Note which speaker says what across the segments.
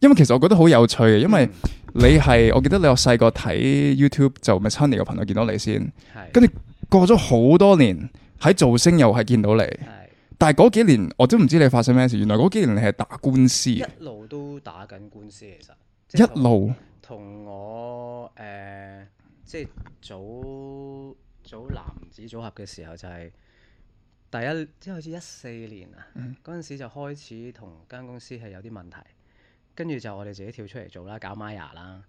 Speaker 1: 因為其實我覺得好有趣嘅，因為
Speaker 2: 嗯
Speaker 1: 你係我記得你我細個睇 YouTube 就 m i s s Honey 個頻道見到你先，
Speaker 2: 係
Speaker 1: 跟住過咗好多年喺造星又係見到你，
Speaker 2: 係
Speaker 1: 但係嗰幾年我都唔知你發生咩事，原來嗰幾年你係打官司，
Speaker 2: 一
Speaker 1: 一
Speaker 2: 路都打緊官司，其實即係同
Speaker 1: 路
Speaker 2: 同我誒、呃即係組組男子組合嘅時候就係、第一，即係好似一四年啊，嗰陣、時就開始同間公司係有啲問題，跟住就我哋自己跳出嚟做啦，搞 Maya 啦。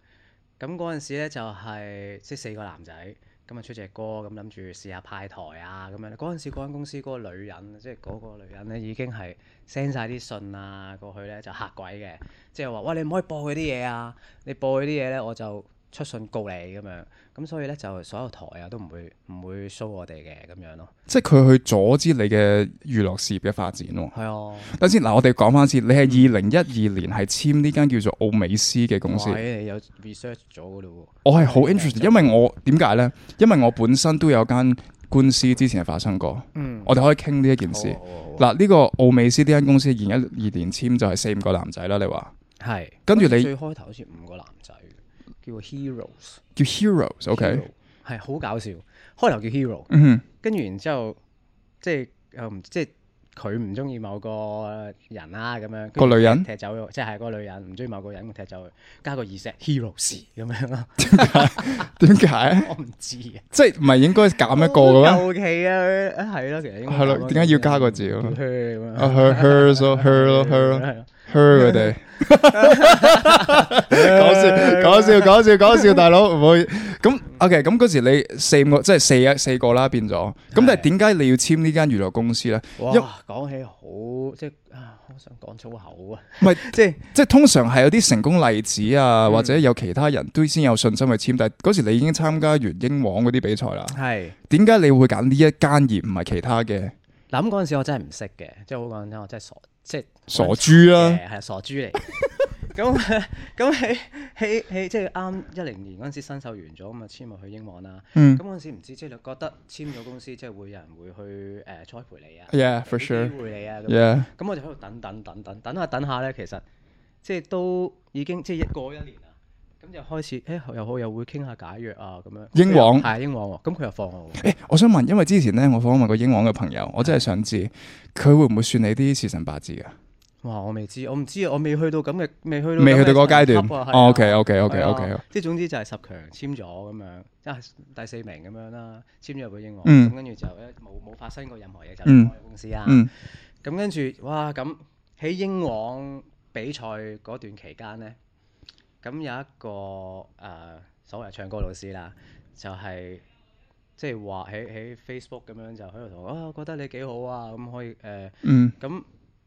Speaker 2: 咁嗰陣時咧就係、即係四個男仔，咁啊出隻歌，咁諗住試下派台啊咁樣。嗰陣時嗰間公司嗰個女人，即係嗰個女人咧已經係 send 晒啲信啊過去咧就嚇鬼嘅，即係話喂你唔可以播佢啲嘢啊，你播佢啲嘢咧我就出信告你咁樣。咁所以咧就所有台啊都唔會唔會 show 我哋嘅咁樣咯。
Speaker 1: 即係佢去阻止你嘅娛樂事業嘅發展喎。
Speaker 2: 係啊，
Speaker 1: 等先，嗱，我哋講翻先，你
Speaker 2: 嗯
Speaker 1: 係二零一二年係簽呢間叫做奧美斯嘅公司，
Speaker 2: 喂你有 research 咗嘅咯
Speaker 1: 我係好 interested，因為我點解呢？因為我本身都有間官司之前係發生過，
Speaker 2: 嗯
Speaker 1: 我哋可以傾呢一件
Speaker 2: 喎。
Speaker 1: 事。
Speaker 2: 好啊好啊好啊
Speaker 1: 嗱，呢個奧美斯呢間公司二一二年簽就係四五個男仔啦，你話
Speaker 2: 係
Speaker 1: 跟住你
Speaker 2: 最開頭好似五個男仔叫 Heroes。
Speaker 1: 叫 Heroes，OK？
Speaker 2: Hero，係好搞笑。開頭叫 Hero，
Speaker 1: 嗯
Speaker 2: 跟住然之後即係又唔即係佢唔中意某個人啦咁樣，
Speaker 1: 個女人
Speaker 2: 踢走咗，即係個女人唔中意某個人，踢走佢，加個二石 Heroes 咁樣咯。
Speaker 1: 哼，點解？
Speaker 2: 我唔知啊，
Speaker 1: 即係唔係應該減一個嘅咩？
Speaker 2: 求其啊，係咯，其實應該
Speaker 1: 係咯
Speaker 2: 咁樣
Speaker 1: 點解要加個字啊
Speaker 2: 叫 her 咁樣
Speaker 1: 啊，her hers 咯，her
Speaker 2: ừ,
Speaker 1: 咯，her 咯，her 佢 哋。講笑，講笑，講笑，講笑，大佬唔好咁。OK，咁嗰時你四五個，即係四一四個啦，變咗。咁但係點解你要簽呢間娛樂公司咧？因
Speaker 2: 哇，講起好即係啊，好想講粗口啊！
Speaker 1: 唔係
Speaker 2: 即係
Speaker 1: 即係通常係有啲成功例子啊，或者有其他人都先有信心去簽。但係嗰時你已經參加完英皇嗰啲比賽啦，
Speaker 2: 係
Speaker 1: 點解你會揀呢一間而唔係其他嘅
Speaker 2: 諗嗰陣時，我真係唔識嘅，即係好講真，我真係傻，即係
Speaker 1: 傻豬啦？
Speaker 2: 誒係傻 豬嚟。咁咁喺喺喺即係啱一零年嗰陣時新秀完咗，咁啊簽落去英皇啦。
Speaker 1: 嗯
Speaker 2: 咁嗰陣時唔知即係你覺得簽咗公司，即係會有人會去誒、呃栽培你啊
Speaker 1: ，Yeah，for
Speaker 2: 俾
Speaker 1: sure，Yeah
Speaker 2: 機。會你
Speaker 1: Dạ.
Speaker 2: 啊咁樣。咁我就喺度等等等等等下等下咧，其實即係都已經即係一過一年啦。咁就開始誒、又好又會傾下解約啊咁樣。
Speaker 1: 英皇
Speaker 2: 係英皇喎，咁佢又放我喎。
Speaker 1: 誒，我想問，因為之前咧，我訪問過英皇嘅朋友，我真係想知佢會唔會算你啲時辰八字噶？
Speaker 2: 哇！我未知，我唔知啊，我未去到咁嘅，未去到
Speaker 1: 未去到嗰
Speaker 2: 咁
Speaker 1: 個階
Speaker 2: 嘅
Speaker 1: 段。
Speaker 2: 級啊係啊
Speaker 1: 哦，OK，OK，OK，OK，
Speaker 2: 係
Speaker 1: OK，
Speaker 2: 啊即係總之就係十強簽咗咁樣，即係第四名咁樣啦，簽咗入去英皇，
Speaker 1: 嗯
Speaker 2: 咁跟住就咧冇冇發生過任何嘢就
Speaker 1: 嗯
Speaker 2: 離開公司啊啦。
Speaker 1: 嗯
Speaker 2: 咁跟住哇，咁喺英皇比賽嗰段期間咧，咁有一個誒、呃所謂唱歌老師啦，就係、即係話喺喺 Facebook 咁樣就喺度同我啊，我覺得你幾好啊，咁可以誒，呃
Speaker 1: 嗯，
Speaker 2: 咁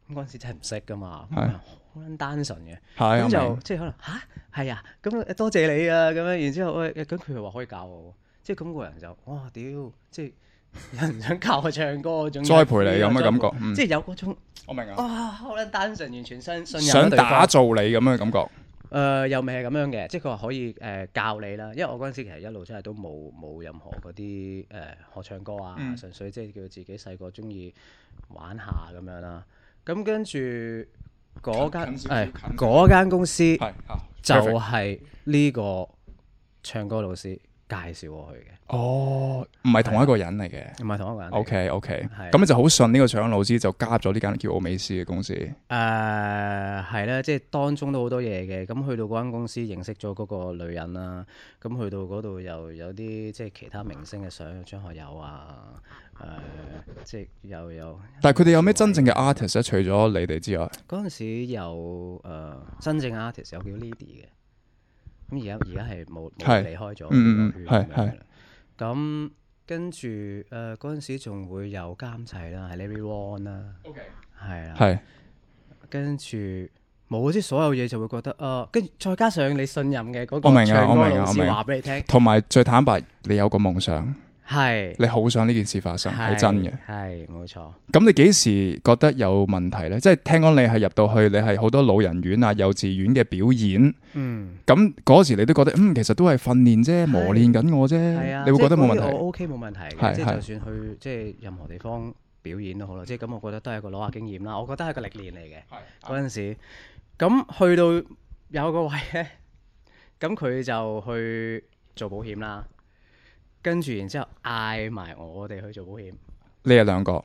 Speaker 2: 咁嗰陣時真係唔識噶嘛，咁
Speaker 1: 係
Speaker 2: 啊好撚單純嘅。
Speaker 1: 係
Speaker 2: 咁
Speaker 1: 我
Speaker 2: 就
Speaker 1: 明
Speaker 2: 即係可能吓，係啊，咁多謝你啊，咁樣，然之後喂，咁佢又話可以教我喎，即係咁個人就哇屌，即係有人想教我唱歌嗰種
Speaker 1: 栽培你咁嘅
Speaker 2: 栽培
Speaker 1: 感覺嗯
Speaker 2: 即係有嗰種
Speaker 1: 我明啊，
Speaker 2: 哇好撚單純，完全信信任
Speaker 1: 想
Speaker 2: 對方
Speaker 1: 打造你咁樣嘅感覺。
Speaker 2: 誒、又未係咁樣嘅，即係佢話可以誒、呃教你啦，因為我嗰陣時其實一路真係都冇冇任何嗰啲誒學唱歌啊，
Speaker 1: 嗯
Speaker 2: 純粹即係叫自己細個中意玩下咁樣啦。咁跟住嗰間
Speaker 1: 近少少
Speaker 2: 誒
Speaker 1: 近少少
Speaker 2: 嗰間公司。
Speaker 1: 係啊
Speaker 2: 就
Speaker 1: perfect
Speaker 2: 係呢個唱歌老師介紹我去嘅，
Speaker 1: 哦，唔係同一個人嚟嘅。
Speaker 2: 唔係同一個人嚟嘅。
Speaker 1: OK OK，
Speaker 2: 係
Speaker 1: 咁你就好信呢個長老師就加入咗呢間叫奧美斯嘅公司。
Speaker 2: 誒呃係啦，即係當中都好多嘢嘅。咁去到嗰間公司認識咗嗰個女人啦，咁去到嗰度又有啲即係其他明星嘅相，張學友啊，誒、即係又有
Speaker 1: 但係佢哋有咩真正嘅 artist 咧？除咗你哋之外，
Speaker 2: 嗰陣時有誒、真正 artist 有叫 Lady 嘅，咁而家而家係冇冇
Speaker 1: 係
Speaker 2: 離開咗
Speaker 1: 嗯
Speaker 2: 呢
Speaker 1: 嗯
Speaker 2: 個圈咁
Speaker 1: 係
Speaker 2: 樣
Speaker 1: 係
Speaker 2: 啦。咁跟住誒嗰陣時仲會有監製啦，係 Larry Wong 啦，係啦，
Speaker 1: 係
Speaker 2: 跟住冇即係所有嘢就會覺得啊，跟住再加上你信任嘅嗰
Speaker 1: 我明
Speaker 2: 個
Speaker 1: 啊
Speaker 2: 唱歌
Speaker 1: 我明啊
Speaker 2: 老
Speaker 1: 我
Speaker 2: 師
Speaker 1: 明啊
Speaker 2: 話俾你聽，
Speaker 1: 同埋最坦白，你有個夢想，
Speaker 2: 係
Speaker 1: 你好想呢件事發生，係真嘅。，
Speaker 2: 係冇錯。
Speaker 1: 咁你幾時覺得有問題呢？即係聽講你係入到去，你係好多老人院啊、幼稚園嘅表演，
Speaker 2: 嗯，
Speaker 1: 咁嗰時你都覺得嗯，其實都係訓練啫，磨練緊我啫，
Speaker 2: 係啊，
Speaker 1: 你會覺得冇問
Speaker 2: 即係嗰啲我
Speaker 1: 題。
Speaker 2: OK 冇問題
Speaker 1: 係
Speaker 2: 嘅，即係
Speaker 1: 係
Speaker 2: 就算去即係任何地方表演都好啦，即係咁，我覺得都係一個攞下經驗啦。我覺得係一個歷練嚟嘅嗰陣時。咁去到有個位咧， 咁佢就去做保險啦，跟住然之後嗌埋我哋去做保險。
Speaker 1: 你係兩個，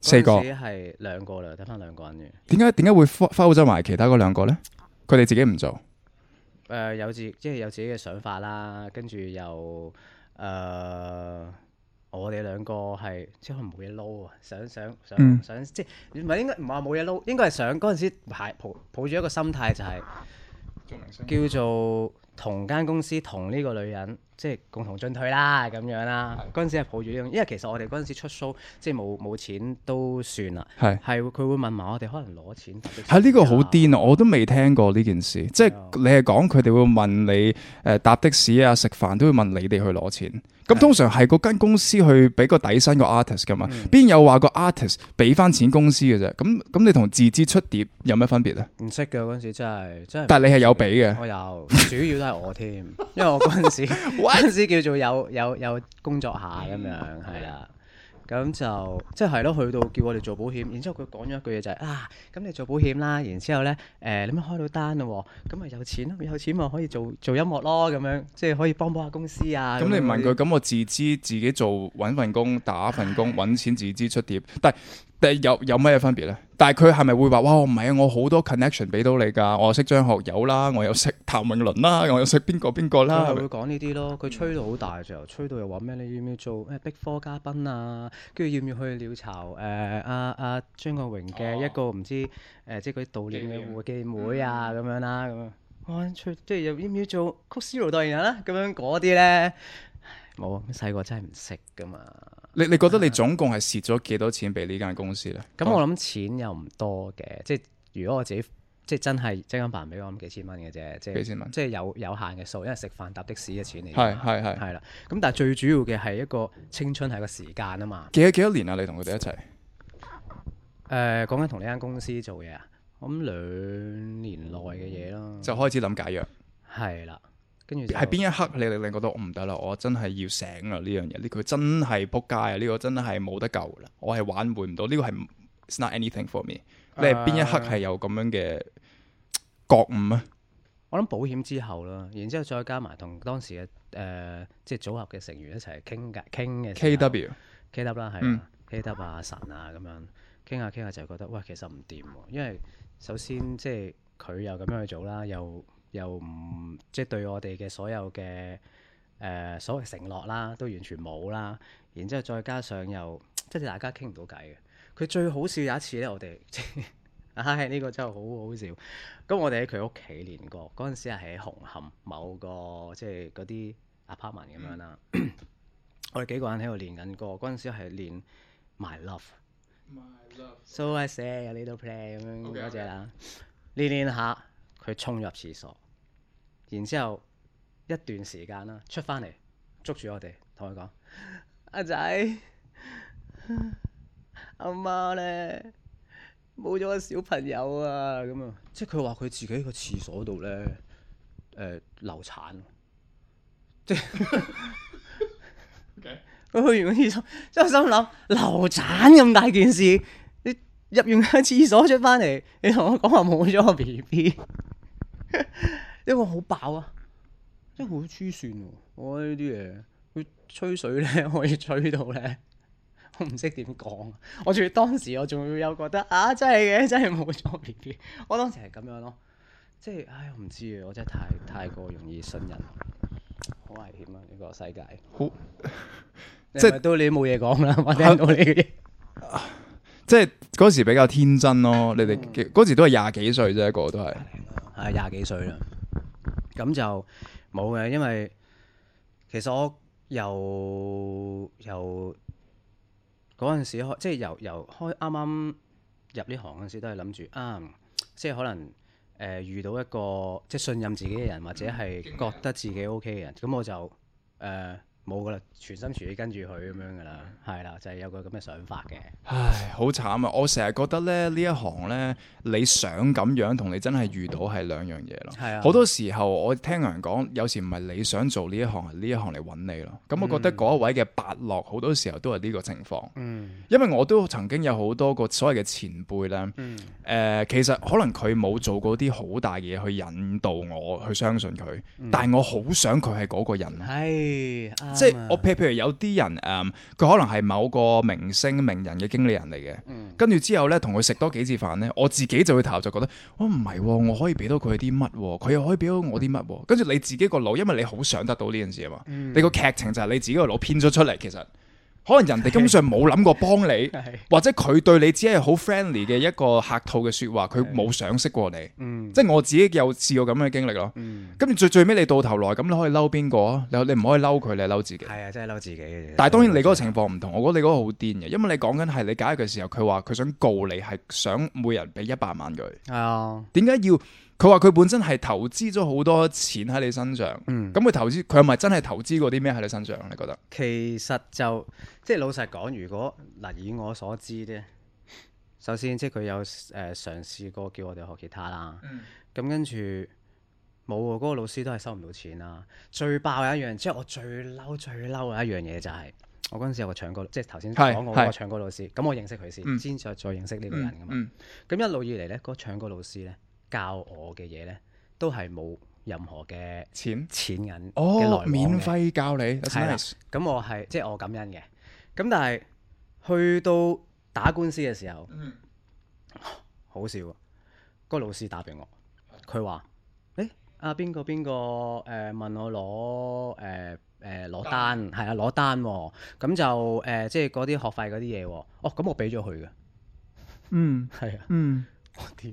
Speaker 1: 四個
Speaker 2: 嗰陣，時係兩個啦，得翻兩個人嘅。誒、
Speaker 1: 點解點解會忽忽咗埋其他嗰兩個咧？佢哋自己唔做，
Speaker 2: 有自即係有自己嘅想法啦，跟住又誒、我哋兩個係即係可能冇嘢撈啊，想想想、
Speaker 1: 嗯
Speaker 2: 想即係唔係應該唔係話冇嘢撈，應該係想嗰陣時排抱抱住一個心態就係、叫做同間公司同呢個女人即係共同進退啦咁樣啦。嗰陣時係抱住呢種，因為其實我哋嗰陣時出 show 即係冇冇錢都算啦，
Speaker 1: 係
Speaker 2: 係佢會問埋我哋可能攞錢搭的士啊。
Speaker 1: 係呢個好癲啊！我都未聽過呢件事，即係
Speaker 2: 係啊
Speaker 1: 你係講佢哋會問你誒、呃搭的士啊、食飯都會問你哋去攞錢。咁通常係嗰間公司去俾個底薪個 artist 噶嘛，邊、有話個 artist 俾翻錢公司嘅啫？咁咁你同自資出碟有咩分別咧？
Speaker 2: 唔識嘅嗰陣時真係真係。
Speaker 1: 但係你係有俾嘅，
Speaker 2: 我有，主要都係我添， 因為我嗰陣時 嗰陣時叫做有有有工作下咁樣，係啦。咁就即係係咯，去到叫我哋做保險，然之後佢講咗一句嘢就係、啊，咁你做保險啦，然之後咧誒、你咪開到單咯喎，咁咪有錢咯，有錢咪可以做做音樂咯，咁樣即係可以幫幫下公司啊。
Speaker 1: 咁你問
Speaker 2: 嗰
Speaker 1: 佢，
Speaker 2: 啲
Speaker 1: 咁我自資自己做揾份 工打份工揾錢自資出碟，但係但係有有咩分別呢？但係佢係咪會話哇唔係啊？我好多 connection 俾到你㗎，我識張學友啦，我又識譚詠麟啦，我又識邊個邊個啦，
Speaker 2: 佢
Speaker 1: 係
Speaker 2: 會
Speaker 1: 咪
Speaker 2: 講呢啲咯，佢吹到好大就，吹到又話咩你要唔要做
Speaker 1: 嗯
Speaker 2: 咩逼科嘉賓啊，跟住要唔要去鳥巢誒阿阿張國榮
Speaker 1: 哦
Speaker 2: 嘅一個唔知誒、即係嗰啲悼念嘅會紀會啊
Speaker 1: 嗯
Speaker 2: 咁樣啦咁樣，哇吹即係又要唔要做曲 zero 代言人啊啦、咁樣嗰啲咧，唉冇啊細個真係唔識噶嘛，
Speaker 1: 你你覺得你總共係蝕咗幾多錢俾呢間公司呢？
Speaker 2: 咁我諗錢又唔多嘅，即係如果我自己。即係真係即金飯俾我咁幾千蚊嘅啫，即係
Speaker 1: 幾千蚊
Speaker 2: 即係有有限嘅數，因為食飯搭的士嘅錢嚟㗎嘛。
Speaker 1: 係係係
Speaker 2: 係啦，咁但係最主要嘅係一個青春係個時間啊嘛。
Speaker 1: 幾多幾多年啊？你同佢哋一齊
Speaker 2: 誒、講緊同呢間公司做嘢啊，我諗兩年內嘅嘢咯。
Speaker 1: 就開始諗解藥，
Speaker 2: 係啦，跟住就
Speaker 1: 係？邊一刻你你你覺得我唔得啦，我真係要醒啦呢樣嘢，呢佢真係撲街啊！呢個真係冇得救啦，我係挽回唔到，呢個係唔 it's not anything for me。你係邊一刻係有咁樣嘅覺悟啊？
Speaker 2: 我諗保險之後啦，然之後再加埋同當時嘅誒、即係組合嘅成員一齊傾偈傾嘅時
Speaker 1: K
Speaker 2: 候
Speaker 1: W
Speaker 2: K W 啦，係
Speaker 1: 嗯
Speaker 2: 啊，K W 啊神啊咁樣傾下傾下就覺得喂其實唔掂喎，因為首先即係佢又咁樣去做啦，又又唔即係對我哋嘅所有嘅誒、呃所謂承諾啦，都完全冇啦，然之後再加上又即係大家傾唔到偈嘅。佢最好笑有一次咧，我哋 即係唉呢個真係好好笑。咁我哋喺佢屋企練歌，嗰陣時係喺紅磡某個即係嗰啲 apartment 咁樣啦。我哋幾個人喺度練緊歌，嗰陣時係練 My Love，So I say a little play 咁樣
Speaker 1: OK，OK
Speaker 2: 嗰只啦。練練下，佢衝咗入廁所，然之後一段時間啦，出翻嚟捉住我哋，同佢講：阿仔，阿媽咧冇咗個小朋友啊！咁啊，即係佢話佢自己喺個廁所度咧誒流產。佢去完個廁所， 即係我心諗流產咁大件事，你入完個廁所出翻嚟，你同我講話冇咗個 B B，因為好爆啊，真係好黐線喎！我覺得呢啲嘢，佢吹水 咧可以吹到咧， 我唔識點講。我仲要當時我仲要有覺得啊，真係嘅，真係冇咗 B B。我 當時係咁樣咯，即係唉，我唔知啊，我真係太太過容易信人，好危險啊！呢、個世界。
Speaker 1: 好，
Speaker 2: 即係到你冇嘢 講啦，我聽到你嘅嘢。
Speaker 1: 即係嗰時比較天真咯。你哋嘅嗰時都係廿幾歲啫，個個都係
Speaker 2: 啊係廿幾歲啦，咁就冇嘅，因為其實我由由嗰陣時開，即係由由開啱啱入呢行嗰陣時，都係諗住啊，即係可能誒、呃遇到一個即係信任自己嘅人，或者係覺得自己 OK 嘅人，咁我就誒、呃冇噶啦，全心全意跟住佢咁樣噶啦，係啦，就係、有個咁嘅想法嘅。
Speaker 1: 唉，好慘啊！我成日覺得咧呢一行咧，你想咁樣同你真係遇到係兩樣嘢咯。
Speaker 2: 係啊
Speaker 1: 好多時候我聽人講，有時唔係你想做呢一行，係呢一行嚟揾你咯。咁我覺得嗰一位嘅伯樂，好多時候都係呢個情況。
Speaker 2: 嗯
Speaker 1: 因為我都曾經有好多個所謂嘅前輩咧，誒、
Speaker 2: 嗯
Speaker 1: 其實可能佢冇做過啲好大嘢去引導我去相信佢，
Speaker 2: 嗯
Speaker 1: 但係我好想佢係嗰個人咯。
Speaker 2: 係啱啊，
Speaker 1: 即係我譬譬如有啲人誒，嗯佢、可能係某個明星名人嘅經理人嚟嘅，
Speaker 2: 嗯
Speaker 1: 跟住之後咧，同佢食多幾次飯咧，我自己就會頭就覺得，哦我唔係喎，我可以俾到佢啲乜喎，佢又可以俾到我啲乜喎，跟住你自己個腦，因為你好想得到呢件事啊嘛，
Speaker 2: 嗯
Speaker 1: 你個劇情就係你自己個腦編咗出嚟，其實可能人哋根本上冇諗過幫你
Speaker 2: 係，
Speaker 1: 或者佢對你只係好 friendly 嘅一個客套嘅説話，佢冇賞識過你。
Speaker 2: 嗯
Speaker 1: 即係我自己有試過咁嘅經歷咯。跟住最最尾你到頭來咁，你可以嬲邊個啊？你你唔可以嬲佢，你係嬲自己。
Speaker 2: 係啊，真係嬲自己嘅啫。
Speaker 1: 但係當然你嗰個情況唔同，我覺得你嗰個好癲嘅，因為你講緊係你解約嘅時候，佢話佢想告你係想每人俾一百萬佢，
Speaker 2: 係啊，
Speaker 1: 點解要？佢話佢本身係投資咗好多錢喺你身上，
Speaker 2: 嗯
Speaker 1: 咁佢、投資佢係咪真係投資過啲咩喺你身上？啊你覺得？
Speaker 2: 其實就即係老實講，如果嗱以我所知咧，首先即係佢有誒、呃、嘗試過叫我哋學吉他啦，咁、跟住冇喎，嗰、個老師都係收唔到錢啦。最爆嘅一樣，即係我最嬲最嬲嘅一樣嘢就係、我嗰陣時有個唱歌，即係頭先
Speaker 1: 係
Speaker 2: 講我
Speaker 1: 係
Speaker 2: 嗰個唱歌老師，咁我認識佢先，先再再認識呢個人噶嘛。
Speaker 1: 嗯
Speaker 2: 咁一路以嚟咧，嗰、個唱歌老師咧教我嘅嘢咧，都係冇任何嘅
Speaker 1: 錢
Speaker 2: 錢銀嘅來
Speaker 1: 哦
Speaker 2: 往，嘅
Speaker 1: 免費教你，that's
Speaker 2: 係啦
Speaker 1: nice。
Speaker 2: 咁我係即係我感恩嘅。咁但係去到打官司嘅時候，好笑啊！個老師打俾我，佢話：誒啊邊個邊個誒問我攞誒誒攞單，係啊攞單喎。咁就誒、呃即係嗰啲學費嗰啲嘢喎。哦，咁我俾咗佢嘅，
Speaker 1: 嗯
Speaker 2: 係啊，
Speaker 1: 嗯，
Speaker 2: 我屌！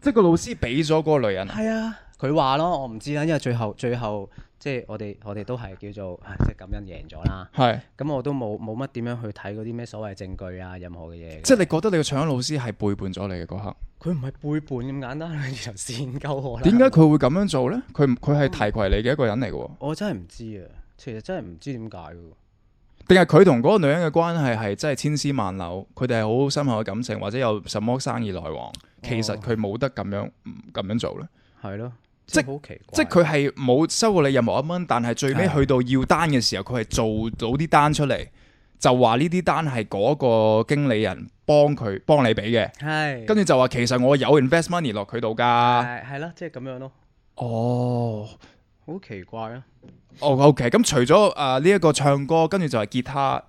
Speaker 1: 即係個老師俾咗嗰個女人。
Speaker 2: 係啊，佢話咯，我唔知啦，因為最後最後即係我哋我哋都係叫做啊即係感恩贏咗啦。
Speaker 1: 係，
Speaker 2: 咁我都冇冇乜點樣去睇嗰啲咩所謂證據啊，任何嘅嘢嘅。
Speaker 1: 即係你覺得你個唱老師係背叛咗你嘅嗰刻，
Speaker 2: 佢唔係背叛咁簡單， 佢就善鳩我啦。
Speaker 1: 點解？佢會咁樣做呢？
Speaker 2: 嗯
Speaker 1: 佢唔佢係提攜你嘅一個人嚟嘅喎，
Speaker 2: 我真係唔知啊，其實真係唔知點解喎。
Speaker 1: 定係佢同嗰個女人嘅關係係真係千絲萬縷，佢哋係好深厚嘅感情，或者有什麼生意來
Speaker 2: 哦
Speaker 1: 往，其實佢冇得咁樣唔咁樣做呢？
Speaker 2: 係咯，
Speaker 1: 即
Speaker 2: 係好奇怪。
Speaker 1: 即係佢係冇收過你任何一蚊，但係最尾
Speaker 2: 係
Speaker 1: 去到要單嘅時候，佢係做到啲單出嚟，就話呢啲單係嗰個經理人幫佢幫你俾
Speaker 2: 嗯
Speaker 1: 嘅，
Speaker 2: 係
Speaker 1: 跟
Speaker 2: 住
Speaker 1: 住啊就話其實我有 invest money 落佢度㗎。
Speaker 2: 係係啦，即係咁樣咯，
Speaker 1: 哦。
Speaker 2: 好奇怪啊！
Speaker 1: 哦，OK，咁除咗啊呢一個唱歌，跟住就係吉他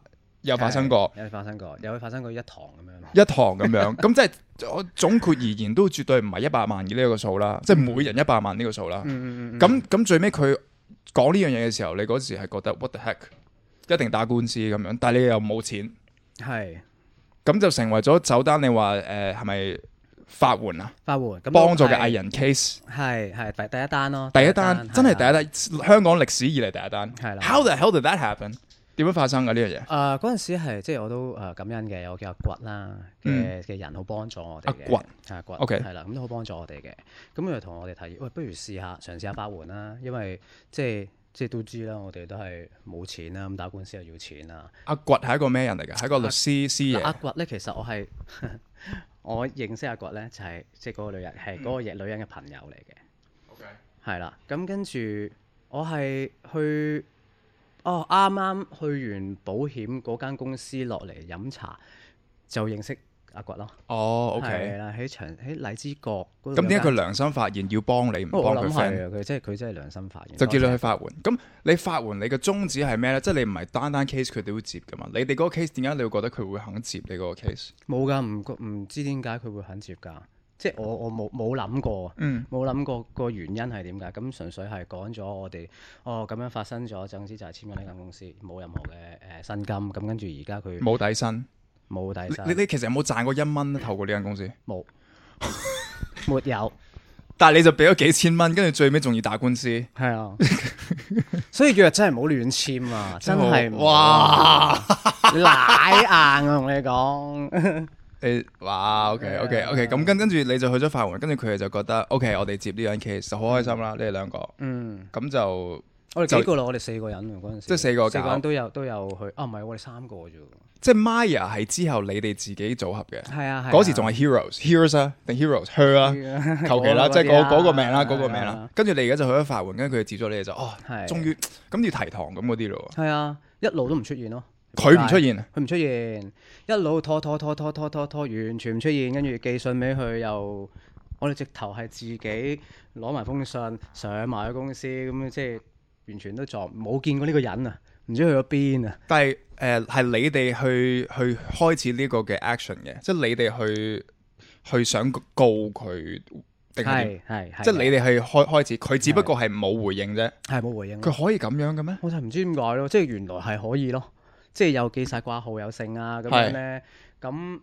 Speaker 1: 有發生過
Speaker 2: 係，有發生過，有發生過一堂咁樣咯。
Speaker 1: 一堂咁樣，咁即係我總括而言都絕對唔係一百萬嘅呢一個數啦，即係每人一百萬呢個數啦。
Speaker 2: 嗯嗯嗯嗯
Speaker 1: 咁咁最尾佢講呢樣嘢嘅時候，你嗰時係覺得 what the heck，一定打官司咁樣，但係你又冇錢，
Speaker 2: 嗯，係
Speaker 1: 咁就成為咗首單。你話誒係咪法援啊？
Speaker 2: 法援咁
Speaker 1: 幫助嘅藝
Speaker 2: 人
Speaker 1: 人 case，
Speaker 2: 係係第第一單咯，
Speaker 1: 第一單真係第
Speaker 2: 啦
Speaker 1: 一單，香港歷史以嚟第一單。
Speaker 2: 係啦
Speaker 1: How the hell did that happen？點樣發生嘅呢樣嘢？
Speaker 2: 誒呃嗰陣時係即係我都誒感恩嘅，有叫阿骨啦嘅嘅人好幫助我哋嘅，
Speaker 1: 嗯啊阿骨
Speaker 2: 係阿骨
Speaker 1: OK
Speaker 2: 係啦，咁都好幫助我哋嘅。咁佢就同我哋提議，喂，不如試下嘗試下法援啦，因為即係即係都知啦，我哋都係冇錢啊啦，咁打官司又要錢啦。
Speaker 1: 阿掘係一個咩人嚟㗎？係一個律師師
Speaker 2: 嗱，阿
Speaker 1: 爺。
Speaker 2: 骨咧，其實我係 我認識阿骨咧，就係即係嗰個女人係
Speaker 1: 嗯
Speaker 2: 嗰個女人嘅朋友嚟嘅。係啦，咁跟住我係去哦，啱啱去完保險嗰間公司落嚟飲茶，就認識阿骨咯。
Speaker 1: 哦
Speaker 2: 係
Speaker 1: ，OK。
Speaker 2: 啦，喺長喺荔枝角嗰度
Speaker 1: 咁點
Speaker 2: 有
Speaker 1: 解佢
Speaker 2: 間
Speaker 1: 良心發現要幫你唔
Speaker 2: 哦我
Speaker 1: 幫
Speaker 2: 諗
Speaker 1: 佢 friend？
Speaker 2: 係啊，佢真係佢真係良心發現。
Speaker 1: 就叫你
Speaker 2: 多
Speaker 1: 去
Speaker 2: 謝
Speaker 1: 法援。咁你法援你嘅宗旨係咩咧？即係你唔係單單 case 佢哋會接㗎嘛？你哋嗰個 case 點解你會覺得佢會肯接你嗰個 case？
Speaker 2: 冇㗎，唔覺唔知點解佢會肯接㗎。即係我我冇冇諗過，啊
Speaker 1: 嗯
Speaker 2: 冇諗過個原因係點解？咁純粹係講咗我哋哦咁樣發生咗，總之就係簽咗呢間公司，冇任何嘅誒薪金。咁跟住而家佢
Speaker 1: 冇底薪。
Speaker 2: 冇底薪
Speaker 1: 你。你其實有冇賺過一蚊透過呢間公司？
Speaker 2: 冇， 沒有，
Speaker 1: 但係你就俾咗幾千蚊，跟住最尾仲要打官司。
Speaker 2: 係啊， 所以約真係唔好亂簽啊，真係唔好
Speaker 1: 哇
Speaker 2: 啊，！奶硬啊，同你講，
Speaker 1: 你哇，OK
Speaker 2: 啊
Speaker 1: OK OK，咁跟跟住你就去咗法援，跟住佢哋就覺得 OK，我哋接呢樣 case 就好開心啦。你哋兩個
Speaker 2: 嗯，
Speaker 1: 咁就
Speaker 2: 我哋
Speaker 1: 就
Speaker 2: 幾個咯，我哋四個人喎嗰陣時，
Speaker 1: 即係四個
Speaker 2: 四個
Speaker 1: 搞
Speaker 2: 人都有都有去，啊唔係，我哋三個啫喎，
Speaker 1: 即係 Maya 係之後你哋自己組合嘅，
Speaker 2: 係啊係。
Speaker 1: 嗰時仲係 Heroes，Heroes 啊定 Heroes，Her 啊，求其啦，即係啊嗰
Speaker 2: 啊
Speaker 1: 嗰個名啦，嗰個名啦。跟住你而家就去咗法援，跟住佢就接咗你哋就哦，
Speaker 2: 係啊
Speaker 1: 終於咁要提堂咁嗰啲咯喎。
Speaker 2: 係啊，一路都唔出現咯。
Speaker 1: 佢唔出現啊，
Speaker 2: 佢唔出現，一路拖拖拖拖拖拖拖，完全唔出現，跟住寄信俾佢又，我哋直頭係自己攞埋封信上埋去公司，咁樣即係完全都撞冇見過呢個人啊，唔知去咗邊啊，
Speaker 1: 但係誒係你哋去去開始呢個嘅 action 嘅，即係你哋去去想告佢定係點
Speaker 2: 係係係，
Speaker 1: 即係你哋係開開始，佢只不過係冇回應啫。
Speaker 2: 係冇回應咯。
Speaker 1: 佢可以咁樣嘅咩？
Speaker 2: 我就唔知點解咯，即係原來係可以咯，即係有記晒掛號有剩啊咁
Speaker 1: 係
Speaker 2: 樣咧，咁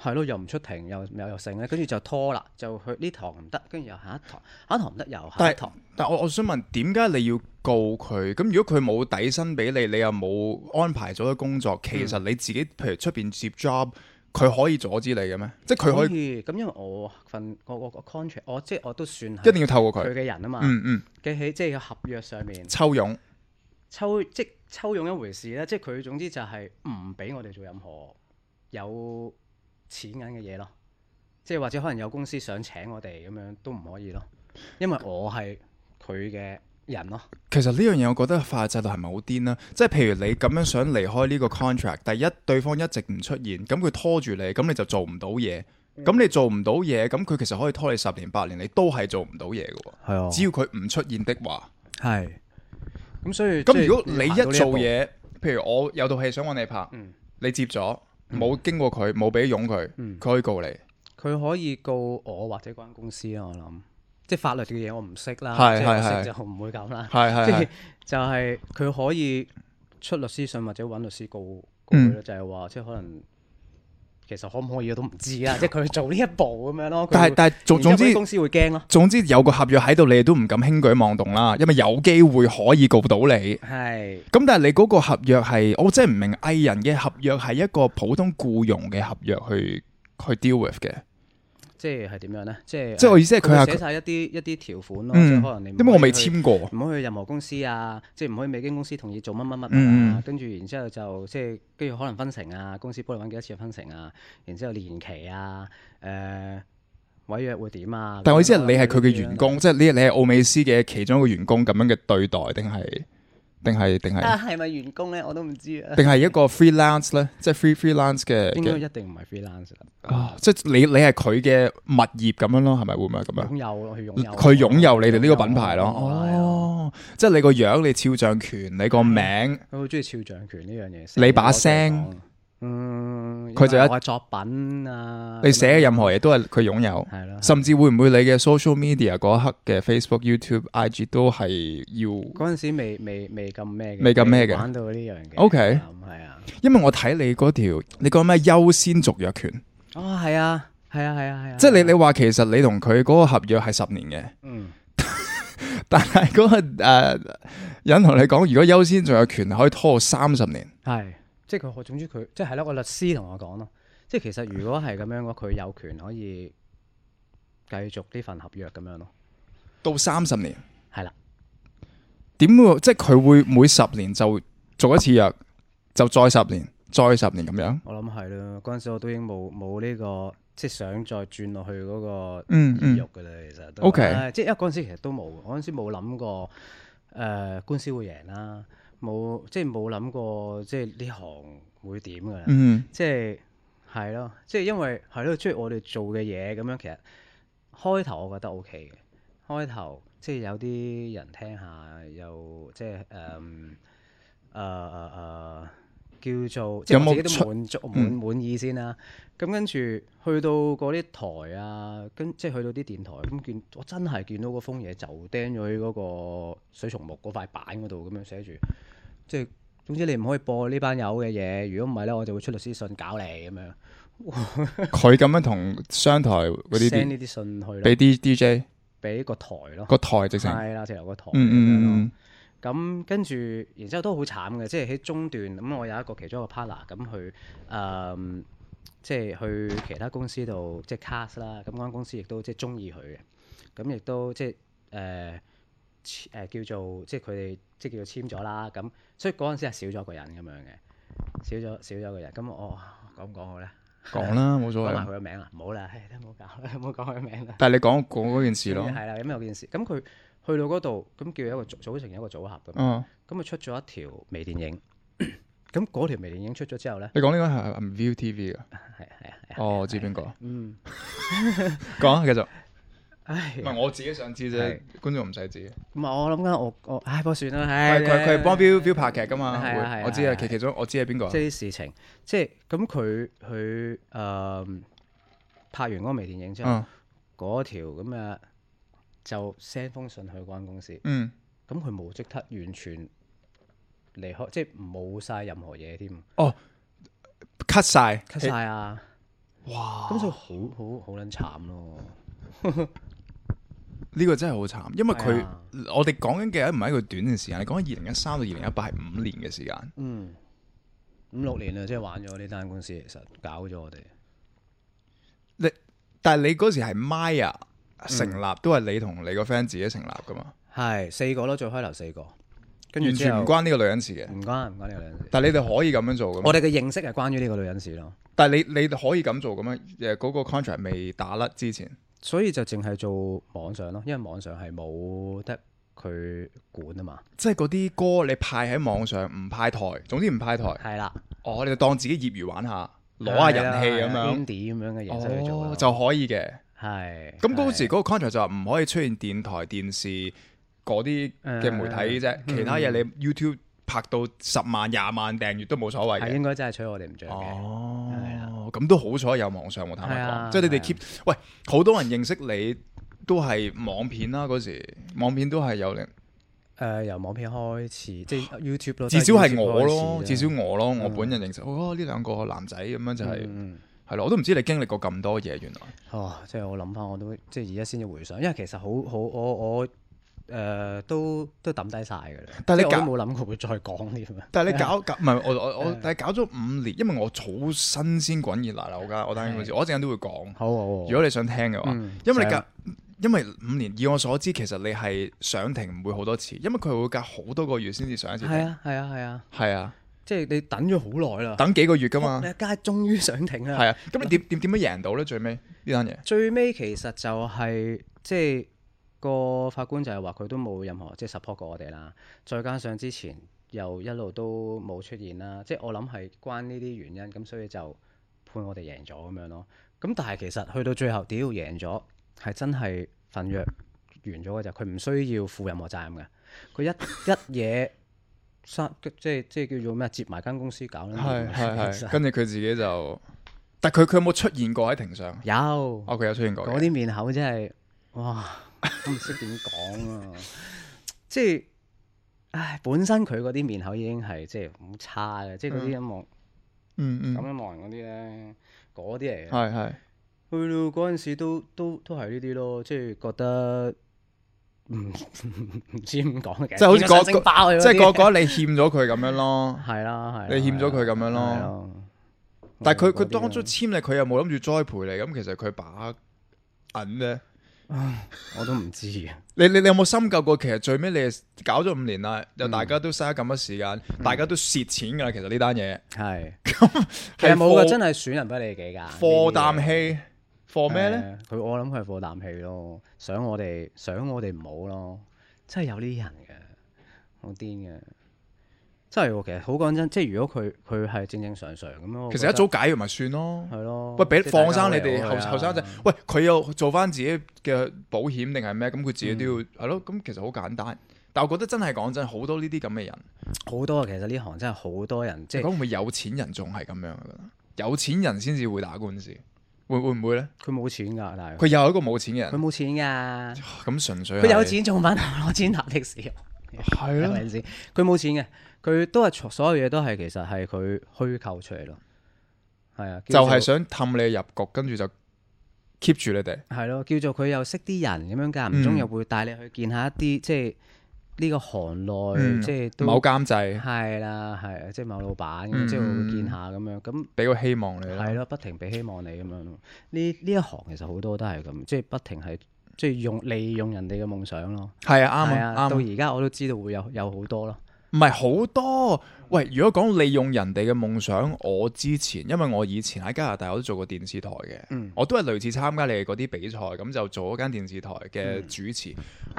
Speaker 2: 係咯，又唔出庭又又又剩咧，跟住就拖啦，就去呢堂唔得，跟住又下一堂，下一堂唔得又下
Speaker 1: 但
Speaker 2: 一
Speaker 1: 係
Speaker 2: 堂，
Speaker 1: 但我我想問，點解你要告佢？咁如果佢冇底薪俾你，你又冇安排咗嘅工作，其實你自己譬如出邊接 job，佢可以阻止你嘅咩？即係佢可
Speaker 2: 可
Speaker 1: 以
Speaker 2: 以咁，因為我份我我個 contract，我即係我都算
Speaker 1: 一
Speaker 2: 係
Speaker 1: 定要透過
Speaker 2: 佢
Speaker 1: 佢。
Speaker 2: 嘅人啊嘛，
Speaker 1: 嗯嗯，
Speaker 2: 嘅喺即係合約上面
Speaker 1: 抽傭
Speaker 2: 抽即抽用一回事咧，即係佢總之就係唔俾我哋做任何有錢銀嘅嘢咯，即係或者可能有公司想請我哋咁樣都唔可以咯，因為我係佢嘅人咯，
Speaker 1: 其實呢樣嘢，我覺得法律制度係咪好癲啦？即係譬如你咁樣想離開呢個 contract，第一對方一直唔出現，咁佢拖住你，咁你就做唔到嘢。咁你做唔到嘢，咁佢其實可以拖你十年八年，你都係做唔到嘢嘅喎。
Speaker 2: 係啊
Speaker 1: 只要佢唔出現的話，
Speaker 2: 係咁所以即
Speaker 1: 咁
Speaker 2: 係
Speaker 1: 如果你一
Speaker 2: 行到呢
Speaker 1: 做
Speaker 2: 步，
Speaker 1: 嘢，譬如我有套戲想揾你拍，
Speaker 2: 嗯
Speaker 1: 你接咗，冇經過佢，冇俾佣佢，佢
Speaker 2: 嗯
Speaker 1: 可以告你。
Speaker 2: 佢可以告我或者嗰間公司啦，我諗即係法律嘅嘢我唔識啦，
Speaker 1: 係
Speaker 2: 即係我
Speaker 1: 係
Speaker 2: 識就唔會咁啦。
Speaker 1: 係
Speaker 2: 即
Speaker 1: 係
Speaker 2: 係
Speaker 1: 係
Speaker 2: 就係佢可以出律師信或者揾律師告告佢咯，
Speaker 1: 嗯
Speaker 2: 就係話即係可能其實可唔可以我都唔知 啦，即係佢做呢一步咁樣咯。佢
Speaker 1: 但係
Speaker 2: 會
Speaker 1: 但係總
Speaker 2: 然之
Speaker 1: 總
Speaker 2: 後
Speaker 1: 之
Speaker 2: 嗰啲公司會驚咯，
Speaker 1: 總之有個合約喺度，你哋都唔敢輕舉妄動啦，因為有機會可以告到你。
Speaker 2: 係
Speaker 1: 咁但係你嗰個合約係，我真係唔明藝人嘅合約係一個普通僱傭嘅合約去去 deal with 嘅，
Speaker 2: 即係係點樣咧？即係
Speaker 1: 即係我意思係佢係
Speaker 2: 會寫晒一啲一啲條款咯，即
Speaker 1: 嗯
Speaker 2: 係可能你唔，
Speaker 1: 因為我未
Speaker 2: 可以去
Speaker 1: 簽過，
Speaker 2: 唔好去任何公司啊，即係唔可以未經公司同意做乜乜乜
Speaker 1: 嗯嗯
Speaker 2: 啊，跟住然之後就即係跟住可能分成啊，公司幫你揾幾多次分成啊，然之後年期啊，誒、違約會點啊？
Speaker 1: 但我意思係
Speaker 2: 咁樣
Speaker 1: 你係佢嘅
Speaker 2: 咁樣
Speaker 1: 員工，即係你你係奧美斯嘅其中一個員工咁樣嘅對待，定係定係定係
Speaker 2: 啊，係咪員工咧？我都唔知 啊。
Speaker 1: 定係一個 freelance 咧，即係 free freelance 嘅
Speaker 2: 應該
Speaker 1: 嘅
Speaker 2: 一定唔係 freelance 啦，
Speaker 1: 啊，即係你你係佢嘅物業咁樣咯，係咪會唔會係咁樣？
Speaker 2: 擁有咯，佢擁有。啊
Speaker 1: 佢擁有你哋呢個品牌咯，
Speaker 2: 哦，
Speaker 1: 哦，即係你個樣、你肖像權、你個名，
Speaker 2: 佢好中意肖像權呢樣嘢先。
Speaker 1: 你把聲
Speaker 2: 我都講，嗯，
Speaker 1: 佢就一
Speaker 2: 因為我嘅作品啊，
Speaker 1: 你寫嘅任何嘢都係佢擁有，
Speaker 2: 係啊咯。
Speaker 1: 甚至會唔會你嘅 social media 嗰一刻嘅 Facebook、YouTube、IG 都係要？
Speaker 2: 嗰陣時未未未咁咩嘅，
Speaker 1: 未咁咩嘅
Speaker 2: 玩到呢樣嘅。
Speaker 1: OK
Speaker 2: 咁係啊，
Speaker 1: 因為我睇你嗰條，你講咩優先續約權，
Speaker 2: 哦係啊，係啊係啊係啊，
Speaker 1: 即係你你話其實你同佢嗰個合約係十年嘅。
Speaker 2: 嗯
Speaker 1: 但係嗰、個誒、呃人同你講，如果優先仲有權可以拖三十年，
Speaker 2: 係，即係佢總之佢即係咯，個律師同我講咯，即係其實如果係咁樣嘅話，佢有權可以繼續呢份合約咁樣咯，
Speaker 1: 到三十年
Speaker 2: 係啦，
Speaker 1: 點會？即係佢會每十年就做一次約，就再十年，再十年咁樣。
Speaker 2: 我諗係咯，嗰陣時我都已經冇冇呢個即係想再轉落去嗰個
Speaker 1: 嗯
Speaker 2: 意欲
Speaker 1: 嗯，
Speaker 2: 㗎啦，其實都
Speaker 1: OK
Speaker 2: 唉即係因為嗰陣時其實都冇，嗰陣時冇諗過誒、呃官司會贏啦，冇即係冇諗過即係呢行會點㗎啦。
Speaker 1: 嗯，
Speaker 2: 即係係咯，即係因為係咯，即係我哋做嘅嘢咁樣，其實開頭我覺得 O K 嘅。開頭即係有啲人聽下，又即係嗯呃誒誒誒呃叫做即係我
Speaker 1: 有冇
Speaker 2: 自己
Speaker 1: 出嗯
Speaker 2: 都滿足滿滿意先啦。咁跟住去到嗰啲台啊，跟即係去到啲電台咁見，我真係見到嗰封嘢就釘咗喺嗰個水松木嗰塊板嗰度咁樣寫住，即係總之你唔可以播呢班友嘅嘢，如果唔係咧，我就會出律師信搞你咁樣
Speaker 1: 佢咁樣同商台嗰啲
Speaker 2: send
Speaker 1: 啲
Speaker 2: 呢啲信去咯，
Speaker 1: 俾啲 DJ
Speaker 2: 俾個台咯，
Speaker 1: 個台直情，
Speaker 2: 係啦，直頭個台咁
Speaker 1: 嗯
Speaker 2: 樣
Speaker 1: 嗯
Speaker 2: 咯。
Speaker 1: 嗯
Speaker 2: 咁跟住，然之後都好慘嘅，即係喺中段咁，我有一個其中一個 partner 咁去誒、嗯即係去其他公司度即係 cast 啦。咁嗰間公司亦都即係中意佢嘅，咁亦都即係誒誒、呃叫做即係佢哋即係叫做簽咗啦，咁所以嗰陣時係少咗一個人咁樣嘅，少咗少咗一個人，咁我講唔講好咧？
Speaker 1: 講啦，冇所
Speaker 2: 講埋
Speaker 1: 謂。
Speaker 2: 佢個名啊，唔好啦，唉，都唔好搞啦，唔好講佢名啦。
Speaker 1: 但係你講講嗰件事咯，
Speaker 2: 係啦，咁有件事，咁佢去到嗰度，咁叫一個組組成一個組合咁，
Speaker 1: 嗯，
Speaker 2: 咁佢出咗一條微電 影，咁嗰條微電影出咗之後咧，
Speaker 1: 你講呢個係係 View TV 噶，
Speaker 2: 係係啊，係啊
Speaker 1: 哦，我知邊個？
Speaker 2: 嗯，
Speaker 1: 講啊，繼續。
Speaker 2: 唉
Speaker 1: 唔，係我自己想知啫
Speaker 2: 係，
Speaker 1: 觀眾唔使知。
Speaker 2: 唔係我諗緊我我，唉，不過算啦，唉，
Speaker 1: 佢佢佢係幫 View View 拍劇噶嘛，
Speaker 2: 係啊係
Speaker 1: 會
Speaker 2: 啊
Speaker 1: 我知啊，
Speaker 2: 係啊
Speaker 1: 其其中我知係邊個啊
Speaker 2: 即。係啲事情，即係咁佢佢誒拍完嗰個微電影之後，
Speaker 1: 嗯
Speaker 2: 嗰、條咁啊就 send 封信去嗰間公司，
Speaker 1: 嗯，
Speaker 2: 咁佢冇即刻完全離開，即係冇晒任何嘢添
Speaker 1: 哦，cut 晒
Speaker 2: ，cut 晒啊！
Speaker 1: 哇！
Speaker 2: 咁就啊好好好撚慘咯，
Speaker 1: 呢個真係好慘，因為
Speaker 2: 係
Speaker 1: 佢
Speaker 2: 啊
Speaker 1: 我哋講緊嘅唔係一個短嘅時間，你講緊二零一三到二零一八係五年嘅時間，
Speaker 2: 嗯，五六年啊啦，即係玩咗呢單官司，其實搞咗我哋，
Speaker 1: 但係你嗰時係 Maya 成
Speaker 2: 嗯
Speaker 1: 立，都係你同你個 friend 自己成立噶嘛，
Speaker 2: 係四個咯，最開頭四個，跟住
Speaker 1: 完
Speaker 2: 之
Speaker 1: 全
Speaker 2: 後
Speaker 1: 唔關呢個女人事嘅。
Speaker 2: 唔關唔關呢個兩事，
Speaker 1: 但係你哋可以咁樣做噶嘛？
Speaker 2: 我哋嘅認識係關於呢個女人事咯。
Speaker 1: 但係你你可以咁做咁樣，誒嗰個 contract 未打甩之前，
Speaker 2: 所以就淨係做網上咯，因為網上係冇得佢管啊嘛。
Speaker 1: 即係嗰啲歌你派喺網上唔派台，總之唔派台。
Speaker 2: 係啦，
Speaker 1: 哦，你就當自己業餘玩
Speaker 2: 啊
Speaker 1: 下，攞下人氣咁樣，
Speaker 2: indie 咁樣嘅形式去做
Speaker 1: 哦
Speaker 2: 咯。
Speaker 1: 就可以嘅。
Speaker 2: 係。
Speaker 1: 咁嗰
Speaker 2: 係
Speaker 1: 時嗰個 contract 就話唔可以出現電台、電視嗰啲嘅媒體
Speaker 2: 嗯
Speaker 1: 啫，其他嘢你 YouTube 拍到十萬、廿萬訂閱都冇所謂
Speaker 2: 係
Speaker 1: 嘅。
Speaker 2: 應該真係取我哋唔着嘅。係啊
Speaker 1: 哦，咁都好彩有網上喎，坦白
Speaker 2: 係
Speaker 1: 講，
Speaker 2: 啊
Speaker 1: 即係你哋
Speaker 2: 係啊
Speaker 1: keep 喂，好多人認識你都係網片啦，嗰時網片都係有人，
Speaker 2: 誒，由網片開始，即係 YouTube 咯。
Speaker 1: 至少係
Speaker 2: 都
Speaker 1: 我咯，
Speaker 2: 哦係 YouTube 開始
Speaker 1: 至
Speaker 2: 啫嗯
Speaker 1: 少我咯，我本人認識哦呢兩個男仔咁樣就係
Speaker 2: 嗯
Speaker 1: 係咯，我都唔知你經歷過咁多嘢原來。
Speaker 2: 哦，即係我諗翻我都即係而家先至回想，因為其實好好我我誒都都抌低晒㗎啦。
Speaker 1: 但係你
Speaker 2: 即係
Speaker 1: 搞
Speaker 2: 我都冇諗過會再講添啊。
Speaker 1: 但係你搞搞唔係我我我，但係搞咗五年，因為我好新鮮滾熱辣啦，我家我單件事，我一陣間都會講。
Speaker 2: 好啊好啊。
Speaker 1: 如果你啊想聽嘅話，
Speaker 2: 嗯
Speaker 1: 因為你隔因為五年，以我所知，其實你係上庭唔會好多次，因為佢會隔好多個月先至上一次
Speaker 2: 係
Speaker 1: 庭。
Speaker 2: 啊係啊係啊，
Speaker 1: 係啊，
Speaker 2: 即係你等咗好耐啦。
Speaker 1: 等啊幾個月噶嘛。
Speaker 2: 你街終於上庭啦。
Speaker 1: 係啊，咁你點點點樣贏到咧？最尾呢單嘢，
Speaker 2: 最尾其實就係、即係個法官就係話佢都冇任何即係 support 過我哋啦，再加上之前又一路都冇出現啦，即係我諗係關呢啲原因，咁所以就判我哋贏咗咁樣咯。咁但係其實去到最後，屌贏咗係真係份約完咗嘅就，佢唔需要負任何責任嘅，佢 一一嘢三即係即係叫做咩接埋間公司搞啦，
Speaker 1: 係係
Speaker 2: 其實
Speaker 1: 係，跟住佢自己就，但佢佢有冇出現過喺庭上？
Speaker 2: 有。
Speaker 1: 哦，佢有出現過嘅。
Speaker 2: 嗰啲面口真係，哇！ 我唔識點講啊！即係，唉，本身佢嗰啲面口已經係即係好差嘅，即係嗰啲一望
Speaker 1: 嗯嗯，
Speaker 2: 咁樣望人嗰啲咧，嗰啲嚟嘅。
Speaker 1: 係係。
Speaker 2: 去到嗰陣時都都都係呢啲咯，即係覺得唔 唔知點講嘅，
Speaker 1: 即係好似嗰
Speaker 2: 見到想整爆佢嗰
Speaker 1: 即係個
Speaker 2: 啲
Speaker 1: 個你欠咗佢咁樣咯。
Speaker 2: 係啦係啦，
Speaker 1: 你欠咗佢咁樣咯
Speaker 2: 係咯。
Speaker 1: 但係佢佢
Speaker 2: 嗯嗰啲咯啊
Speaker 1: 當初簽你，佢又冇諗住栽培你，咁其實佢把銀咧，
Speaker 2: 我都唔知啊嘅，
Speaker 1: 你你你有冇深究過？其實最尾你係搞咗五年啦，
Speaker 2: 嗯
Speaker 1: 又大家都嘥咗咁多時間，大家都蝕錢㗎啦。其實呢單嘢
Speaker 2: 係 其
Speaker 1: 係
Speaker 2: 實冇
Speaker 1: 貨
Speaker 2: 嘅，真係損人不利己㗎。
Speaker 1: 貨
Speaker 2: 呢啲嘢
Speaker 1: 啖氣，貨咩咧？
Speaker 2: 誒？佢我諗佢係啊放啖氣咯，想我哋想我哋唔好咯，真係有呢啲人嘅，好癲嘅，真係喎。其實好講真，即係如果佢佢係正正常常咁樣，我
Speaker 1: 其
Speaker 2: 覺
Speaker 1: 實
Speaker 2: 得
Speaker 1: 一早解決咪算咯。
Speaker 2: 係咯。
Speaker 1: 喂，俾
Speaker 2: 即係
Speaker 1: 放
Speaker 2: 大家
Speaker 1: 生你哋
Speaker 2: 圍
Speaker 1: 後
Speaker 2: 圍啊
Speaker 1: 後生仔，喂，佢又做翻自己嘅保險定係咩？咁佢自己都
Speaker 2: 嗯
Speaker 1: 要係咯。咁其實好簡單，但我覺得真係講真，好多呢啲咁嘅人。
Speaker 2: 好多啊其實呢行真係好多人，即
Speaker 1: 你
Speaker 2: 係
Speaker 1: 講會唔會有錢人仲係咁樣啊？有錢人先至會打官司，會會唔會咧？
Speaker 2: 佢冇錢㗎，但係
Speaker 1: 佢又係一個冇錢嘅
Speaker 2: 佢
Speaker 1: 人，
Speaker 2: 冇錢㗎，
Speaker 1: 咁純粹係
Speaker 2: 佢有，錢仲問 我攞錢搭的士，
Speaker 1: 係
Speaker 2: 係
Speaker 1: 咯，
Speaker 2: 咪先？佢冇錢嘅，佢都係所有嘢都係其實係佢虛構出嚟咯，係啊，
Speaker 1: 就
Speaker 2: 叫做
Speaker 1: 係想氹你入局，跟住就 keep 住你哋。
Speaker 2: 係咯，叫做佢又識啲人咁樣，
Speaker 1: 嗯
Speaker 2: 間唔中又會帶你去見下一啲即係呢個行內，
Speaker 1: 嗯
Speaker 2: 即係都
Speaker 1: 某監製
Speaker 2: 係啦，係啊即係某老闆咁，
Speaker 1: 嗯
Speaker 2: 即係會見下咁樣，咁
Speaker 1: 俾個希望你啦。
Speaker 2: 係咯，不停俾希望你咁樣咯。呢呢一行其實好多都係咁，即係不停係即係用利用人哋嘅夢想咯。
Speaker 1: 係啊，啱
Speaker 2: 係
Speaker 1: 啊，
Speaker 2: 到
Speaker 1: 啱啊。
Speaker 2: 而家我都知道會有有好多咯。
Speaker 1: 唔係好多。喂，如果講利用人哋嘅夢想，我之前因為我以前喺加拿大我都做過電視台嘅，
Speaker 2: 嗯
Speaker 1: 我都係類似參加你哋嗰啲比賽，咁就做嗰間電視台嘅主持。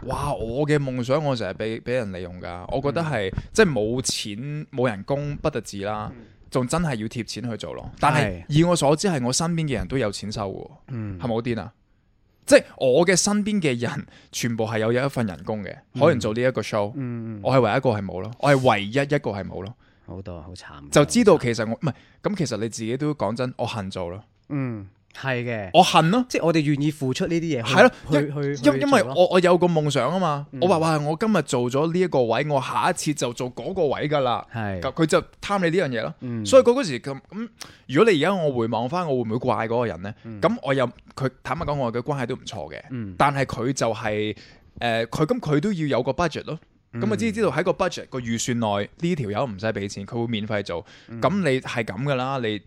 Speaker 2: 嗯
Speaker 1: 哇！我嘅夢想我成日俾俾人利用㗎，我覺得係、即係冇錢冇人工不特止啦，仲真係要貼錢去做咯。但係
Speaker 2: 嗯係
Speaker 1: 以我所知係我身邊嘅人都有錢收喎。
Speaker 2: 嗯
Speaker 1: 係咪好癲啊？即係我嘅身邊嘅人，全部係有有一份人工嘅，可能做呢一個 show，、
Speaker 2: 嗯，
Speaker 1: 我係唯一一個係冇咯，我係唯一一個係冇咯，
Speaker 2: 好多好慘。
Speaker 1: 就知道其實我唔係咁，其實你自己都講真，我恨做咯，
Speaker 2: 嗯係嘅，
Speaker 1: 我恨咯，
Speaker 2: 即係我哋願意付出呢啲嘢去。
Speaker 1: 係咯
Speaker 2: 去去
Speaker 1: 因
Speaker 2: 去
Speaker 1: 因為
Speaker 2: 做咯嗯
Speaker 1: 我我有個夢想啊嘛，我話哇，我今日做咗呢一個位，我下一次就做嗰個位㗎啦，
Speaker 2: 係
Speaker 1: 咁佢就貪你呢樣嘢咯。
Speaker 2: 嗯
Speaker 1: 所以嗰嗰時咁咁，如果你而家我回望翻，我會唔會怪嗰個人呢？咁、我又佢坦白講，我嘅關係都唔錯嘅，
Speaker 2: 嗯
Speaker 1: 但係佢就係、誒佢咁佢都要有個 budget 咯。
Speaker 2: 嗯
Speaker 1: 咁我知知道喺個 budget 個預算內呢條友唔使俾錢，佢會免費做。咁、
Speaker 2: 嗯
Speaker 1: 你係咁噶啦，你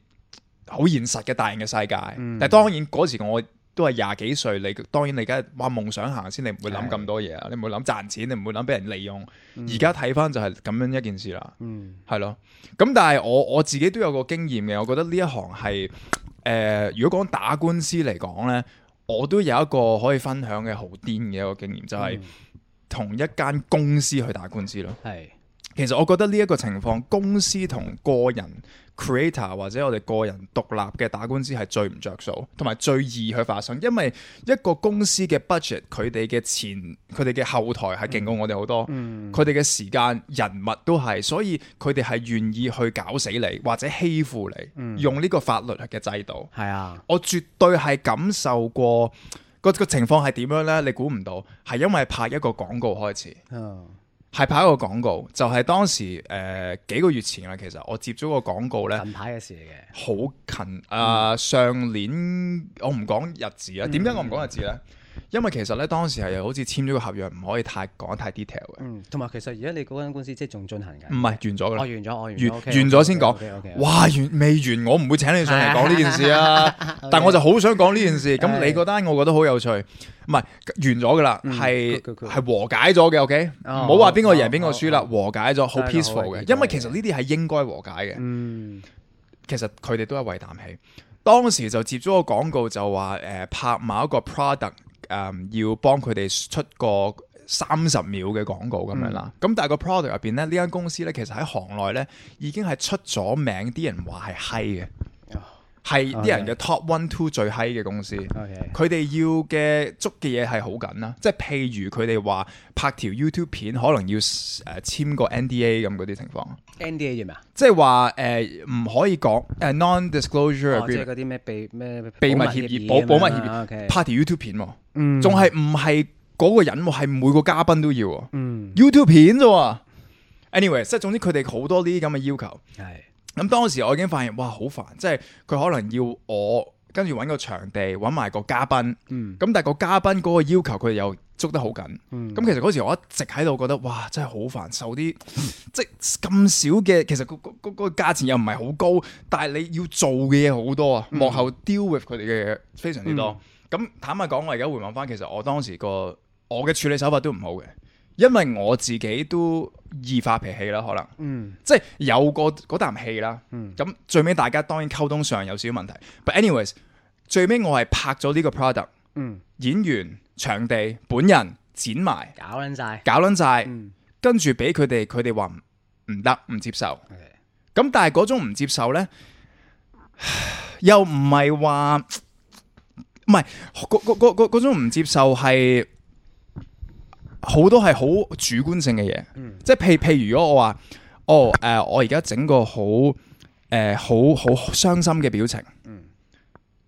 Speaker 1: 好現實嘅大型嘅世界。
Speaker 2: 嗯
Speaker 1: 但係當然嗰時我都係廿幾歲，你當然你梗係哇夢想行先，你唔會諗
Speaker 2: 係
Speaker 1: 咁多嘢啊，你唔會諗賺錢，你唔會諗俾人利用。而家睇翻就係咁樣一件事啦。
Speaker 2: 嗯
Speaker 1: 係咯，咁但係我我自己都有個經驗嘅，我覺得呢一行係誒、呃如果講打官司嚟講呢，我都有一個可以分享嘅好癲嘅一個經驗，就係、同一間公司去打官司咯。
Speaker 2: 係
Speaker 1: 其實我覺得呢一個情況，公司同個人 creator 或者我哋個人獨立嘅打官司係最唔着數，同埋最易去發生，因為一個公司嘅 budget，佢哋嘅前佢哋嘅後台係勁過我哋好多，
Speaker 2: 嗯
Speaker 1: 佢哋嘅時間、人物都係，所以佢哋係願意去搞死你或者欺負你，用呢個法律嘅制度。
Speaker 2: 係啊
Speaker 1: 我絕對係感受過個個情況係點樣呢？你估唔到，係因為拍一個廣告開始。
Speaker 2: 嗯
Speaker 1: 係拍一個廣告，就係、當時誒、呃、幾個月前啦。其實我接咗個廣告呢，
Speaker 2: 近排嘅事嚟嘅。
Speaker 1: 好近啊、上年我唔講日子啊，點解我唔講日子呢？因為其實呢，當時係好似簽咗個合約，唔可以太講得太 detail 嘅，
Speaker 2: 嗯，同埋其實而家你嗰間公司即係仲進行緊
Speaker 1: 唔。係哦完咗㗎
Speaker 2: 我
Speaker 1: 啦。
Speaker 2: 完咗，我哦完
Speaker 1: 嗯完完咗先講，
Speaker 2: 哇！
Speaker 1: 哇！完未完，我唔會請你上嚟講呢件事啊！但我就好想講呢件 事。咁
Speaker 2: 係
Speaker 1: 你嗰單我覺得好有趣，唔係完咗㗎啦，
Speaker 2: 嗯
Speaker 1: 係
Speaker 2: 佢佢佢
Speaker 1: 係和解咗嘅。OK，唔
Speaker 2: 哦
Speaker 1: 好話邊個贏
Speaker 2: 哦
Speaker 1: 邊個輸啦，
Speaker 2: 哦
Speaker 1: 和解咗，好
Speaker 2: 真係好
Speaker 1: peaceful
Speaker 2: 嘅
Speaker 1: 嘅。因為其實呢啲係應該和解嘅。
Speaker 2: 嗯
Speaker 1: 其實佢哋都係為啖氣。當時就接咗個廣告就話誒、呃拍某一個 product 誒、要幫佢哋出個三十秒嘅廣告咁樣啦。咁、但係個 product 入邊咧，呢間公司咧其實喺行內咧已經係出咗名，啲人話係閪嘅，
Speaker 2: 哦
Speaker 1: 係啲人嘅 top one two 最閪嘅公司。
Speaker 2: ，OK，
Speaker 1: 佢哋要嘅捉嘅嘢係好緊啦，即係譬如佢哋話拍條 YouTube 片可能要誒、呃、簽個 NDA 咁嗰啲情況，
Speaker 2: NDA 要咩啊？
Speaker 1: 即係話誒唔可以講誒、呃 non-disclosure
Speaker 2: 哦即
Speaker 1: agreement
Speaker 2: 係。嗰啲咩秘咩
Speaker 1: 秘密協議、保保密協議、
Speaker 2: 啊，OK，
Speaker 1: 拍條 YouTube 片喎，
Speaker 2: 嗯
Speaker 1: 仲係唔係嗰個人喎？係每個嘉賓都要喎
Speaker 2: 嗯
Speaker 1: YouTube 片啫喎。anyway，即係總之佢哋好多呢啲咁嘅要求。
Speaker 2: 係
Speaker 1: 咁當時我已經發現，哇，好煩！即係佢可能要我跟住揾個場地，揾埋個嘉賓。咁
Speaker 2: 嗯
Speaker 1: 但係個嘉賓嗰個要求，佢哋又捉得好緊。
Speaker 2: 嗯
Speaker 1: 咁其實嗰時我一直喺度覺得，哇，真係好煩，受 啲即係咁少嘅，其實個個個個價錢又唔係好高，但係你要做嘅嘢好多啊，
Speaker 2: 嗯
Speaker 1: 幕後 deal with 佢哋嘅嘢非常之多。咁、坦白講，我而家回望翻，其實我當時個我嘅處理手法都唔好嘅，因為我自己都易發脾氣啦，可能。
Speaker 2: 嗯
Speaker 1: 即係有個嗰啖氣啦。
Speaker 2: 嗯
Speaker 1: 咁、最尾大家當然溝通上有少少問題，but anyways，最尾我係拍咗呢個 product，
Speaker 2: 嗯
Speaker 1: 演員、場地、本人剪埋，
Speaker 2: 搞撚晒，
Speaker 1: 搞撚晒，
Speaker 2: 嗯
Speaker 1: 跟住俾佢哋，佢哋話唔唔得，唔接受。
Speaker 2: ，OK，
Speaker 1: 咁但係嗰種唔接受呢，又唔係話唔係嗰嗰嗰嗰嗰種唔接受係好多係好主觀性嘅嘢，
Speaker 2: 嗯
Speaker 1: 即係譬譬如如果我話哦誒、呃我而家整個好誒、呃好好傷心嘅表情，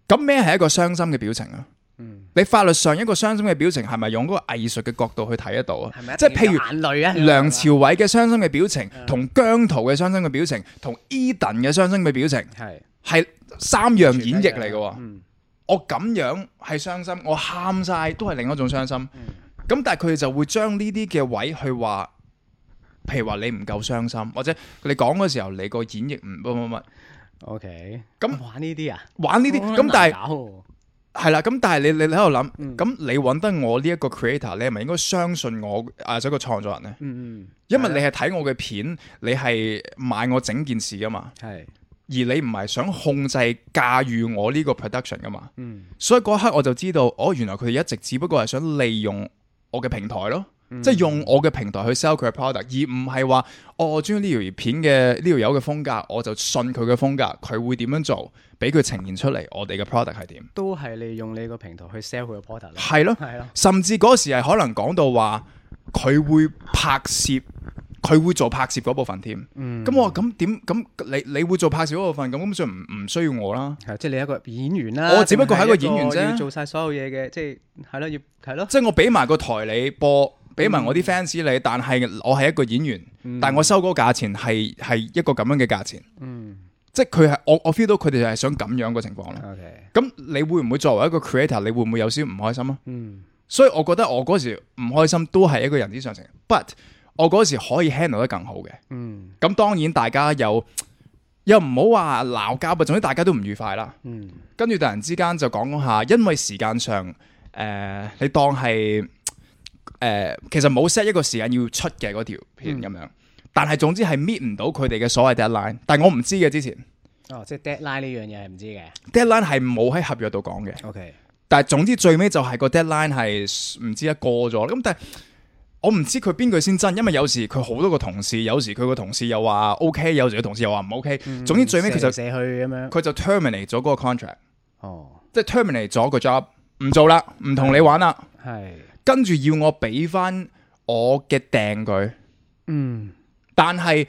Speaker 1: 咁咩係一個傷心嘅表情啊？
Speaker 2: 嗯
Speaker 1: 你法律上一個傷心嘅表情係咪用嗰個藝術嘅角度去睇得到啊
Speaker 2: 係咪？一定
Speaker 1: 即係譬如
Speaker 2: 要眼淚啊，嗯
Speaker 1: 梁朝偉嘅傷心嘅表情，同姜濤嘅傷心嘅表情，同 Eden 嘅傷心嘅表情，
Speaker 2: 係
Speaker 1: 係三樣演繹嚟嘅喎。
Speaker 2: 嗯
Speaker 1: 我咁樣係傷心，我喊晒都係另一種傷心。咁、
Speaker 2: 嗯
Speaker 1: 但係佢哋就會將呢啲嘅位去話，譬如話你唔夠傷心，或者你講嘅時候你個演繹唔乜乜乜，
Speaker 2: ，OK，
Speaker 1: 咁
Speaker 2: 玩呢啲啊，
Speaker 1: 玩呢啲。咁但係
Speaker 2: 係
Speaker 1: 係啦，咁但係你你喺度諗，
Speaker 2: 嗯
Speaker 1: 咁你揾得我呢一個 creator，你係咪應該相信我啊？做一個創作人呢？
Speaker 2: 嗯嗯，
Speaker 1: 因為你係睇我嘅片，你係買我整件事噶嘛，
Speaker 2: 嗯係，
Speaker 1: 而你唔係想控制駕馭我呢個 production 噶嘛，
Speaker 2: 嗯
Speaker 1: 所以嗰一刻我就知道，哦，原來佢哋一直只不過係想利用我嘅平台咯。
Speaker 2: 嗯
Speaker 1: 即係用我嘅平台去 sell 佢嘅 product，而唔係話哦我中意呢條片嘅呢條友嘅風格，我就信佢嘅風格，佢會點樣做，俾佢呈現出嚟，我哋嘅 product 係點？
Speaker 2: 都係利用你個平台去 sell 佢個 product 咯，
Speaker 1: 係咯，
Speaker 2: 係咯，
Speaker 1: 甚至嗰時係可能講到話佢會拍攝，佢會做拍攝嗰部分添。
Speaker 2: 嗯，
Speaker 1: 咁我話咁點？咁你你會做拍攝嗰部分，咁咁就唔唔需要我啦。
Speaker 2: 係即係你一個演員啦，
Speaker 1: 哦我只不過係一個演員啫
Speaker 2: 定係一個要做晒所有嘢嘅，即係係咯，要係咯，
Speaker 1: 即係我俾埋個台你播，俾埋我啲 fans 你，但係我係一個演員，但我收嗰個價錢係係一個咁樣嘅價錢。
Speaker 2: 嗯
Speaker 1: 即係佢係我我 feel 到佢哋係想咁樣嘅情況咯。
Speaker 2: ，OK，
Speaker 1: 咁你會唔會作為一個 creator，你會唔會有少少唔開心啊？
Speaker 2: 嗯
Speaker 1: 所以我覺得我嗰時唔開心都係一個人之常情，but 我嗰時可以 handle 得更好嘅。
Speaker 2: 嗯
Speaker 1: 咁當然大家有又唔好話鬧交吧，總之大家都唔愉快啦。
Speaker 2: 嗯
Speaker 1: 跟住突然之間就講講下，因為時間上誒、呃你當係誒、呃其實冇 set 一個時間要出嘅嗰條片咁樣，但係總之係 meet 唔到佢哋嘅所謂 deadline，但係我唔知嘅之前。
Speaker 2: 哦，即係 deadline 呢樣嘢係唔知嘅
Speaker 1: deadline 係冇喺合約度講嘅，
Speaker 2: ，OK，
Speaker 1: 但係總之最尾就係個 deadline 係唔知一過咗，咁但係我唔知佢邊句先真，因為有時佢好多個同事，有時佢個同事又話 OK，有時佢同事又話唔 OK，總之最尾佢就
Speaker 2: 射去咁樣，
Speaker 1: 佢就 terminate 咗嗰個 contract，
Speaker 2: 哦，
Speaker 1: 即係 terminate 咗個 job，唔做啦，唔同你玩啦，
Speaker 2: 係，
Speaker 1: 跟住要我俾翻我嘅訂佢，
Speaker 2: 嗯，
Speaker 1: 但係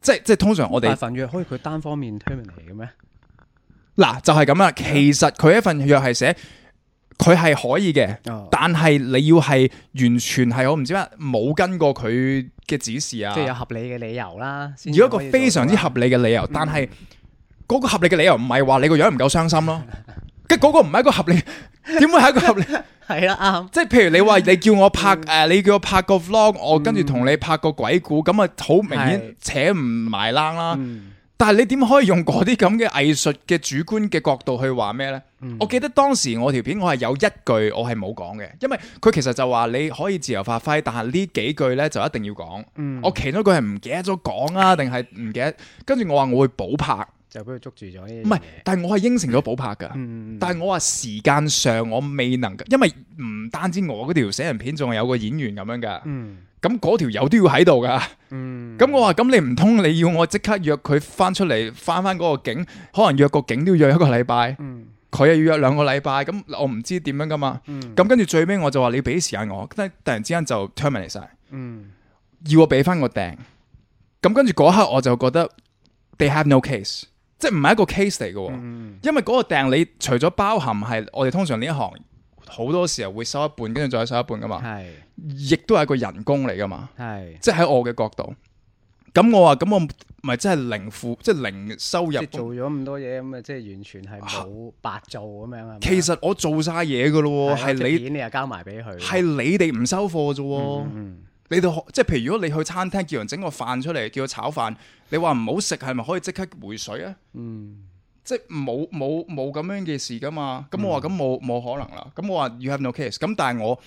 Speaker 1: 即係即係通常我
Speaker 2: 但係
Speaker 1: 哋
Speaker 2: 份約可以佢單方面 terminate 嘅咩？
Speaker 1: 嗱就係咁
Speaker 2: 啊
Speaker 1: 啦，其實佢一份約係寫佢係可以嘅。
Speaker 2: 哦，
Speaker 1: 但係你要係完全係我唔知咩，冇跟過佢嘅指示啊
Speaker 2: 即，係有合嗯理嘅理由啦，先
Speaker 1: 如果
Speaker 2: 可
Speaker 1: 一
Speaker 2: 以
Speaker 1: 個
Speaker 2: 做到
Speaker 1: 非常之合理嘅理由，但係嗰個合理嘅理由唔係話你個樣唔夠傷心 咯，跟嗰個唔係一個合理，點會係一個合理？
Speaker 2: 係啦，啱，
Speaker 1: 即係譬如你
Speaker 2: 嗯
Speaker 1: 話你叫我拍誒、你叫我拍個 vlog，我跟住同你拍個鬼故，咁啊好明顯扯唔埋冷啦。
Speaker 2: 嗯
Speaker 1: 但係你點可以用嗰啲咁嘅藝術嘅主觀嘅角度去話咩呢？
Speaker 2: 嗯
Speaker 1: 我記得當時我條片我係有一句我係冇講嘅，因為佢其實就話你可以自由發揮，但係呢幾句呢就一定要講。
Speaker 2: 嗯，
Speaker 1: 我其中一句係唔記得咗講 啊，定係唔記得？跟住我話我會補拍，
Speaker 2: 就俾佢捉住咗呢樣嘢，
Speaker 1: 唔係，但係我係應承咗補拍㗎。
Speaker 2: 嗯，嗯，
Speaker 1: 但係我話時間上我未能，因為唔單止我嗰條寫人片，仲係有個演員咁樣㗎。
Speaker 2: 嗯
Speaker 1: 咁嗰條友都要喺度㗎。
Speaker 2: 嗯，
Speaker 1: 咁我話咁你唔通你要我即刻約佢翻出嚟翻翻嗰個景，可能約個景都要約一個禮拜，
Speaker 2: 嗯
Speaker 1: 佢又要約兩個禮拜，咁我唔知點樣噶嘛。
Speaker 2: 嗯
Speaker 1: 咁跟住最尾我就話你俾時間我，跟住突然之間就 terminate 晒，
Speaker 2: 嗯
Speaker 1: 要我俾翻個訂。咁跟住嗰一刻我就覺得 they have no case，即係唔係一個 case 嚟嘅喎。
Speaker 2: 嗯
Speaker 1: 因為嗰個訂你除咗包含係我哋通常呢一行好多時候會收一半，跟住再收一半噶嘛，
Speaker 2: 係
Speaker 1: 亦都係一個人工嚟噶嘛。
Speaker 2: 係，
Speaker 1: 即係喺我嘅角度，咁我話咁我咪真係零負，即係零收
Speaker 2: 即係做
Speaker 1: 入。
Speaker 2: 咗咁多嘢咁啊，即係完全係冇白做咁樣啊。
Speaker 1: 其實我做晒嘢噶咯喎，係
Speaker 2: 你
Speaker 1: 你
Speaker 2: 錢你又交埋俾佢，
Speaker 1: 係你哋唔收貨啫喎。
Speaker 2: 嗯
Speaker 1: 你哋可即係譬如如果你去餐廳叫人整個飯出嚟，叫佢炒飯，你話唔好食，係咪可以即刻回水啊？
Speaker 2: 嗯
Speaker 1: 即係冇冇冇咁樣嘅事噶嘛？咁
Speaker 2: 嗯
Speaker 1: 我話咁冇冇可能啦。咁我話 you have no case。咁但係我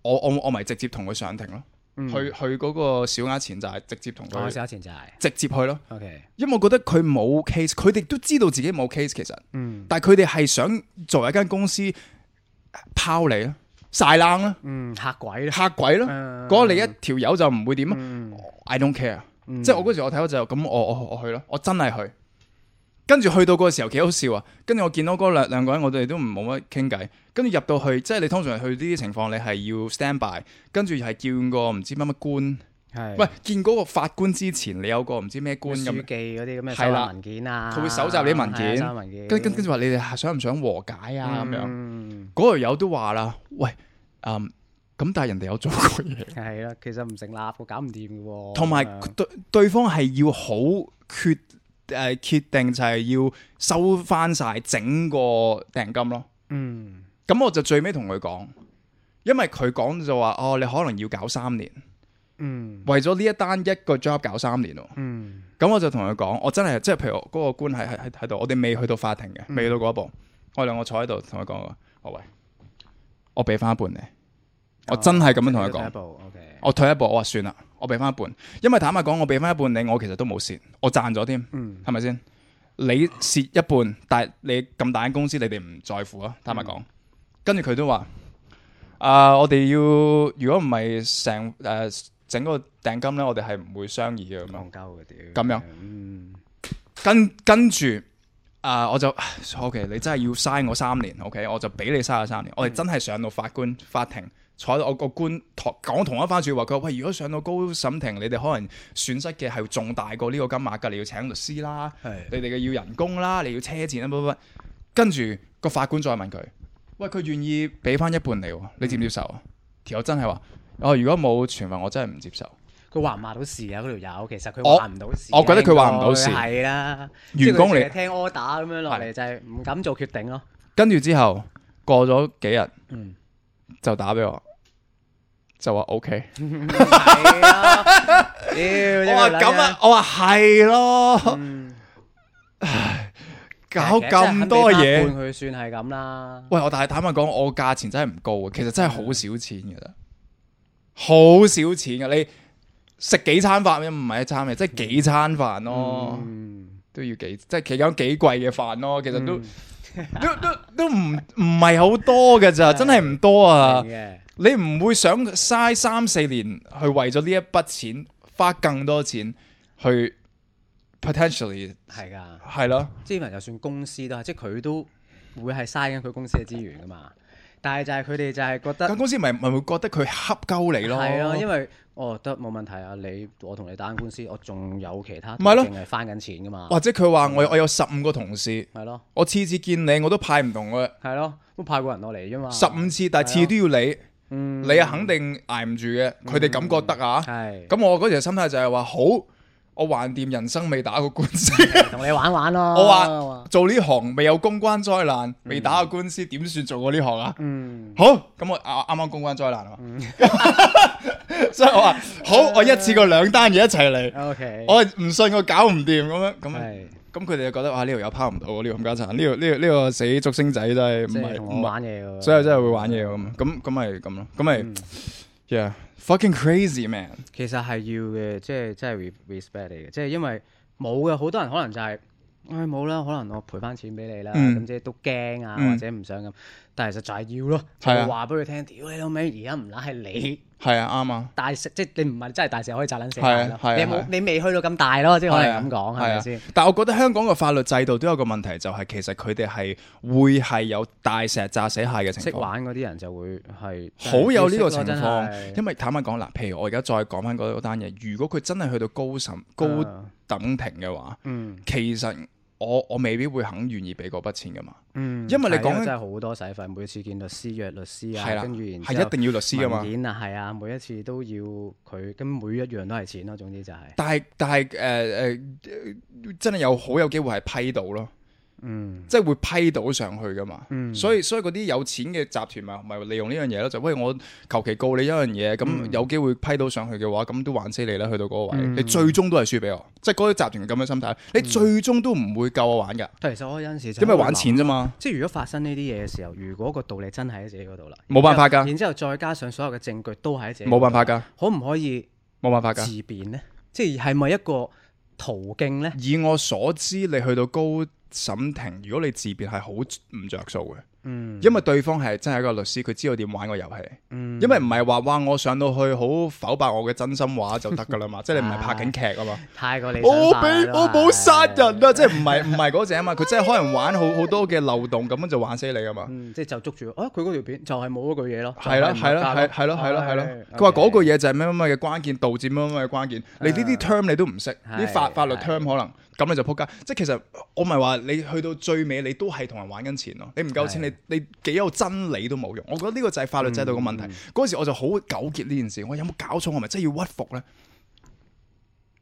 Speaker 1: 我我我咪直接同佢上庭咯，
Speaker 2: 嗯
Speaker 1: 去去嗰個小額錢就係直接同
Speaker 2: 我
Speaker 1: 佢
Speaker 2: 手前就係
Speaker 1: 直接去咯。
Speaker 2: OK，
Speaker 1: 因為我覺得佢冇 case，佢哋都知道自己冇 case，其實，
Speaker 2: 嗯
Speaker 1: 但係佢哋係想作為一間公司拋你啦、晒冷啦、
Speaker 2: 嗯嚇鬼啦，
Speaker 1: 嚇鬼啦，
Speaker 2: 嗯
Speaker 1: 嗰、你一條友就唔會點啊、
Speaker 2: 嗯
Speaker 1: i don't care，、
Speaker 2: 嗯
Speaker 1: 即係我嗰時我睇到就咁，我我我去咯，我真係去，跟住去到嗰個時候幾好笑啊，跟住我見到嗰兩兩個人，我哋都唔冇乜傾偈，跟住入到去，即係你通常去呢啲情況，你係要 stand by，跟住係叫個唔知乜乜官，
Speaker 2: 係
Speaker 1: 喂，見嗰個法官之前，你有個唔知咩官咁
Speaker 2: 書。記嗰啲咁
Speaker 1: 係
Speaker 2: 嘅收
Speaker 1: 啦
Speaker 2: 集文件啊，
Speaker 1: 佢會搜集你啲文
Speaker 2: 係啊
Speaker 1: 件
Speaker 2: 收集文件，
Speaker 1: 跟跟跟住話你哋想唔想和解啊
Speaker 2: 嗯
Speaker 1: 咁樣，
Speaker 2: 樣。
Speaker 1: 嗰條友都話啦，喂，嗯，咁但係人哋有做過嘢，
Speaker 2: 係啦，其實唔成立喎，搞唔掂嘅喎。
Speaker 1: 同埋
Speaker 2: 咁樣
Speaker 1: 對對方係要好決誒、決定就係要收翻晒整個訂金咯。
Speaker 2: 嗯
Speaker 1: 咁我就最尾同佢講，因為佢講就話哦，你可能要搞三年，
Speaker 2: 嗯
Speaker 1: 為咗呢一單一個 job 搞三年喎。
Speaker 2: 嗯
Speaker 1: 咁我就同佢講，我真係即係譬如嗰個官係喺喺喺度，我哋未去到法庭嘅，未去到嗰一步。我哋兩個坐喺度同佢講話，我喂，我俾翻一半你，我真係咁樣同佢講。
Speaker 2: O K，
Speaker 1: 我退一步，我話算啦，我俾翻一半，因為坦白講，我俾翻一半你，我其實都冇蝕，我賺咗添，係咪先？你蝕一半，但係你咁大間公司，你哋唔在乎啊？坦白講，跟住佢都話：啊、我哋要如果唔係成誒整個訂金咧，我哋係唔會商議嘅咁樣。
Speaker 2: 戇鳩嘅屌。
Speaker 1: 咁樣
Speaker 2: 嗯，
Speaker 1: 跟跟住啊、我就 OK，你真係要嘥我三年，OK，我就俾你嘥我三年。我哋
Speaker 2: 嗯
Speaker 1: 真係上到法官法庭，坐喺我個官同講同一番説話，佢話：喂，如果上到高審庭，你哋可能損失嘅係仲大過呢個金額㗎，你要請律師啦，
Speaker 2: 係
Speaker 1: 你哋嘅要人工啦，你要車錢啦，乜乜乜。跟住個法官再問佢：喂，佢願意俾翻一半你喎，你接唔接受
Speaker 2: 嗯
Speaker 1: 啊？條友真係話：哦，如果冇傳聞，我真係唔接受。
Speaker 2: 佢話唔話到事啊？嗰條友其實佢
Speaker 1: 我
Speaker 2: 話唔到事啊。
Speaker 1: 我覺得佢話唔到事
Speaker 2: 係啦，
Speaker 1: 員工嚟
Speaker 2: 即係佢淨係聽 order 咁樣落嚟，就係唔敢做決 定咯。
Speaker 1: 跟住之後過咗幾日，
Speaker 2: 嗯
Speaker 1: 就打俾我，就話 OK。
Speaker 2: 係啊，屌！
Speaker 1: 我話
Speaker 2: 真係
Speaker 1: 咁啊，我話係咯，
Speaker 2: 嗯，
Speaker 1: 搞咁多
Speaker 2: 其實真係肯俾
Speaker 1: 嘢
Speaker 2: 翻。半佢算係咁啦。
Speaker 1: 喂，我但係坦白講，我價錢真係唔高啊嘅，其實真係好少錢嘅
Speaker 2: 嗯
Speaker 1: 啫，好少錢嘅。你食幾餐飯啊唔係一餐嘅，即係幾餐飯咯，
Speaker 2: 嗯，
Speaker 1: 都要幾即係其中幾貴嘅飯咯。其實都、 都都都唔唔係好多嘅咋，真係唔多啊。
Speaker 2: 明嘅，
Speaker 1: 你唔會想嘥三四年去為咗呢一筆錢花更多錢去 potentially
Speaker 2: 係㗎。
Speaker 1: 係咯，
Speaker 2: 即係因為就算公司都係，即係佢都會係嘥緊佢公司嘅資源噶嘛。但係就係佢哋就係覺得
Speaker 1: 間公司咪咪會覺得佢恰鳩你咯，
Speaker 2: 呃係咯，因
Speaker 1: 為
Speaker 2: 為哦得冇問題啊，你我同你打緊官司，我仲有其他
Speaker 1: 唔係咯
Speaker 2: 途徑係翻緊錢噶嘛，
Speaker 1: 或者佢話我我有十五個同事，
Speaker 2: 係咯
Speaker 1: 我次次見你我都派唔同嘅
Speaker 2: 係咯，都派過人落嚟啫嘛，
Speaker 1: 十五次，但係次次都要你，
Speaker 2: 嗯
Speaker 1: 你係肯定捱唔住嘅，佢哋咁覺得啊。
Speaker 2: 係
Speaker 1: 咁我嗰時嘅心態就係話好，我橫掂人生未打過官司。
Speaker 2: 同你玩玩咯。
Speaker 1: 我
Speaker 2: 啊
Speaker 1: 話 做呢行未有公關災難，未打過官司，點算做過呢行啊？
Speaker 2: 嗯
Speaker 1: 好，咁我啱啱啱公關災難啊嘛， 所以我話 好，我一次過兩單嘢一齊嚟，
Speaker 2: OK，
Speaker 1: 我唔信我搞唔掂咁樣，咁樣
Speaker 2: 係
Speaker 1: 咁佢哋就覺得哇呢條友拋唔到喎，呢條咁家產，呢條呢條呢個死竹星仔真係
Speaker 2: 即
Speaker 1: 唔
Speaker 2: 係
Speaker 1: 係
Speaker 2: 同
Speaker 1: 唔
Speaker 2: 我嗯
Speaker 1: 係，
Speaker 2: 玩嘢喎。
Speaker 1: 所以真係會玩嘢喎咁，咁咁咪咁咯，咁咪
Speaker 2: 嗯
Speaker 1: yeah fucking crazy man，
Speaker 2: 其實係要嘅，即係即係 re- respect 你嘅，即係因為冇嘅，好多人可能就係、唉冇啦，可能我賠翻錢俾你啦，咁、
Speaker 1: 嗯
Speaker 2: 即係都驚啊，
Speaker 1: 嗯
Speaker 2: 或者唔想咁，但係其實就係要咯，就
Speaker 1: 係啊
Speaker 2: 係話俾佢聽，屌你老味，而家唔乸係你
Speaker 1: 係啊啱啊，
Speaker 2: 大石，即係你唔係真係大石可以砸撚死
Speaker 1: 係啊
Speaker 2: 蟹咯
Speaker 1: 係啊
Speaker 2: 你
Speaker 1: 係
Speaker 2: 冇
Speaker 1: 啊
Speaker 2: 你未去到咁大咯，即係可
Speaker 1: 係
Speaker 2: 能
Speaker 1: 啊
Speaker 2: 咁講係
Speaker 1: 係
Speaker 2: 咪
Speaker 1: 啊
Speaker 2: 先？
Speaker 1: 但我覺得香港嘅法律制度都有個問題，就係其實佢哋係會係有大石炸死蟹嘅情
Speaker 2: 識
Speaker 1: 況。
Speaker 2: 玩嗰啲人就會係
Speaker 1: 好有呢個情況，
Speaker 2: 況，
Speaker 1: 因為坦白講嗱，譬如我而家再講翻嗰單嘢，如果佢真係去到高審高
Speaker 2: 啊
Speaker 1: 等庭嘅話，
Speaker 2: 嗯
Speaker 1: 其實我我未必會肯願意俾嗰筆錢噶嘛，
Speaker 2: 嗯，
Speaker 1: 因為你
Speaker 2: 係
Speaker 1: 講緊
Speaker 2: 真係好多使費，每次見律師約律師
Speaker 1: 係
Speaker 2: 啊，
Speaker 1: 啦，
Speaker 2: 跟住然之
Speaker 1: 係
Speaker 2: 後
Speaker 1: 一定要律師噶嘛
Speaker 2: 文。件啊，係啊，每一次都要佢，咁每一樣都係錢咯。總之就係、
Speaker 1: 但係但係誒誒，真係有好有機會係批到咯，
Speaker 2: 嗯，
Speaker 1: 即係會批到上去噶嘛。
Speaker 2: 嗯
Speaker 1: 所以所以嗰啲有錢嘅集團咪咪利用呢樣嘢咯，就喂我求其告你一樣嘢，咁有機會批到上去嘅話，咁都玩死你啦，去到嗰個位，
Speaker 2: 嗯
Speaker 1: 你最終都係輸俾我，即係嗰啲集團咁嘅心態，你最終都唔會夠我玩噶。
Speaker 2: 但其實我有陣時就
Speaker 1: 因為
Speaker 2: 為
Speaker 1: 玩錢啫嘛，
Speaker 2: 即係如果發生呢啲嘢嘅時候，如果個道理真係喺自己嗰度啦，
Speaker 1: 冇辦法㗎
Speaker 2: 然之後再加上所有嘅證據都係喺自己，
Speaker 1: 冇辦法，㗎，
Speaker 2: 可唔可以
Speaker 1: 冇辦法
Speaker 2: 自
Speaker 1: 㗎。
Speaker 2: 辯呢？即係係咪一個途徑呢？
Speaker 1: 以我所知，你去到高審庭，如果你自辯係好唔着數嘅，
Speaker 2: 嗯
Speaker 1: 因為對方係真係一個律師，佢知道點玩個遊戲。
Speaker 2: 嗯
Speaker 1: 因為唔係話哇，我上到去好否白我嘅真心話就得㗎 啦嘛，即係你唔係拍緊劇啊嘛。
Speaker 2: 太過理想
Speaker 1: 我
Speaker 2: 化
Speaker 1: 俾
Speaker 2: 啦
Speaker 1: 我冇殺人
Speaker 2: 係
Speaker 1: 啊！即係唔係唔係嗰只啊嘛，佢真係可能玩好好多嘅漏洞，咁樣就玩死你啊嘛。
Speaker 2: 嗯，即係就捉住啊！佢嗰條片就係冇嗰句嘢咯，
Speaker 1: 係啦，
Speaker 2: 就
Speaker 1: 係
Speaker 2: 唔
Speaker 1: 啦，
Speaker 2: 得
Speaker 1: 係
Speaker 2: 咯
Speaker 1: 係咯，係咯，係咯
Speaker 2: 唉。
Speaker 1: 佢話嗰
Speaker 2: OK
Speaker 1: 句嘢就係咩咩咩嘅關鍵，導致咩咩咩嘅關鍵。你呢啲 term 你都唔識，呢啲法
Speaker 2: 嗯係
Speaker 1: 法律
Speaker 2: 係
Speaker 1: term 可能咁你就撲街。即係其實我咪話你去到最尾，你都係同人玩緊錢咯。你唔夠錢，你你幾有真理都冇用。我覺得呢個就係法律制度嘅
Speaker 2: 嗯
Speaker 1: 問題。嗰時我就好糾結呢件事，我有冇搞錯？我咪真係要屈服咧？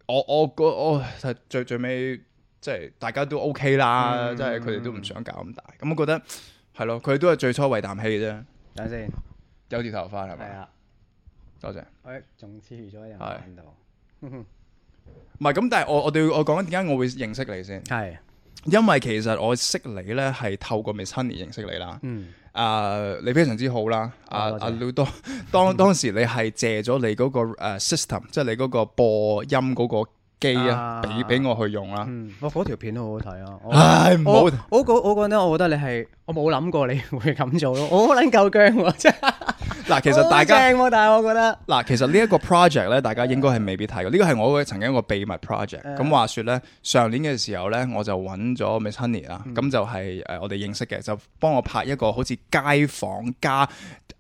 Speaker 1: 我我個我最最尾即係大家都 OK
Speaker 2: 嗯
Speaker 1: 啦，即係佢哋都唔想搞咁大。咁我覺得係咯，佢都係最初為啖氣啫，
Speaker 2: 等陣先，
Speaker 1: 有條頭髮係咪
Speaker 2: 係？啊，
Speaker 1: 多謝。
Speaker 2: 誒仲黐住咗人
Speaker 1: 係
Speaker 2: 喺度，
Speaker 1: 唔係咁，但係我我對我講緊點解我會認識你先？
Speaker 2: 係
Speaker 1: 因為其實我識你咧係透過 Miss Honey 認識你啦。
Speaker 2: 嗯，
Speaker 1: 啊、你非常之好啦！啊
Speaker 2: 多謝
Speaker 1: 啊，老多 當當時你係借咗你嗰、個、呃 system，即係你嗰個播音嗰個機啊，
Speaker 2: 啊
Speaker 1: 俾俾、我去用啦。
Speaker 2: 嗯，我嗰條片都好好睇啊！我
Speaker 1: 唉，唔好
Speaker 2: 我我嗰我嗰陣咧，我覺得你係我冇諗過你會咁做咯，我好撚夠姜喎，真係。
Speaker 1: 嗱，其實大家
Speaker 2: 好正喎，但係我覺得
Speaker 1: 嗱，其實呢一個 project 咧，大家應該係未必睇過。呢個係我嘅曾經一個秘密 project。咁話說咧，上年嘅時候咧，我就揾咗 Miss Honey 啦，咁就係誒我哋認識嘅，就幫我拍一個好似街訪加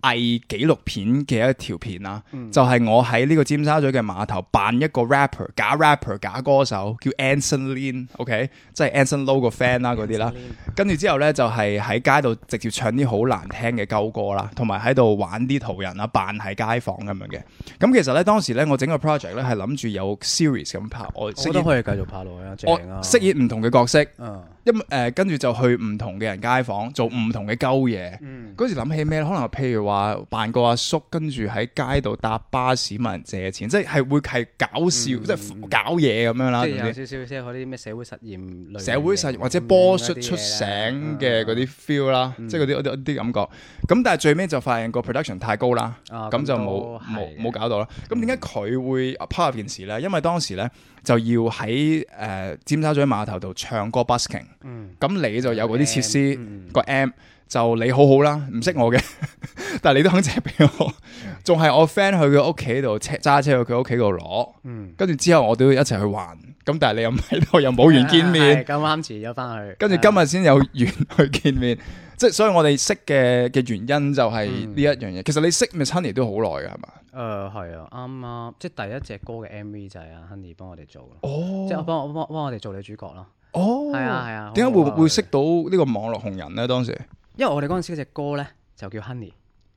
Speaker 1: 偽紀錄片嘅一條片啦。就係我喺呢個尖沙咀嘅碼頭扮一個 rapper，假 rapper 假歌手，叫 Anson Lin，OK，、即係 Anson Lo 個 friend 啦嗰啲啦。跟住之後咧，就係、喺街度直接唱啲好難聽嘅鳩歌啦，同埋喺度玩啲途人啦，啊扮係街坊咁樣嘅。咁其實咧，當時咧，我整個 project 咧係諗住有 series 咁拍，我
Speaker 2: 我
Speaker 1: 飾
Speaker 2: 都
Speaker 1: 演
Speaker 2: 可以繼續拍落去啊，
Speaker 1: 我
Speaker 2: 正啊！
Speaker 1: 飾演唔同嘅角色，
Speaker 2: 嗯
Speaker 1: 因誒、呃跟住就去唔同嘅人街訪，做唔同嘅鳩嘢。
Speaker 2: 嗯
Speaker 1: 嗰時諗起咩咧？可能譬如話扮個阿叔，跟住喺街度搭巴士問人借錢，即係係會係搞笑，即係搞嘢咁樣啦。
Speaker 2: 嗯即係
Speaker 1: 總之
Speaker 2: 有少少即係嗰啲咩社會實驗類型嘅嗯
Speaker 1: 社會實驗或者波出
Speaker 2: 嗰啲嘢
Speaker 1: 出醒嘅
Speaker 2: 咧
Speaker 1: 嗰啲 feel 啦，
Speaker 2: 嗯
Speaker 1: 即係嗰啲嗰啲感覺。咁但係最尾就發現個 production 太高啦，
Speaker 2: 啊
Speaker 1: 咁就
Speaker 2: 咁
Speaker 1: 冇冇
Speaker 2: 都係嘅嗯
Speaker 1: 冇搞到啦。咁點解佢會啊 part 入件事咧？因為當時咧就要喺誒尖沙咀碼頭度唱歌 busking，
Speaker 2: 嗯
Speaker 1: 咁你就有嗰啲設施
Speaker 2: 嗯
Speaker 1: 個 M。就你好好啦，唔識我嘅， 但係你都肯借俾我，仲係我 friend 去佢屋企度車揸車去佢屋企度攞，
Speaker 2: 嗯，
Speaker 1: 跟住之後我都要一齊去還，咁但係你又唔喺度，又冇緣見 面，
Speaker 2: 係咁啱遲咗翻去，
Speaker 1: 跟住今日先有緣去見面，即係所以我哋識嘅嘅原因就係呢一樣嘢。其實你識 Miss Honey 都好耐㗎係嘛？
Speaker 2: 誒係啊，啱啱即係第一隻歌嘅 MV 就係阿 Honey 幫我哋做咯，即係
Speaker 1: 哦，
Speaker 2: 我幫我幫幫我哋做女主角咯。
Speaker 1: 哦，
Speaker 2: 係啊係啊
Speaker 1: 點解
Speaker 2: 好
Speaker 1: 會
Speaker 2: 好啊
Speaker 1: 會識到呢個網絡紅人咧？當時
Speaker 2: 因為我哋嗰陣時嗰隻歌咧就叫 Honey。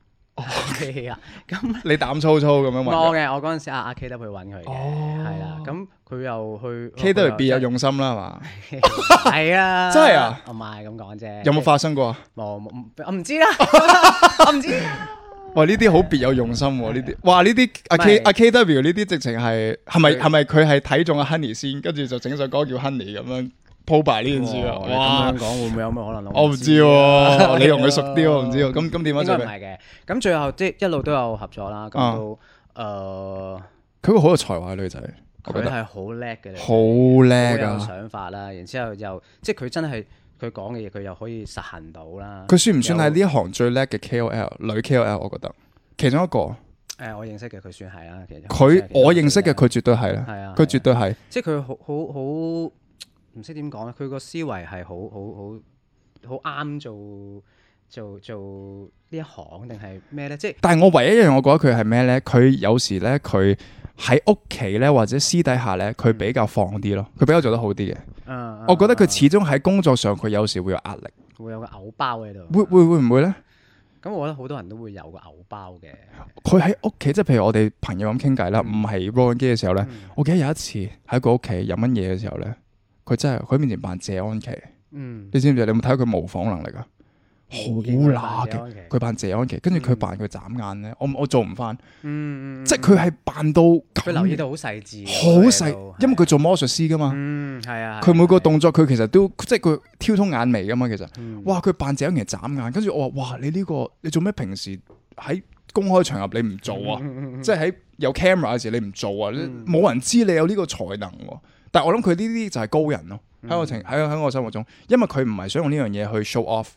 Speaker 1: 哦
Speaker 2: 係啊， 咁
Speaker 1: 你膽粗粗咁樣
Speaker 2: 我
Speaker 1: 問
Speaker 2: 嘅，我嗰陣時阿阿 K 得去揾佢嘅，
Speaker 1: 哦
Speaker 2: 係啦，啊咁佢又去
Speaker 1: ，K 都係別有
Speaker 2: 佢又
Speaker 1: 用心啦，係嘛？
Speaker 2: 係啊，
Speaker 1: 真係啊，
Speaker 2: 我唔係咁講啫。
Speaker 1: 有冇發生過啊？
Speaker 2: 冇？冇冇我唔知啦， 我唔知啦。
Speaker 1: 哇！呢啲好別有用心喎，呢啲哇呢啲阿
Speaker 2: 唔係
Speaker 1: K 阿 K W 呢啲直情係係咪
Speaker 2: 佢
Speaker 1: 係咪佢係睇中阿 Honey 先，跟住就整首歌叫 Honey 咁樣鋪排呢件事啊！
Speaker 2: 哇
Speaker 1: 哇
Speaker 2: 哦你咁樣！講會唔會有咩可能？
Speaker 1: 我唔知喎，你同佢熟啲我唔知喎。咁咁點啊？
Speaker 2: 啊應該
Speaker 1: 最
Speaker 2: 唔
Speaker 1: 尾
Speaker 2: 係嘅。咁最後即係一路都有合作啦，咁
Speaker 1: 啊
Speaker 2: 到誒
Speaker 1: 佢個好有才華嘅女仔，我覺
Speaker 2: 佢
Speaker 1: 得
Speaker 2: 係好叻嘅女仔，
Speaker 1: 好
Speaker 2: 好
Speaker 1: 叻
Speaker 2: 有
Speaker 1: 啊！
Speaker 2: 想法啦，然之後又即係佢真係佢講嘅嘢，佢又可以實行到啦。
Speaker 1: 佢算唔算係呢一行最叻嘅 KOL 女 KOL？我覺得其中一個，
Speaker 2: 誒，我認識嘅佢算係啦，其實
Speaker 1: 佢我認識嘅
Speaker 2: 佢。
Speaker 1: 佢絕對係
Speaker 2: 係
Speaker 1: 啦
Speaker 2: 啊，
Speaker 1: 佢絕對係
Speaker 2: 即係佢好好好唔識點講咧，佢個思維係好好好好啱做做做呢一行定係咩咧？即係
Speaker 1: 但係我唯一一樣我覺得佢係咩咧？佢有時咧，佢喺屋企咧，或者私底下咧，佢比較放啲咯，佢比較做得好啲嘅。
Speaker 2: 嗯，
Speaker 1: 我覺得佢始終喺工作上，佢有時會有壓力，
Speaker 2: 嗯會有個偶包喺度。
Speaker 1: 會會會唔會咧？
Speaker 2: 咁，我覺得好多人都會有個偶包嘅。
Speaker 1: 佢喺屋企，即係譬如我哋朋友咁傾偈啦，
Speaker 2: 嗯
Speaker 1: 唔係 roll 緊機嘅時候咧，我記得有一次喺佢屋企飲緊嘢嘅時候咧，佢真係佢喺面前扮謝安琪，
Speaker 2: 嗯，
Speaker 1: 你知唔啊知？你有冇睇佢模仿能力啊？好乸
Speaker 2: 嘅
Speaker 1: 嘅，，佢扮謝安琪，跟住佢扮佢眨眼咧，我我做唔翻，
Speaker 2: 嗯，嗯
Speaker 1: 即係佢係扮到
Speaker 2: 佢
Speaker 1: 佢
Speaker 2: 留意到好細緻，啊
Speaker 1: 好細，因為佢做魔術師噶嘛，
Speaker 2: 嗯係啊，
Speaker 1: 佢每個
Speaker 2: 洞
Speaker 1: 動作佢其實都即係佢挑通眼眉噶嘛，其實。
Speaker 2: 哇，
Speaker 1: 哇！佢扮鄭欣宜眨眼，跟住我話：哇！你呢、個你做咩平時喺公開場合你唔做啊？
Speaker 2: 嗯
Speaker 1: 即係喺有 camera 嘅時候你唔做啊？你冇、人知你有呢個才能喎、但係我諗佢呢啲就係高人咯、
Speaker 2: 嗯
Speaker 1: 喺我情喺喺我心目中，因為佢唔係想用呢樣嘢去 show off，、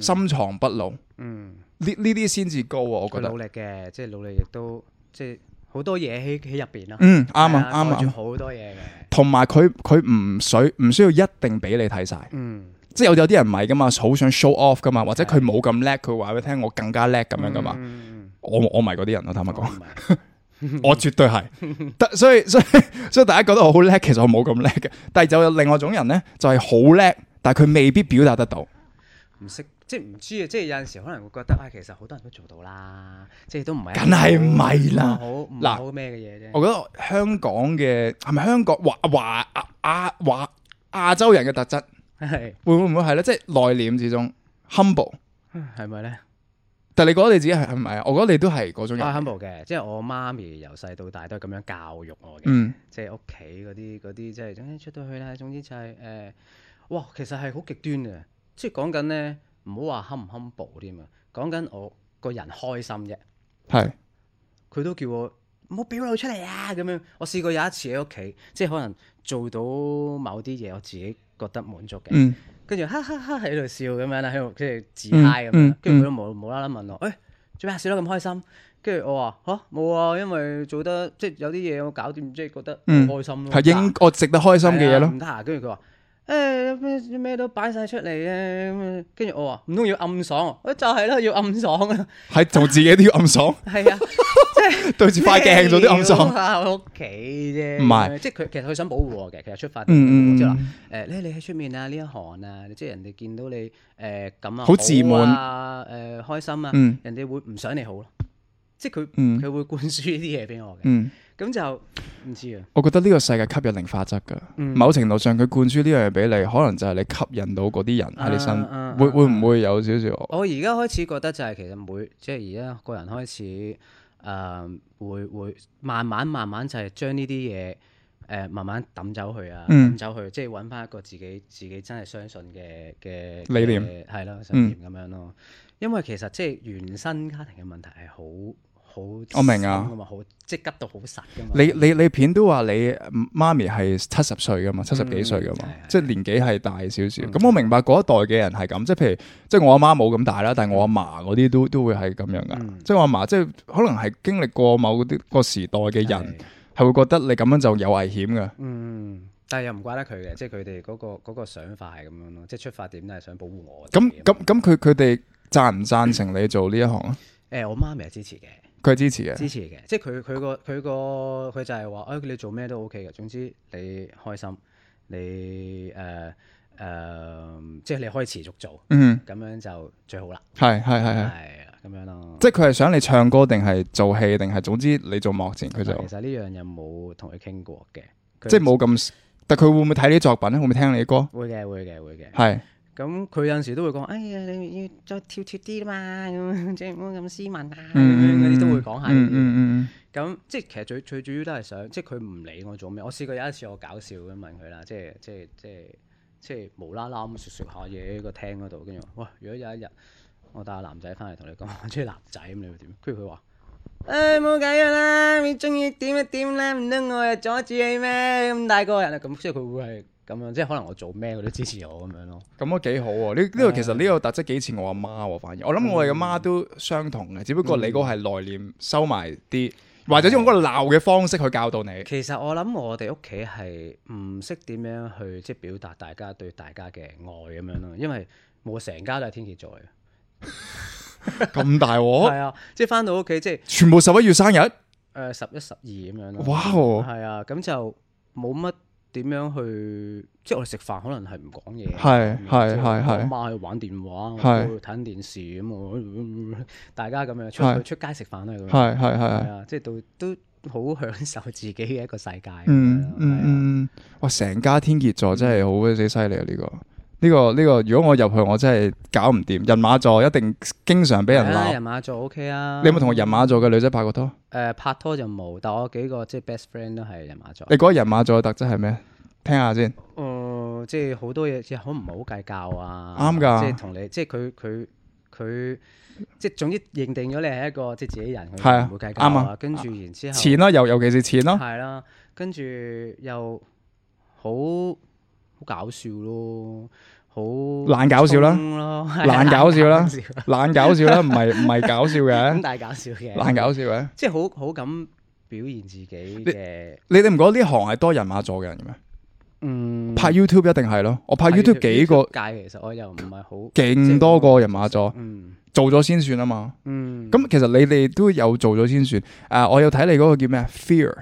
Speaker 1: 深藏不露，
Speaker 2: 嗯，
Speaker 1: 呢呢啲先至高啊！我
Speaker 2: 佢
Speaker 1: 覺得
Speaker 2: 努，力嘅，即係努力亦都即係好多嘢喺喺入邊啦。
Speaker 1: 嗯啱啊
Speaker 2: 係
Speaker 1: 啱啊
Speaker 2: 袋住
Speaker 1: 啱啊，
Speaker 2: 好多嘢嘅，
Speaker 1: 同埋佢佢唔水唔需要一定俾你睇晒。
Speaker 2: 嗯。
Speaker 1: 即係有有啲人唔係噶嘛，好想 show off 噶嘛，或者佢冇咁叻，佢話俾你聽我更加叻咁樣噶嘛。
Speaker 2: 嗯
Speaker 1: 我我唔係嗰啲人啊咯，坦白講。
Speaker 2: 唔係
Speaker 1: 我絕對係， 得所以所以所以大家覺得我好叻，其實我冇咁叻嘅。但係就有另外一種人咧，就係好叻，但係佢未必表達得到。
Speaker 2: 唔識，即係唔知啊！即係有陣時可能會覺得啊，其實好多人都做到啦，即係都唔係一個
Speaker 1: 梗係唔係啦
Speaker 2: 唔係好唔
Speaker 1: 嗱
Speaker 2: 係好咩嘅嘢啫。
Speaker 1: 我覺得香港嘅係咪香港華華亞華亞洲人嘅特質，
Speaker 2: 係
Speaker 1: 會唔會係咧？即係內斂之中 humble。
Speaker 2: 係咪咧？
Speaker 1: 但係你覺得你自己係係咪啊？我覺得你都係嗰種
Speaker 2: 我
Speaker 1: 人。
Speaker 2: 係啊 humble 嘅，即係我媽咪由細到大都係咁樣教育我嘅，
Speaker 1: 嗯
Speaker 2: 即係屋企嗰啲嗰啲，即係總之出到去啦，總之就係誒哇，其實係好極端嘅，即係講緊咧，唔好話 hum 唔 humble 添啊，講緊我個人開心啫，
Speaker 1: 係
Speaker 2: 佢都叫我唔好表露出嚟啊咁樣。我試過有一次喺屋企，即係可能做到某啲嘢，我自己覺得滿足嘅。
Speaker 1: 嗯
Speaker 2: 跟住哈哈哈喺度笑咁樣啦，喺度即係自
Speaker 1: 嗯
Speaker 2: high 咁樣
Speaker 1: 嗯，
Speaker 2: 跟住佢都無無啦啦問我，誒哎做咩笑得咁開心？跟住我話吓冇啊，因為做得即係有啲嘢我搞掂，即係覺得好
Speaker 1: 嗯
Speaker 2: 開心咯，
Speaker 1: 係應我值得開心嘅嘢
Speaker 2: 係啊
Speaker 1: 咯
Speaker 2: 唔，得閒，跟住佢話誒咩咩都擺晒出嚟嘅咁啊，跟住我話唔通要暗爽啊？誒就係咯，要暗爽啊，
Speaker 1: 係同自己都要暗爽，
Speaker 2: 係啊，即係
Speaker 1: 對住塊鏡 做啲暗爽。
Speaker 2: 啊，喺屋企啫，
Speaker 1: 唔係
Speaker 2: 即係佢其實佢想保護我嘅，其實出發點
Speaker 1: 嗯嗯
Speaker 2: 即係話
Speaker 1: 嗯
Speaker 2: 誒咧，你喺出面啊，呢一行啊，即係人哋見到你誒咁啊，
Speaker 1: 好自滿
Speaker 2: 啊，誒開心啊，
Speaker 1: 嗯
Speaker 2: 人哋會唔想你好咯，即係佢
Speaker 1: 嗯
Speaker 2: 佢會灌輸呢啲嘢俾我嘅，
Speaker 1: 嗯，
Speaker 2: 咁就唔知啊，
Speaker 1: 我覺得呢個世界吸引力法則㗎，
Speaker 2: 嗯
Speaker 1: 某程度上佢灌輸呢樣嘢俾你，可能就係你吸引到嗰啲人喺你
Speaker 2: 啊啊啊
Speaker 1: 身，會會唔會有少少？
Speaker 2: 我而家開始覺得就係其實每即係而家個人開始誒、呃、會會慢慢慢慢就係將呢啲嘢誒慢慢抌走佢啊，抌、
Speaker 1: 嗯
Speaker 2: 走佢，即係揾翻一個自己自己真係相信嘅嘅
Speaker 1: 理念嗯
Speaker 2: 嘅係咯，信念咁樣咯。因為其實即係原生家庭嘅問題係好好
Speaker 1: 我明啊
Speaker 2: 深㗎嘛，好即係吉到好實㗎嘛。
Speaker 1: 你你你片都話你媽咪係七十歲噶嘛，七十幾歲噶嘛
Speaker 2: 嗯係，嗯係
Speaker 1: 即係年紀係大少少。咁、我明白嗰一代嘅人係咁，即係譬如即係我阿媽冇咁大啦，但係我阿嫲嗰啲都都會係咁樣噶。
Speaker 2: 嗯
Speaker 1: 即係我阿嫲即係可能係經歷過某啲個時代嘅人
Speaker 2: 係，
Speaker 1: 係會覺得你咁樣就有危險噶。
Speaker 2: 嗯，但係又唔怪得佢嘅，即係佢哋嗰個嗰個想法係咁樣咯，即係出發點都係想保護我自己啊嘛。
Speaker 1: 咁咁咁佢佢哋贊唔贊成你做呢一行啊？
Speaker 2: 誒，我媽咪係支持嘅。
Speaker 1: 佢係支持嘅。
Speaker 2: 支持嘅，即係佢佢個佢個佢就係話，誒、哎你做咩都 OK 嘅，總之你開心，你誒誒、呃即係你可以持續做，
Speaker 1: 嗯，
Speaker 2: 咁樣就最好啦，
Speaker 1: 係係係係，
Speaker 2: 係啊，咁樣咯。
Speaker 1: 即係佢係想你唱歌定係做戲定係總之你做幕前佢就
Speaker 2: 其實呢樣嘢冇同佢傾過嘅，佢
Speaker 1: 即係冇咁，但佢會唔會睇你作品咧？會唔會聽你啲歌？
Speaker 2: 會嘅會嘅會嘅。
Speaker 1: 係。
Speaker 2: 咁佢有陣時都會講，哎呀，你要再跳脱啲啦嘛，咁樣即係唔好咁斯文啊，咁樣嗰啲都會講下呢啲嘢。
Speaker 1: 嗯嗯嗯
Speaker 2: 咁即係其實最最主要都係想，即係佢唔理我做咩。我試過有一次我搞笑咁問佢啦，即係即係即係即係無啦啦咁食食下嘢喺個廳嗰度，跟住我話：喂，如果有一日我帶個男仔翻嚟同你講我中意男仔咁，你會點？跟住佢話：誒冇計㗎啦，你中意點就點啦，唔通我又阻止你咩？咁大個人啊，咁即係佢會係咁樣，即係可能我做咩佢都支持我咁樣咯。
Speaker 1: 咁都幾好喎！呢呢個其實呢個特質幾似我阿媽喎，反而我諗我哋嘅媽都相同嘅，只不過你嗰個係內斂收埋啲，或者用嗰個鬧嘅方式去教導 你。
Speaker 2: 其實我諗我哋屋企係唔識點樣去即係表達大家對大家嘅愛咁樣咯，因為我成家都係天蝎座嘅，
Speaker 1: 咁大
Speaker 2: 係
Speaker 1: 鑊，
Speaker 2: 啊，即係翻到屋企即係
Speaker 1: 全部十一月生日，
Speaker 2: 誒十一十二咁樣咯。
Speaker 1: 哇哦
Speaker 2: 係啊，咁就冇乜點樣去，即係我哋食飯可能係唔講嘢，
Speaker 1: 係
Speaker 2: 咁樣
Speaker 1: 係
Speaker 2: 即
Speaker 1: 係係
Speaker 2: 我媽喺度玩電話，我
Speaker 1: 係
Speaker 2: 喺度睇緊電視咁，我嗯大家咁樣出
Speaker 1: 係
Speaker 2: 去出街食飯都係咁樣，
Speaker 1: 係係
Speaker 2: 係
Speaker 1: 係，
Speaker 2: 啊，即係到都好享受自己嘅一個世界咁樣咯。
Speaker 1: 嗯嗯
Speaker 2: 係啊
Speaker 1: 嗯，哇！成家天蝎座真係好鬼死犀利啊！呢個呢個呢個，如果我入去我真係搞唔掂，人馬座一定經常俾人
Speaker 2: 係啊
Speaker 1: 鬧。
Speaker 2: 人馬哦座 OK 啊。
Speaker 1: 你有冇同人馬座嘅女仔拍過拖？
Speaker 2: 誒、拍拖就冇，但我幾個即係 best friend 都係人馬座。
Speaker 1: 你覺得人馬座嘅特質係咩？聽下 先。
Speaker 2: 哦、即係好多嘢，即係好唔好計較啊？
Speaker 1: 啱㗎
Speaker 2: 即係同你，即係佢佢佢，即係總之認定咗你係一個即係自己人，
Speaker 1: 係
Speaker 2: 佢
Speaker 1: 啊
Speaker 2: 唔會計較啊。
Speaker 1: 啱啊
Speaker 2: 跟住然之後，
Speaker 1: 錢啦，尤尤其是錢 啦。
Speaker 2: 係啦，跟住又好好搞笑咯，好
Speaker 1: 懶搞笑啦
Speaker 2: 衝咯，係啊
Speaker 1: 懶搞笑啦 懶
Speaker 2: 懶搞笑
Speaker 1: 搞笑啦，唔係唔 係搞笑
Speaker 2: 咁
Speaker 1: 嘅，
Speaker 2: 但係搞笑嘅，
Speaker 1: 懶搞笑嘅。
Speaker 2: 即係好好咁表現自己嘅，
Speaker 1: 你哋唔覺得呢行係多人馬座嘅人嘅咩？
Speaker 2: 嗯。
Speaker 1: 拍 YouTube 一定係咯，我拍
Speaker 2: 係
Speaker 1: YouTube 幾個
Speaker 2: YouTube 界，其實我又唔係好，
Speaker 1: 勁多個人馬座，
Speaker 2: 嗯
Speaker 1: 做咗先算啊嘛。
Speaker 2: 嗯，
Speaker 1: 咁其實你哋都有做咗先算。啊，我有睇你嗰個叫咩啊？Fear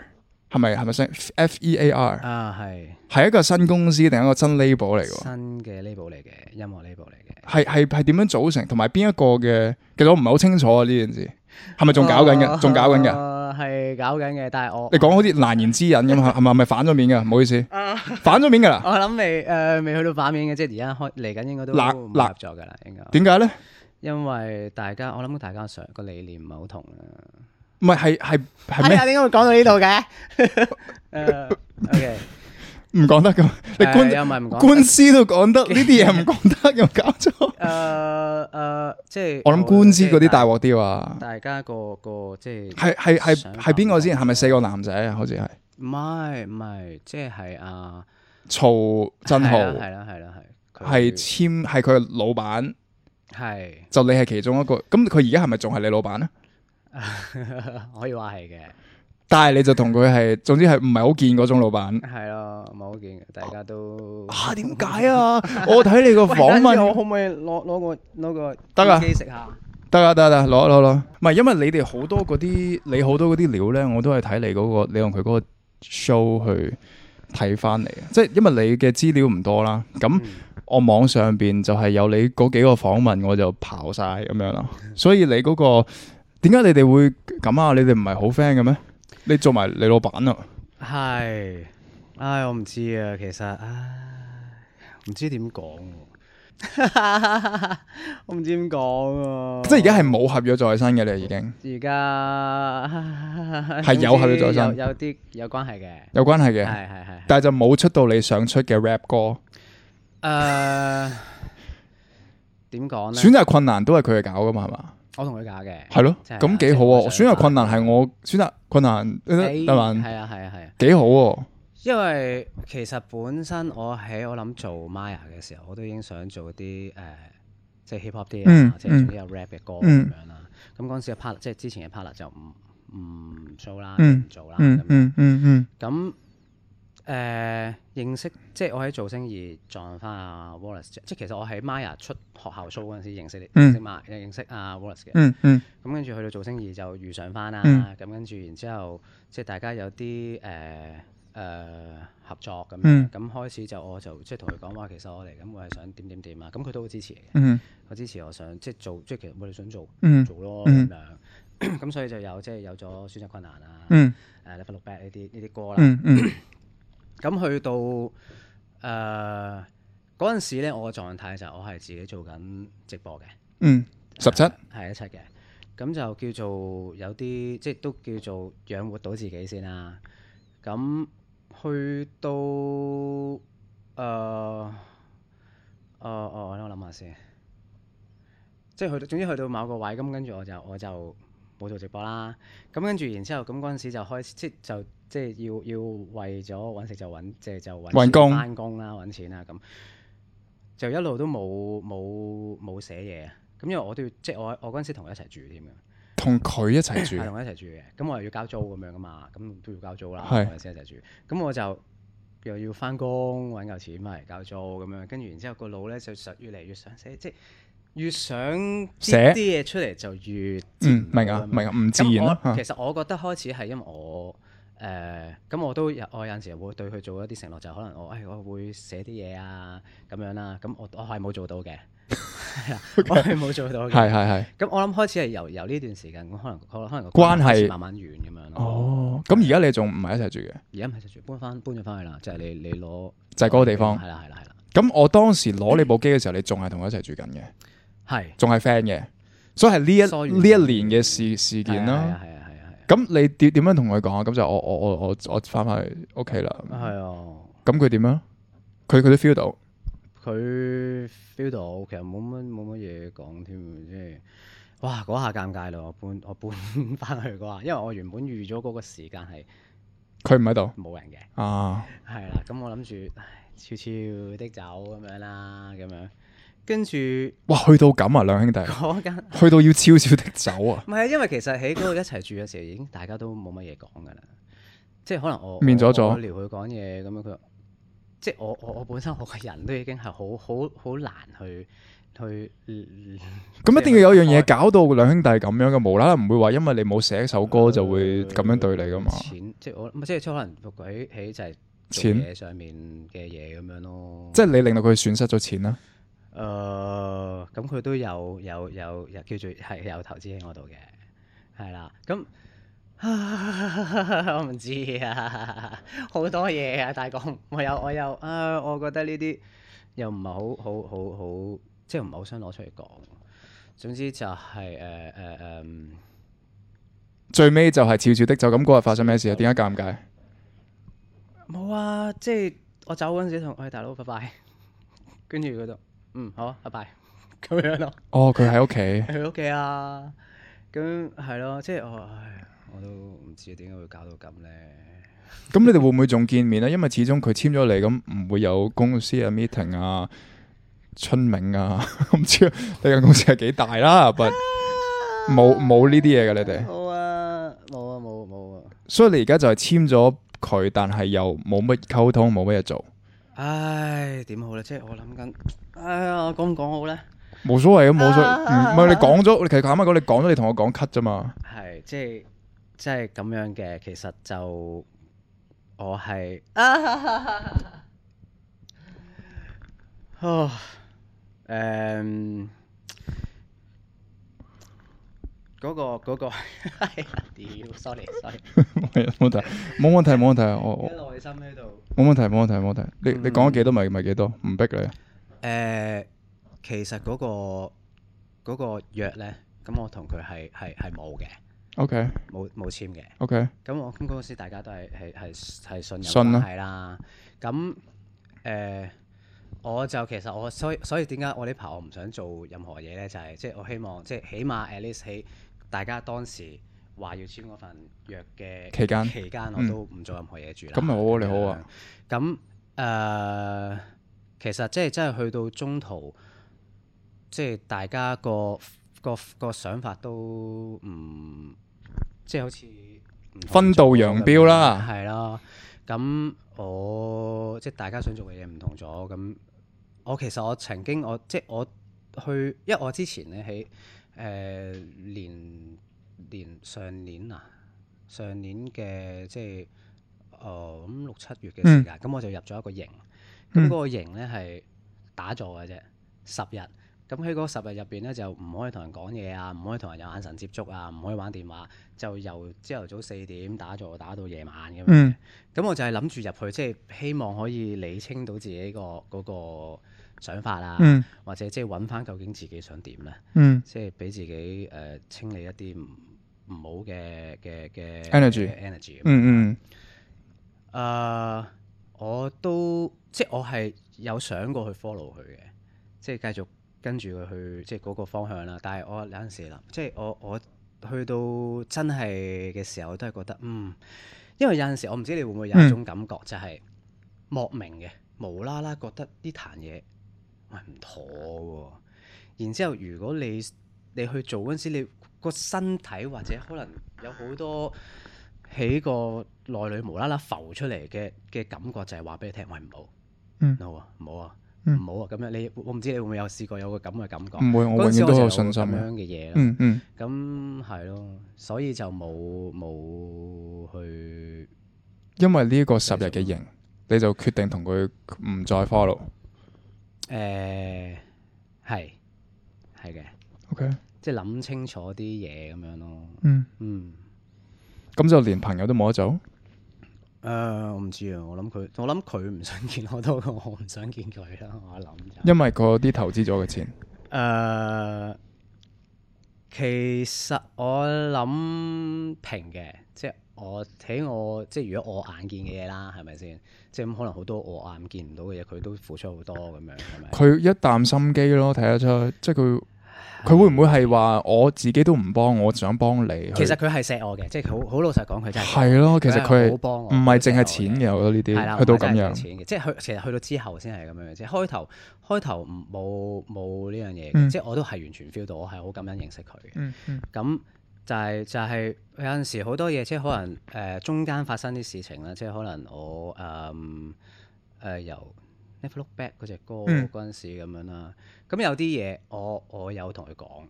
Speaker 1: 係咪係咪先 F E A R
Speaker 2: 啊係
Speaker 1: 係一個新公司定一個新 label 嚟㗎？
Speaker 2: 新嘅 label 嚟嘅，音樂 label 嚟嘅，
Speaker 1: 係係係點樣組成？同埋邊一個嘅？其實我唔係好清楚啊呢件事，係咪仲搞緊
Speaker 2: 哦
Speaker 1: 嘅？仲搞緊嘅？
Speaker 2: 嘅，係搞緊嘅，但係我
Speaker 1: 你講好似難言之隱咁，係係咪係咪反咗面㗎？唔好意思，
Speaker 2: 啊
Speaker 1: 反咗面㗎啦。
Speaker 2: 我諗未誒未去到反面嘅，即係而家開嚟緊應該都
Speaker 1: 嗱
Speaker 2: 唔
Speaker 1: 嗱
Speaker 2: 合作㗎啦，應該，
Speaker 1: 點解咧？
Speaker 2: 因為大家我諗大家想個理念唔係好同啦。
Speaker 1: 唔係係係係
Speaker 2: 哎呀，
Speaker 1: 咩？
Speaker 2: 點解會講到呢度嘅？誒，OK，
Speaker 1: 唔講得咁， 你
Speaker 2: 誒
Speaker 1: 官
Speaker 2: 又唔係唔啊講
Speaker 1: 官司都講得，呢啲嘢唔講得，又搞錯。
Speaker 2: 誒誒，即係
Speaker 1: 我諗官司嗰啲大鑊
Speaker 2: 鑊，
Speaker 1: 啲啊話，
Speaker 2: 大家個個即係
Speaker 1: 係係係
Speaker 2: 想法
Speaker 1: 係邊個先？
Speaker 2: 唔
Speaker 1: 係咪四個男仔啊？好似係
Speaker 2: 唔係唔係，即係啊，
Speaker 1: 曹振豪
Speaker 2: 係啦係啦係啦係，
Speaker 1: 係
Speaker 2: 佢
Speaker 1: 簽係佢老闆，
Speaker 2: 係。
Speaker 1: 就你係其中一個。咁佢而家係咪仲係你老闆咧？
Speaker 2: 可以話係嘅，
Speaker 1: 但係你就同佢係，總之係唔係好見嗰種老 闆。
Speaker 2: 係咯，唔係好見嘅，大家都。
Speaker 1: 啊，點解啊？我睇你個
Speaker 2: 喂
Speaker 1: 訪
Speaker 2: 等陣先
Speaker 1: 問
Speaker 2: 我可唔可以攞攞個攞個
Speaker 1: 得啊
Speaker 2: 耳機食下？
Speaker 1: 得啊得啊得啊，攞攞攞。唔係因為你哋好多嗰啲，你好多嗰啲料咧，我都係睇你嗰、個，你用佢嗰個 show 去睇翻嚟嘅。即係因為你嘅資料唔多啦，咁
Speaker 2: 嗯
Speaker 1: 我網上邊就係有你嗰幾個訪問，我就刨晒咁樣啦。所以你嗰、個點解你哋會咁啊？你哋唔係好 friend 嘅咩？你做埋你老闆啊？
Speaker 2: 係，唉，我唔知啊，其實唉，唔知點講喎， 我唔知點講喎。
Speaker 1: 即係而家係冇合約在身嘅，你已經
Speaker 2: 而家
Speaker 1: 係有合約在身
Speaker 2: 總之有有啲有關係嘅，
Speaker 1: 有關係
Speaker 2: 係
Speaker 1: 嘅，
Speaker 2: 係係。
Speaker 1: 但係就冇出到你想出嘅 rap 歌。
Speaker 2: 誒呃點講
Speaker 1: 選
Speaker 2: 咧？
Speaker 1: 擇困難都係佢哋搞噶嘛，係嘛？
Speaker 2: 我同佢假嘅，
Speaker 1: 係咯，
Speaker 2: 真係啊
Speaker 1: 咁幾好啊！選擇困難係我選擇困難得得嘛，
Speaker 2: 係啊係啊係啊。
Speaker 1: 幾好喎！
Speaker 2: 因為其實本身我喺我諗做 Maya 嘅時候，我都已經想做啲誒、呃即係 hip hop 啲嘢
Speaker 1: 嗯
Speaker 2: 啊，即係總之有 rap 嘅歌咁
Speaker 1: 嗯
Speaker 2: 樣啦。咁嗰陣時嘅 partner，即係之前嘅 partner 就唔唔 show 啦，
Speaker 1: 嗯
Speaker 2: 唔做啦咁
Speaker 1: 嗯
Speaker 2: 樣。
Speaker 1: 嗯嗯嗯，
Speaker 2: 咁誒、認識，即係我喺做星二撞翻阿 Wallace，即即係其實我喺 Maya 出學校 show 嗰陣時認識你，
Speaker 1: 嗯
Speaker 2: 認識 Maya，認識阿 Wallace 嘅。
Speaker 1: 嗯嗯
Speaker 2: 咁跟住去到造星二就遇上翻啦，
Speaker 1: 嗯
Speaker 2: 咁跟住然之後即係大家有啲誒誒合作咁樣，咁、
Speaker 1: 嗯
Speaker 2: 開始就我就即係同佢講話，其實我嚟咁我係想點點點啊，咁佢都好支持嘅，
Speaker 1: 嗯
Speaker 2: 佢支持我想即係做，即係其實我哋想做
Speaker 1: 嗯
Speaker 2: 做咯咁
Speaker 1: 嗯
Speaker 2: 樣， 咁所以就有即係有咗選擇困難啊，誒
Speaker 1: 嗯
Speaker 2: Left Look Back 呢啲呢啲歌啦，
Speaker 1: 嗯嗯
Speaker 2: 咁、去到誒。嗰陣時咧，我嘅狀態就係我係自己做緊直播嘅，
Speaker 1: 嗯，十七
Speaker 2: 係係一七嘅，咁就叫做有啲即係都叫做養活到自己先啦。咁去到誒誒、呃呃呃我諗下先，即係去到總之去到某個位，咁跟住我就我就冇做直播啦。咁跟住然之後，咁嗰陣時就開始即係就即係要要為咗揾食就揾即係就
Speaker 1: 搵
Speaker 2: 揾
Speaker 1: 工
Speaker 2: 翻工啦，揾錢啦咁。就一路都冇冇冇寫嘢啊！咁因為我都要即係我我嗰陣時同佢一齊住添嘅，
Speaker 1: 同佢一齊住
Speaker 2: 係，同佢一齊住嘅。咁我又要交租咁樣噶嘛，咁都要交租啦。
Speaker 1: 係
Speaker 2: 嗰陣時一齊住，咁我就又要翻工揾嚿錢翻嚟交租咁樣，跟住然之後個腦咧就實越嚟越想寫，即係越想
Speaker 1: 寫
Speaker 2: 寫啲嘢出嚟就越
Speaker 1: 嗯，明
Speaker 2: 啊
Speaker 1: 啊明啊，唔自然
Speaker 2: 咁
Speaker 1: 咯
Speaker 2: 我
Speaker 1: 嚇
Speaker 2: 其實我覺得開始係因為我誒咁、我都有我有陣時會對佢做一啲承諾，就可能我誒、哎我會寫啲嘢啊咁樣啦。咁我我係 冇做到嘅， 係啦，我係冇做到嘅。
Speaker 1: 係係係。
Speaker 2: 咁我諗開始係由由呢段時間，咁可能可能個
Speaker 1: 關係
Speaker 2: 開始慢慢遠咁樣咯。
Speaker 1: 哦，咁而家你仲唔係一齊住嘅，
Speaker 2: 而家咪就住搬翻搬咗翻去啦，就係、你你攞
Speaker 1: 就係嗰個地方
Speaker 2: 係。啦係啦係啦，
Speaker 1: 咁我當時攞你部機嘅時候，你仲係同佢一齊住緊嘅，
Speaker 2: 係
Speaker 1: 仲係 friend 嘅，所以係呢
Speaker 2: 疏遠
Speaker 1: 一呢一年嘅事事件
Speaker 2: 係
Speaker 1: 啦
Speaker 2: 啊。係啊係啊
Speaker 1: 咁你點點樣同佢講啊？咁就我我我我我翻返去屋企啦。
Speaker 2: 係啊係啊。
Speaker 1: 咁佢點啊？佢佢都 feel 到。
Speaker 2: 佢 feel 到，其實冇乜冇乜嘢講添，即係哇嗰下尷尬咯！我搬 我搬翻去嗰下，因為我原本預咗嗰個時間係
Speaker 1: 佢唔喺度
Speaker 2: 冇人嘅，
Speaker 1: 啊，
Speaker 2: 係啦，咁我諗住唉悄悄的走咁樣啦，咁樣跟住
Speaker 1: 哇，去到咁啊，兩兄弟，
Speaker 2: 嗰間
Speaker 1: 去到要悄悄的走啊，
Speaker 2: 唔係因為其實喺嗰度一齊住嘅時候已經大家都冇乜嘢講㗎啦，即係可能我
Speaker 1: 面咗咗
Speaker 2: 我我撩佢講嘢咁樣佢。即係我我我本身我 個人都已經係好好好難去去
Speaker 1: 咁一定要有樣嘢搞到兩兄弟咁樣嘅，無啦啦唔會話因為你冇寫一首歌就
Speaker 2: 啊
Speaker 1: 會咁樣對你噶嘛？
Speaker 2: 錢即係我唔係即係即係可能個鬼喺就係做
Speaker 1: 錢
Speaker 2: 嘢上面嘅嘢咁樣咯。
Speaker 1: 即
Speaker 2: 係
Speaker 1: 係你令到佢損失咗錢啦。
Speaker 2: 誒呃咁佢都有有有有叫做係有投資喺我度嘅，係啦。咁 我唔知啊， 好多嘢啊，大哥。 我有我有啊，我覺得呢啲又唔係好好好好，即係唔係好想攞出嚟講。總之就係誒誒誒。嗯
Speaker 1: 最尾就係悄悄的走，咁嗰日發生咩事啊？點解尷尬？
Speaker 2: 冇啊，即係我走嗰陣時同喂大佬拜拜，跟住佢就嗯好啊拜拜咁樣咯。
Speaker 1: 哦，佢喺屋 企，
Speaker 2: 去屋企啊，咁係咯，即係我唉，我都唔知點解會搞到咁咧。
Speaker 1: 咁你哋會唔會仲見面啊咧？因為始終佢簽咗你，咁唔會有公司嘅 meeting 啊、春茗啊， 唔知你間公司係幾大啦，but 冇冇呢啲嘢嘅你哋，
Speaker 2: 冇啊，冇啊，冇冇啊！
Speaker 1: 所以你而家就係簽咗佢，但係又冇乜溝通，冇乜嘢做，
Speaker 2: 唉，點好咧？即係我諗緊，唉呀，我講唔講好咧？
Speaker 1: 冇所謂嘅，冇所謂，唔
Speaker 2: 啊
Speaker 1: 唔係你講咗，你其實坦白講，你講咗你同我講 cut 啫嘛，
Speaker 2: 係即係即係咁樣嘅，其實就我 係啊，誒、嗰、個 嗰、個係啊屌，sorry sorry，
Speaker 1: 冇問題，冇問題，冇問題，我我
Speaker 2: 喺內心喺度。
Speaker 1: 冇問題，冇問題，冇問題，你
Speaker 2: 嗯
Speaker 1: 你講咗幾多咪咪幾多，唔逼你。
Speaker 2: 誒、其實嗰、個嗰、個約咧，咁我同佢係係係冇嘅，
Speaker 1: OK
Speaker 2: 冇冇簽嘅。
Speaker 1: OK，
Speaker 2: 咁我咁嗰陣時大家都係係係係信任
Speaker 1: 信啦
Speaker 2: 關係啦。咁誒、我就其實我所以所以點解我呢排我唔想做任何嘢咧？就係、即係我希望即係起碼 at least 喺大家當時話要簽嗰份約嘅
Speaker 1: 期間嗯
Speaker 2: 期間我都唔做任何嘢住啦。
Speaker 1: 咁咪好啊你好啊。
Speaker 2: 咁誒、呃其實即係真係去到中途，即係大家個個個想法都唔即係好似唔同
Speaker 1: 分道
Speaker 2: 咗
Speaker 1: 揚
Speaker 2: 咁
Speaker 1: 鑣
Speaker 2: 樣
Speaker 1: 啦
Speaker 2: 係啦。咁我即係大家想做嘅嘢唔同咗，咁我其實我曾經我即係我去，因為我之前咧喺誒年年上年啊，上年嘅即係哦咁六七月嘅時間，咁、我就入咗一個營，
Speaker 1: 嗯
Speaker 2: 咁嗰個營咧係打坐嘅啫，十日。咁喺嗰十日入邊咧，就唔可以同人講嘢啊，唔可以同人有眼神接觸啊，唔可以玩電話，就由朝頭早四點打坐打到夜晚咁樣嘅。
Speaker 1: 嗯
Speaker 2: 咁我就係諗住入去，即係希望可以理清到自己個嗰個想法啊，
Speaker 1: 嗯
Speaker 2: 或者即係揾翻究竟自己想點咧，
Speaker 1: 嗯
Speaker 2: 即係俾自己誒、呃清理一啲唔唔好嘅嘅嘅
Speaker 1: Energy
Speaker 2: energy 咁樣。
Speaker 1: 嗯
Speaker 2: 誒、呃我都即係我係有想過去 follow 佢嘅，即係繼續跟住佢去即係嗰個方向啦。但係我有陣時諗，即係我我去到真係嘅時候，我都係覺得嗯，因為有陣時我唔知你會唔會有一種感覺，就係莫名嘅無啦啦覺得呢壇嘢喂唔妥喎、然之後如果你你去做嗰陣時，你個身體或者可能有好多喺個內裏無啦啦浮出嚟嘅嘅感覺，就係話俾你聽，喂唔好
Speaker 1: 嗯
Speaker 2: ，no 啊，唔好啊，
Speaker 1: 嗯
Speaker 2: 唔好啊，咁樣你我唔知你會唔會有試過有個咁嘅感覺？
Speaker 1: 嗯，唔會，我永
Speaker 2: 哦嗰陣時
Speaker 1: 遠都有
Speaker 2: 就
Speaker 1: 信心
Speaker 2: 咁
Speaker 1: 嘅。
Speaker 2: 樣嘅嘢啦。
Speaker 1: 嗯嗯
Speaker 2: 咁係咯，所以就冇冇去
Speaker 1: 因為呢個十日嘅營，你就決定同佢唔再 follow。
Speaker 2: 誒係係嘅，
Speaker 1: OK，
Speaker 2: 即係諗清楚啲嘢咁樣咯。
Speaker 1: 嗯，
Speaker 2: 嗯。
Speaker 1: 咁就連朋友都冇得做。
Speaker 2: 誒、我唔知啊，我諗佢，我諗佢唔想見我多過我唔想見佢啦，我諗就。
Speaker 1: 因為嗰啲投資咗嘅錢，
Speaker 2: 誒、其實我諗平嘅，即係我睇我即係如果我眼見嘅嘢啦，係咪先？即係咁可能好多我眼見唔到嘅嘢，佢都付出好多咁樣，係咪？
Speaker 1: 佢一啖心機咯，睇得出，即係佢佢會唔會係話我自己都唔幫，我想幫你？
Speaker 2: 其實佢係錫我嘅，即係好好老實講，佢真係
Speaker 1: 係咯，其實佢
Speaker 2: 佢係
Speaker 1: 係
Speaker 2: 好幫我
Speaker 1: 唔係淨係
Speaker 2: 佢錫
Speaker 1: 錢
Speaker 2: 我嘅
Speaker 1: 嘅？我覺得
Speaker 2: 係
Speaker 1: 呢
Speaker 2: 啦，
Speaker 1: 啲去到
Speaker 2: 唔
Speaker 1: 咁
Speaker 2: 係真係
Speaker 1: 樣
Speaker 2: 賺，錢嘅，即係去其實去到之後先係咁樣嘅啫。開頭開頭唔冇冇呢樣嘢嘅，
Speaker 1: 嗯
Speaker 2: 即係我都係完全 feel 到，我係好感恩認識佢嘅。
Speaker 1: 嗯嗯
Speaker 2: 咁就係、就係、有陣時好多嘢，即係可能誒、呃中間發生啲事情啦，即係可能我誒誒、嗯呃由 Never Look Back 嗰只歌
Speaker 1: 嗯
Speaker 2: 嗰陣時咁樣啦。咁有啲嘢我我有同佢講，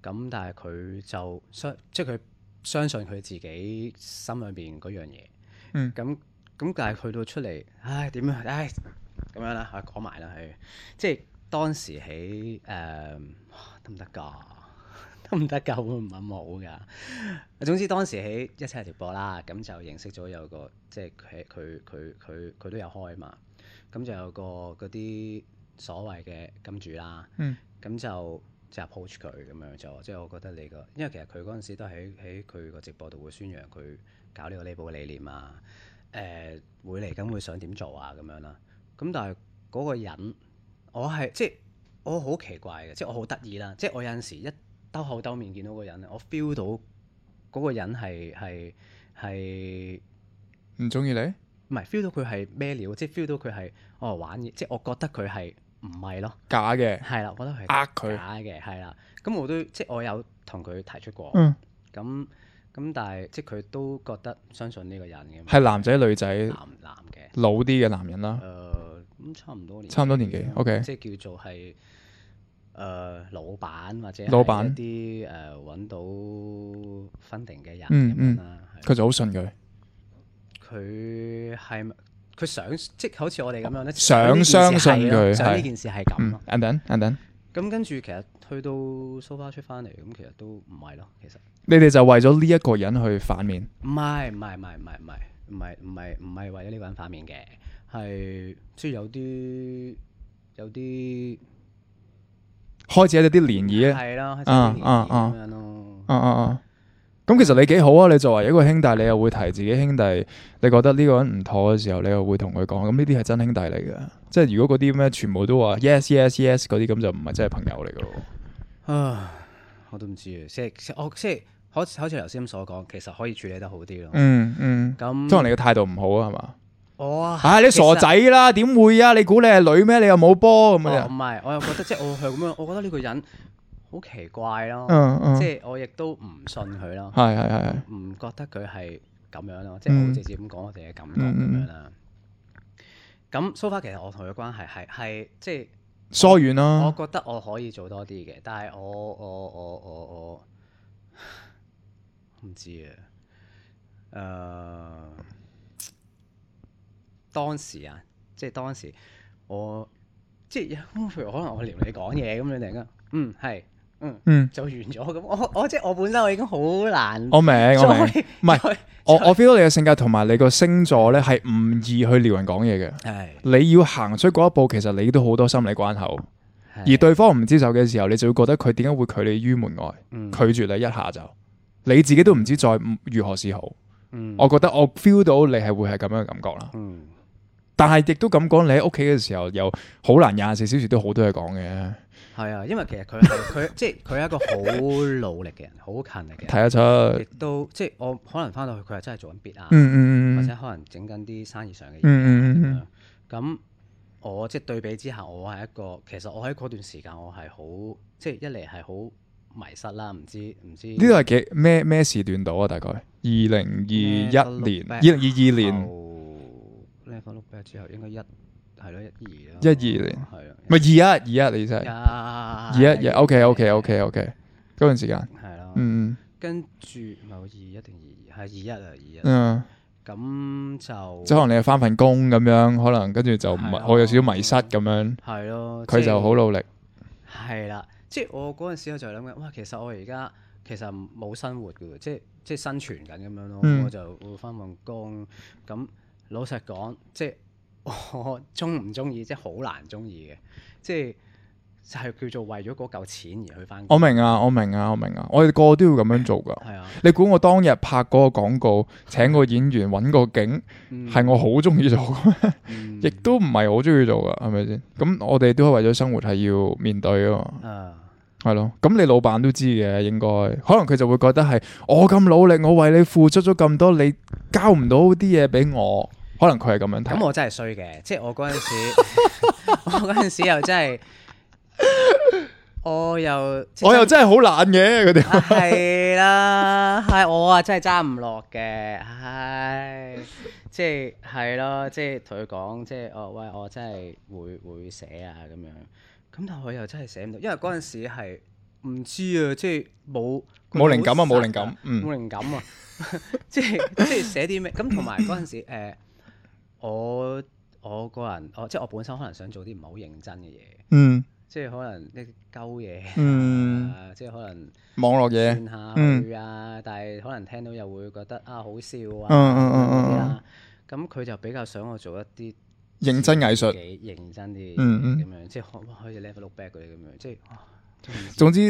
Speaker 2: 咁但係佢就相即係佢相信佢自己心裏邊嗰樣嘢。
Speaker 1: 嗯
Speaker 2: 咁咁但係去到出嚟，唉點樣？唉咁樣啦，我講埋啦，係即係當時喺誒啊得唔得㗎？ 得唔得㗎？會唔會冇㗎？總之當時喺一齊直播啦，咁就認識咗有個即係佢佢佢佢佢都有開嘛，咁就有個嗰啲所謂嘅金主啦，
Speaker 1: 嗯
Speaker 2: 咁就就 approach 佢咁樣就話即係我覺得你個，因為其實佢嗰陣時都喺喺佢個直播度會宣揚佢搞呢個 label 嘅理念啊，誒、誒會嚟緊會想點做啊咁樣啦。咁但係嗰個人，我係即係我好奇怪嘅，即係我好得意啦。即係我有陣時一兜口兜面見到個人，我 feel 到嗰個人係係係
Speaker 1: 唔中意你？
Speaker 2: 唔係 feel 到佢係咩料，即係 feel 到佢係哦玩嘢，即係我覺得佢係唔係咯，
Speaker 1: 假嘅，
Speaker 2: 係啦，我覺得佢係
Speaker 1: 呃佢。
Speaker 2: 假嘅，係啦。咁我都即係我有同佢提出過，咁
Speaker 1: 嗯，
Speaker 2: 咁、但係即係佢都覺得相信呢個人嘅嘛，
Speaker 1: 係男仔女仔，
Speaker 2: 男男嘅。呃
Speaker 1: 老啲嘅男人啦
Speaker 2: 誒，咁、差唔多年，
Speaker 1: 差唔多年紀 OK
Speaker 2: 即係叫做係誒、老闆或者
Speaker 1: 老闆
Speaker 2: 闆一啲誒揾到 funding 嘅人
Speaker 1: 嗯
Speaker 2: 咁樣啦。係
Speaker 1: 佢就好信佢，
Speaker 2: 佢係咪佢想即係好似我哋咁樣咧，
Speaker 1: 想
Speaker 2: 呢件事
Speaker 1: 相信
Speaker 2: 係咯
Speaker 1: 佢
Speaker 2: 想呢
Speaker 1: 係
Speaker 2: 件事係咁
Speaker 1: 嗯
Speaker 2: 咯。
Speaker 1: ，and then and then，
Speaker 2: 咁、跟住其實去到 so far 出翻嚟，咁其實都唔係咯，其實
Speaker 1: 你哋就為咗呢一個人去反面，
Speaker 2: 唔係唔係唔係唔係唔係唔係唔係唔係為咗呢個人反面嘅，係即係有啲有啲。
Speaker 1: 開始有啲漣漪啊，
Speaker 2: 係啦，開始
Speaker 1: 啊
Speaker 2: 年
Speaker 1: 啊
Speaker 2: 紀
Speaker 1: 啊
Speaker 2: 咁樣咯。
Speaker 1: 啊啊啊！咁其實你幾好啊！你作為一個兄弟，你又會提自己兄弟，你覺得呢個人唔妥嘅時候，你又會同佢講。咁呢啲係真兄弟嚟嘅，即係如果嗰啲咩全部都話嗯 yes yes yes 嗰啲，咁就唔係真係朋友嚟嘅咯。
Speaker 2: 啊，我都唔知啊，即係即係我即係好似好似頭先咁所講，其實可以處理得好啲咯。
Speaker 1: 嗯嗯，
Speaker 2: 咁
Speaker 1: 可能你嘅態度唔好啊，係嘛？
Speaker 2: 我啊
Speaker 1: 唉、你傻仔啦，點會啊？你估你係女咩？你又冇波咁
Speaker 2: 哦
Speaker 1: 樣
Speaker 2: 唔。係，我又覺得即係我係咁樣，我覺得呢個人好奇怪咯。
Speaker 1: 嗯嗯，
Speaker 2: 即
Speaker 1: 係
Speaker 2: 係我亦都唔信佢咯，
Speaker 1: 係係係，
Speaker 2: 唔覺得佢係咁樣咯。即係我
Speaker 1: 嗯
Speaker 2: 好直接咁講我哋嘅感覺咁樣啦。咁 so far 其實我同佢關係係係即係。
Speaker 1: 疏遠
Speaker 2: 我
Speaker 1: 啦。
Speaker 2: 覺得我可以做多啲嘅，但係我我我我我唔知啊。誒、當時啊，即係當時我即係有譬如可能我撩你講嘢咁樣突然間，嗯係，嗯
Speaker 1: 嗯，
Speaker 2: 就完咗咁。我我即係我本身我已經好難
Speaker 1: 我明我 明，
Speaker 2: 再
Speaker 1: 唔係
Speaker 2: 再
Speaker 1: 我我 feel 到你嘅性格同埋你個星座咧係唔易去撩人講嘢嘅。
Speaker 2: 係
Speaker 1: 你要行出嗰一步，其實你都好多心理關口。而
Speaker 2: 係
Speaker 1: 對方唔接受嘅時候，你就會覺得佢點解會拒你於門外，
Speaker 2: 嗯
Speaker 1: 拒絕你一下就，你自己都唔知再如何是好。
Speaker 2: 嗯
Speaker 1: 我覺得我 feel 到你係會係咁樣嘅感覺啦。
Speaker 2: 嗯
Speaker 1: 但係亦都咁講，你喺屋企嘅時候又好難廿四小時都好多嘢講嘅，
Speaker 2: 係啊，因為其實佢係 佢即係佢係一個好努力嘅人，好勤力嘅人。
Speaker 1: 睇得出。
Speaker 2: 亦都即係我可能翻到去佢係真係做緊 bit 啊，
Speaker 1: 嗯
Speaker 2: 或
Speaker 1: 嗯嗯
Speaker 2: 者可能整緊啲生意上嘅嘢咁
Speaker 1: 嗯
Speaker 2: 樣。咁我即係對比之下，我係一個其實我喺嗰段時間我係好即係一嚟係好迷失啦，唔知唔知
Speaker 1: 呢度係幾咩咩時段到啊？大概二零二一年，二零二二年，
Speaker 2: 年 level look back 之後應該一係咯一二啦，
Speaker 1: 一二年
Speaker 2: 係啊，
Speaker 1: 咪二一二一你真係
Speaker 2: 二
Speaker 1: 二一二一，OK OK OK OK，嗰段時間，
Speaker 2: 係咯，
Speaker 1: 嗯
Speaker 2: 跟住唔係我二一定二二係二一啊二一
Speaker 1: 嗯，嗯。
Speaker 2: 咁就
Speaker 1: 即係可能你又翻份工咁樣，可能跟住就唔
Speaker 2: 係啊
Speaker 1: 係我有少少迷失咁樣，
Speaker 2: 係咯，
Speaker 1: 佢
Speaker 2: 即係
Speaker 1: 就好努力。
Speaker 2: 係啦，即係我嗰陣時我就諗緊，哇！其實我而家其實冇生活嘅喎，即係即係生存緊咁樣咯。
Speaker 1: 嗯
Speaker 2: 我就會翻份工，咁老實講，即係我中唔中意，即係好難中意嘅，即係就係叫做為咗嗰嚿錢而去翻工。
Speaker 1: 我明啊，我明啊，我明啊，我哋個個都要咁樣做噶。
Speaker 2: 係啊，
Speaker 1: 你估我當日拍嗰個廣告，請個演員揾個景，
Speaker 2: 嗯
Speaker 1: 係我好中意做嘅咩，
Speaker 2: 嗯
Speaker 1: 亦都唔係好中意做噶，係咪先？咁我哋都係為咗生活係要面對啊嘛，
Speaker 2: 啊，
Speaker 1: 係咯。咁你老闆都知嘅，應該可能佢就會覺得係我咁努力，我為你付出咗咁多，你交唔到啲嘢俾我，可能佢係咁樣睇
Speaker 2: 咁。我真係衰嘅，即係我嗰陣時， 我嗰陣時又真係，我又即係
Speaker 1: 我又真係好懶嘅，佢哋話。
Speaker 2: 系啦，系我啊真系揸唔落嘅，唉，即系系咯，即系同佢講，即係哦喂，我真係會會寫啊咁樣，咁但係我又真係寫唔到，因為嗰陣時係唔知啊，即係冇
Speaker 1: 冇靈感啊
Speaker 2: 佢好
Speaker 1: 冇靈感
Speaker 2: 實啊
Speaker 1: 嗯
Speaker 2: 冇靈感啊， 即係即係寫啲咩？咁同埋嗰 陣時誒，我我個人，我即係我本身可能想做啲唔係好認真嘅嘢，
Speaker 1: 嗯。
Speaker 2: 即係可能一啲鳩嘢啊，
Speaker 1: 嗯
Speaker 2: 即係可能。
Speaker 1: 網絡嘢，
Speaker 2: 算下
Speaker 1: 嗯
Speaker 2: 佢啊，但係可能聽到又會覺得啊好笑啊，
Speaker 1: 嗯嗯嗯嗯
Speaker 2: 咁樣
Speaker 1: 嗯
Speaker 2: 啦咁佢就比較想我做一啲
Speaker 1: 認真藝術
Speaker 2: 自己認真啲嘅嘢
Speaker 1: 嗯嗯
Speaker 2: 咁樣，即係可哇可以 level look back 嗰啲咁樣，即係啊
Speaker 1: 總之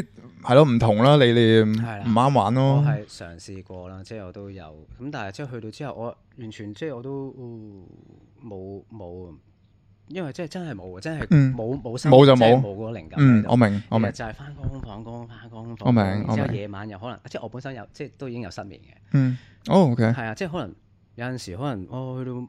Speaker 1: 係咯，唔同啦，理念
Speaker 2: 係啦
Speaker 1: 唔啱玩
Speaker 2: 我
Speaker 1: 咯。
Speaker 2: 係嘗試過啦，即係我都有咁，但係即係去到之後，我完全即係我都哦冇冇，因為即係真係冇，啊真係
Speaker 1: 嗯
Speaker 2: 冇冇心
Speaker 1: 冇就冇
Speaker 2: 即係冇嗰個靈感喺
Speaker 1: 嗯，我
Speaker 2: 度。
Speaker 1: 明，我
Speaker 2: 日
Speaker 1: 明
Speaker 2: 日，就係翻工放工翻工
Speaker 1: 我
Speaker 2: 放工，
Speaker 1: 明
Speaker 2: 然
Speaker 1: 我
Speaker 2: 之後
Speaker 1: 明
Speaker 2: 夜晚又可能，即係我本身有即係都已經有失眠嘅，
Speaker 1: 嗯，哦，OK，
Speaker 2: 係啊，即係可能有陣時可能哦去到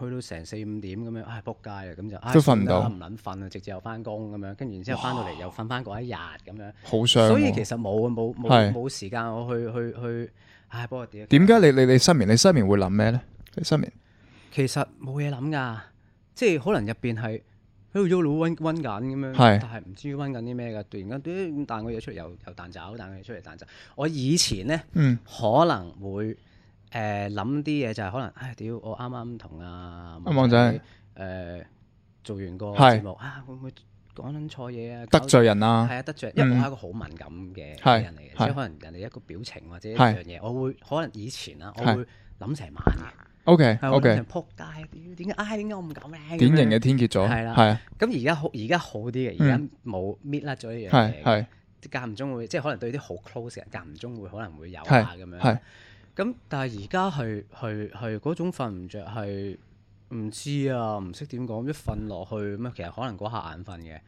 Speaker 2: 去到成四五點咁樣，唉仆街啦，咁就唉
Speaker 1: 都瞓唔
Speaker 2: 算啦
Speaker 1: 到
Speaker 2: 唔撚瞓啊，直接又翻工咁樣，跟住然之後翻到嚟又瞓翻嗰一日咁樣。
Speaker 1: 好傷
Speaker 2: 所以其
Speaker 1: 喎。
Speaker 2: 實冇啊冇
Speaker 1: 係
Speaker 2: 冇冇時間我去去去，唉，幫我點
Speaker 1: 點解你你你失眠？你失眠會諗咩咧？你失眠，
Speaker 2: 其實冇嘢諗㗎，即係可能入邊係喺度喐腦温温緊咁樣，
Speaker 1: 係
Speaker 2: 但係唔知温緊啲咩㗎，突然間嘟咁彈個嘢出嚟，又又彈爪，彈個嘢出嚟彈爪。我以前咧
Speaker 1: 嗯，
Speaker 2: 可能會誒諗啲嘢就係可能，唉屌，我啱啱同阿
Speaker 1: 阿網仔
Speaker 2: 誒做完個
Speaker 1: 係
Speaker 2: 節目啊，會唔會講撚錯嘢啊？
Speaker 1: 得
Speaker 2: 搞
Speaker 1: 罪人啊，
Speaker 2: 係啊，得罪，因為
Speaker 1: 嗯
Speaker 2: 我係一個好敏感嘅
Speaker 1: 係
Speaker 2: 人嚟嘅，
Speaker 1: 係
Speaker 2: 即係可能人哋一個表情或者一
Speaker 1: 係
Speaker 2: 樣嘢，我會可能以前啊，我
Speaker 1: 係
Speaker 2: 會諗成晚嘅，
Speaker 1: OK
Speaker 2: 係我諗
Speaker 1: OK，
Speaker 2: 成撲街，屌點解唉點解我唔咁咧？
Speaker 1: 典型
Speaker 2: 咁樣
Speaker 1: 嘅。天蝎座，
Speaker 2: 係啦
Speaker 1: 係啊，
Speaker 2: 咁而家好而家好啲嘅，而家冇搣甩咗呢樣
Speaker 1: 係
Speaker 2: 嘢嘅，
Speaker 1: 係
Speaker 2: 即係間唔中會即係可能對啲好 close 嘅人間唔中會可能會有下咁
Speaker 1: 係
Speaker 2: 樣
Speaker 1: 係。，
Speaker 2: 咁但係而家係係係嗰種瞓唔着，係唔知啊，唔識點講，一瞓落去咁啊，其實可能嗰下眼瞓嘅，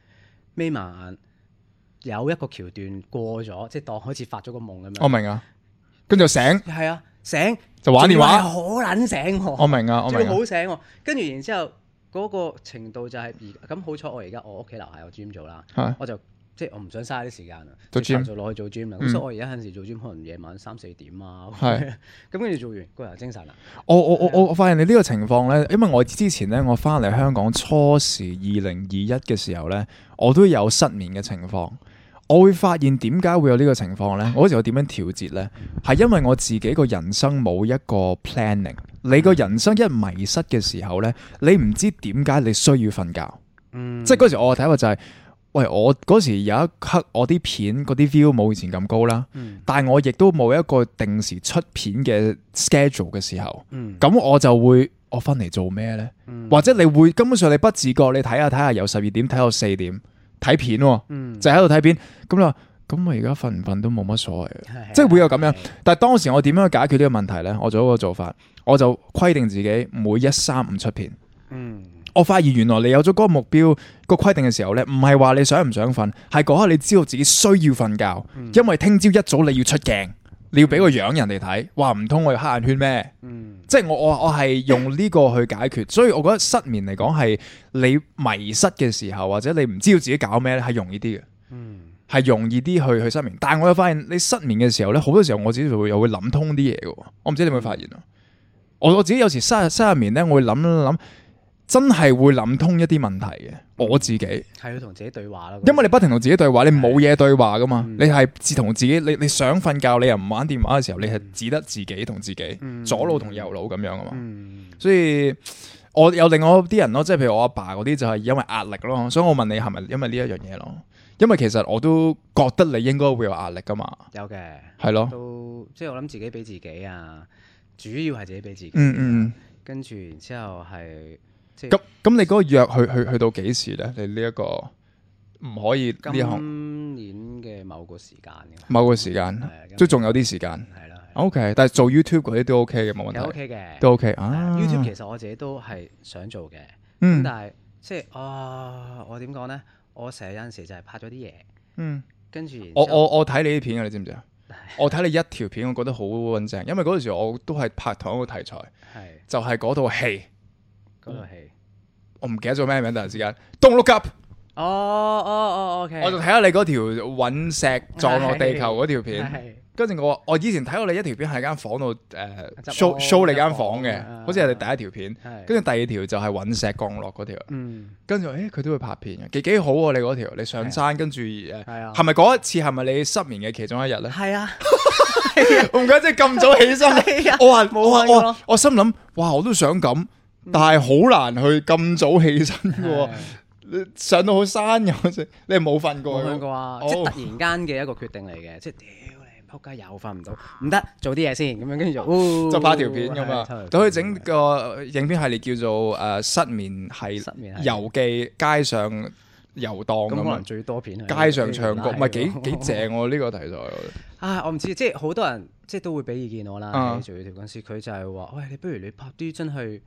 Speaker 2: 眯埋眼。有一個橋段過咗，即係當好似發咗個夢咁樣。
Speaker 1: 我明啊。跟住就醒，
Speaker 2: 係啊，醒
Speaker 1: 就玩電話
Speaker 2: 仲要係好撚醒
Speaker 1: 我
Speaker 2: 喎，
Speaker 1: 明啊，我
Speaker 2: 仲要
Speaker 1: 明啊
Speaker 2: 好醒喎。跟住然之後嗰個程度就係而咁好彩，我而家我屋企樓下有 gym 做啦，
Speaker 1: 係，
Speaker 2: 我就即係我唔想嘥啲時間啊啦，
Speaker 1: 做
Speaker 2: 直頭
Speaker 1: gym
Speaker 2: 就攞去做 gym 啦。
Speaker 1: 嗯
Speaker 2: 咁所以我而家有陣時做 gym 可能夜晚三四點啊，
Speaker 1: 係
Speaker 2: 咁跟住做完個人精神啦，
Speaker 1: 我我我我我發現你呢個情況咧，因為我之前咧，我翻嚟香港初時二零二一嘅時候咧，我都有失眠嘅情況。我會發現點解會有呢個情況呢？我嗰時我點樣調節呢？係因為我自己個人生冇一個 planning。你個人生一迷失嘅時候呢，你唔知點解你需要瞓覺。
Speaker 2: 嗯，
Speaker 1: 即係嗰時我嘅睇法就係、喂，我嗰時有一刻我啲片嗰啲 view 冇以前咁高啦，
Speaker 2: 嗯
Speaker 1: 但係我亦都冇一個定時出片嘅 schedule 嘅時候，
Speaker 2: 嗯
Speaker 1: 咁我就會我翻嚟做咩呢？
Speaker 2: 嗯
Speaker 1: 或者你會根本上你不自覺，你睇下睇下由十二點睇到四點睇片喎，
Speaker 2: 嗯，
Speaker 1: 就喺度睇片，咁你話咁我而家瞓唔瞓都冇乜所謂。
Speaker 2: 係啊
Speaker 1: 即係會有咁樣
Speaker 2: 係
Speaker 1: 但係當時我點樣去解決呢個問題呢？我做一個做法，我就規定自己每一三五出片。
Speaker 2: 嗯
Speaker 1: 我發現原來你有咗嗰個目標、個規定嘅時候呢，唔係話你想唔想瞓，係嗰刻你知道自己需要瞓覺，因為聽朝一早你要出鏡，你要俾個樣人哋睇，話唔通我要黑眼圈咩？
Speaker 2: 嗯
Speaker 1: 即係我我我係用呢個去解決，所以我覺得失眠嚟講係你迷失嘅時候，或者你唔知道自己搞咩咧，係容易啲嘅。
Speaker 2: 嗯
Speaker 1: 係容易啲去去失眠，但係我又發現你失眠嘅時候咧，好多時候我自己就會又會諗通啲嘢嘅喎，我唔知你有冇發現啊？我我自己有時失失下眠咧，我會諗諗，真係會諗通一啲問題嘅，我自己，
Speaker 2: 係要同自己對話啦，
Speaker 1: 因為你不停同自己對話，你冇嘢對話噶嘛，
Speaker 2: 嗯
Speaker 1: 你係自同自己，你你想瞓覺，你又唔玩電話嘅時候，你係只得自己同自己，
Speaker 2: 嗯
Speaker 1: 左腦同右腦咁樣啊嘛。
Speaker 2: 嗯
Speaker 1: 所以我有另外啲人咯，即係譬如我阿爸嗰啲就係因為壓力咯，所以我問你係咪因為呢一樣嘢咯？因為其實我都覺得你應該會有壓力噶嘛，
Speaker 2: 有嘅。
Speaker 1: 係咯，
Speaker 2: 都即係我諗自己俾自己啊，主要係自己俾自己。
Speaker 1: 嗯嗯
Speaker 2: 跟住然之後係即
Speaker 1: 嗯。
Speaker 2: 係
Speaker 1: 咁咁你嗰個約去去去到幾時咧？你呢一個唔可以呢行
Speaker 2: 今年嘅某個時間嘅，
Speaker 1: 某個時間
Speaker 2: 係啊，今
Speaker 1: 都仲有啲時間。
Speaker 2: 係啦，係啦
Speaker 1: OK，但係做 YouTube 嗰啲都 OK 嘅，冇
Speaker 2: 有
Speaker 1: 問題，
Speaker 2: OK 嘅。
Speaker 1: 都 OK
Speaker 2: 係
Speaker 1: 啊
Speaker 2: 啊。YouTube 其實我自己都係想做嘅，咁但
Speaker 1: 嗯
Speaker 2: 係即係啊，我點講咧？我成日有陣時就係拍咗啲嘢，
Speaker 1: 嗯，
Speaker 2: 跟住然
Speaker 1: 我
Speaker 2: 之後
Speaker 1: 我我睇你啲片嘅，你知唔知啊？我睇你一條片，我覺得好穩正，因為嗰陣時我都係拍同一個題材，
Speaker 2: 係
Speaker 1: 就係嗰套戲。
Speaker 2: 嗰套戲。
Speaker 1: 我唔記得咗咩名，突然之間 Don't look up，
Speaker 2: 哦哦哦，OK。
Speaker 1: 我就睇下你嗰條隕石撞落地球嗰條片。
Speaker 2: 係啊
Speaker 1: 跟住我話我以前睇過你一條片喺間房度誒
Speaker 2: 執
Speaker 1: show
Speaker 2: 屋
Speaker 1: show 你間
Speaker 2: 執
Speaker 1: 房
Speaker 2: 房
Speaker 1: 嘅
Speaker 2: 啊，
Speaker 1: 好似係你第一條片。
Speaker 2: 係
Speaker 1: 跟住第二條就係隕石降落嗰條，
Speaker 2: 嗯
Speaker 1: 跟住誒佢都會拍片嘅，幾幾好喎你嗰條，你上山跟住誒
Speaker 2: 係啊
Speaker 1: 係咪嗰一次係咪你失眠嘅其中一日咧？
Speaker 2: 係啊。
Speaker 1: 我唔怪得咁早起身
Speaker 2: 係啊，
Speaker 1: 我話我話
Speaker 2: 冇
Speaker 1: 我
Speaker 2: 啊
Speaker 1: 話我心諗哇我都想咁，但係好難去咁早起身嘅喎。你上到好山咁樣，你係冇瞓過
Speaker 2: 冇
Speaker 1: 嘅
Speaker 2: 去過啊！
Speaker 1: 哦
Speaker 2: 即係突然間嘅一個決定嚟嘅，即係屌你仆街又 瞓唔到，唔得做啲嘢先咁樣，跟住就哦
Speaker 1: 就拍條片咁
Speaker 2: 係
Speaker 1: 啊
Speaker 2: 抽，
Speaker 1: 就可以
Speaker 2: 條片
Speaker 1: 整個影片系列叫做誒失眠係
Speaker 2: 失眠系列
Speaker 1: 遊記街上遊蕩
Speaker 2: 咁
Speaker 1: 咁
Speaker 2: 可能
Speaker 1: 啊，
Speaker 2: 最多片係
Speaker 1: 街上唱歌，
Speaker 2: 呢
Speaker 1: 唔係
Speaker 2: 個
Speaker 1: 幾幾正喎呢個題材，我覺得
Speaker 2: 啊！我唔知，即係好多人即係都會俾意見我啦。
Speaker 1: 啊
Speaker 2: 喺做 YouTube 嗰陣時，佢就係話：喂，你不如你拍啲真係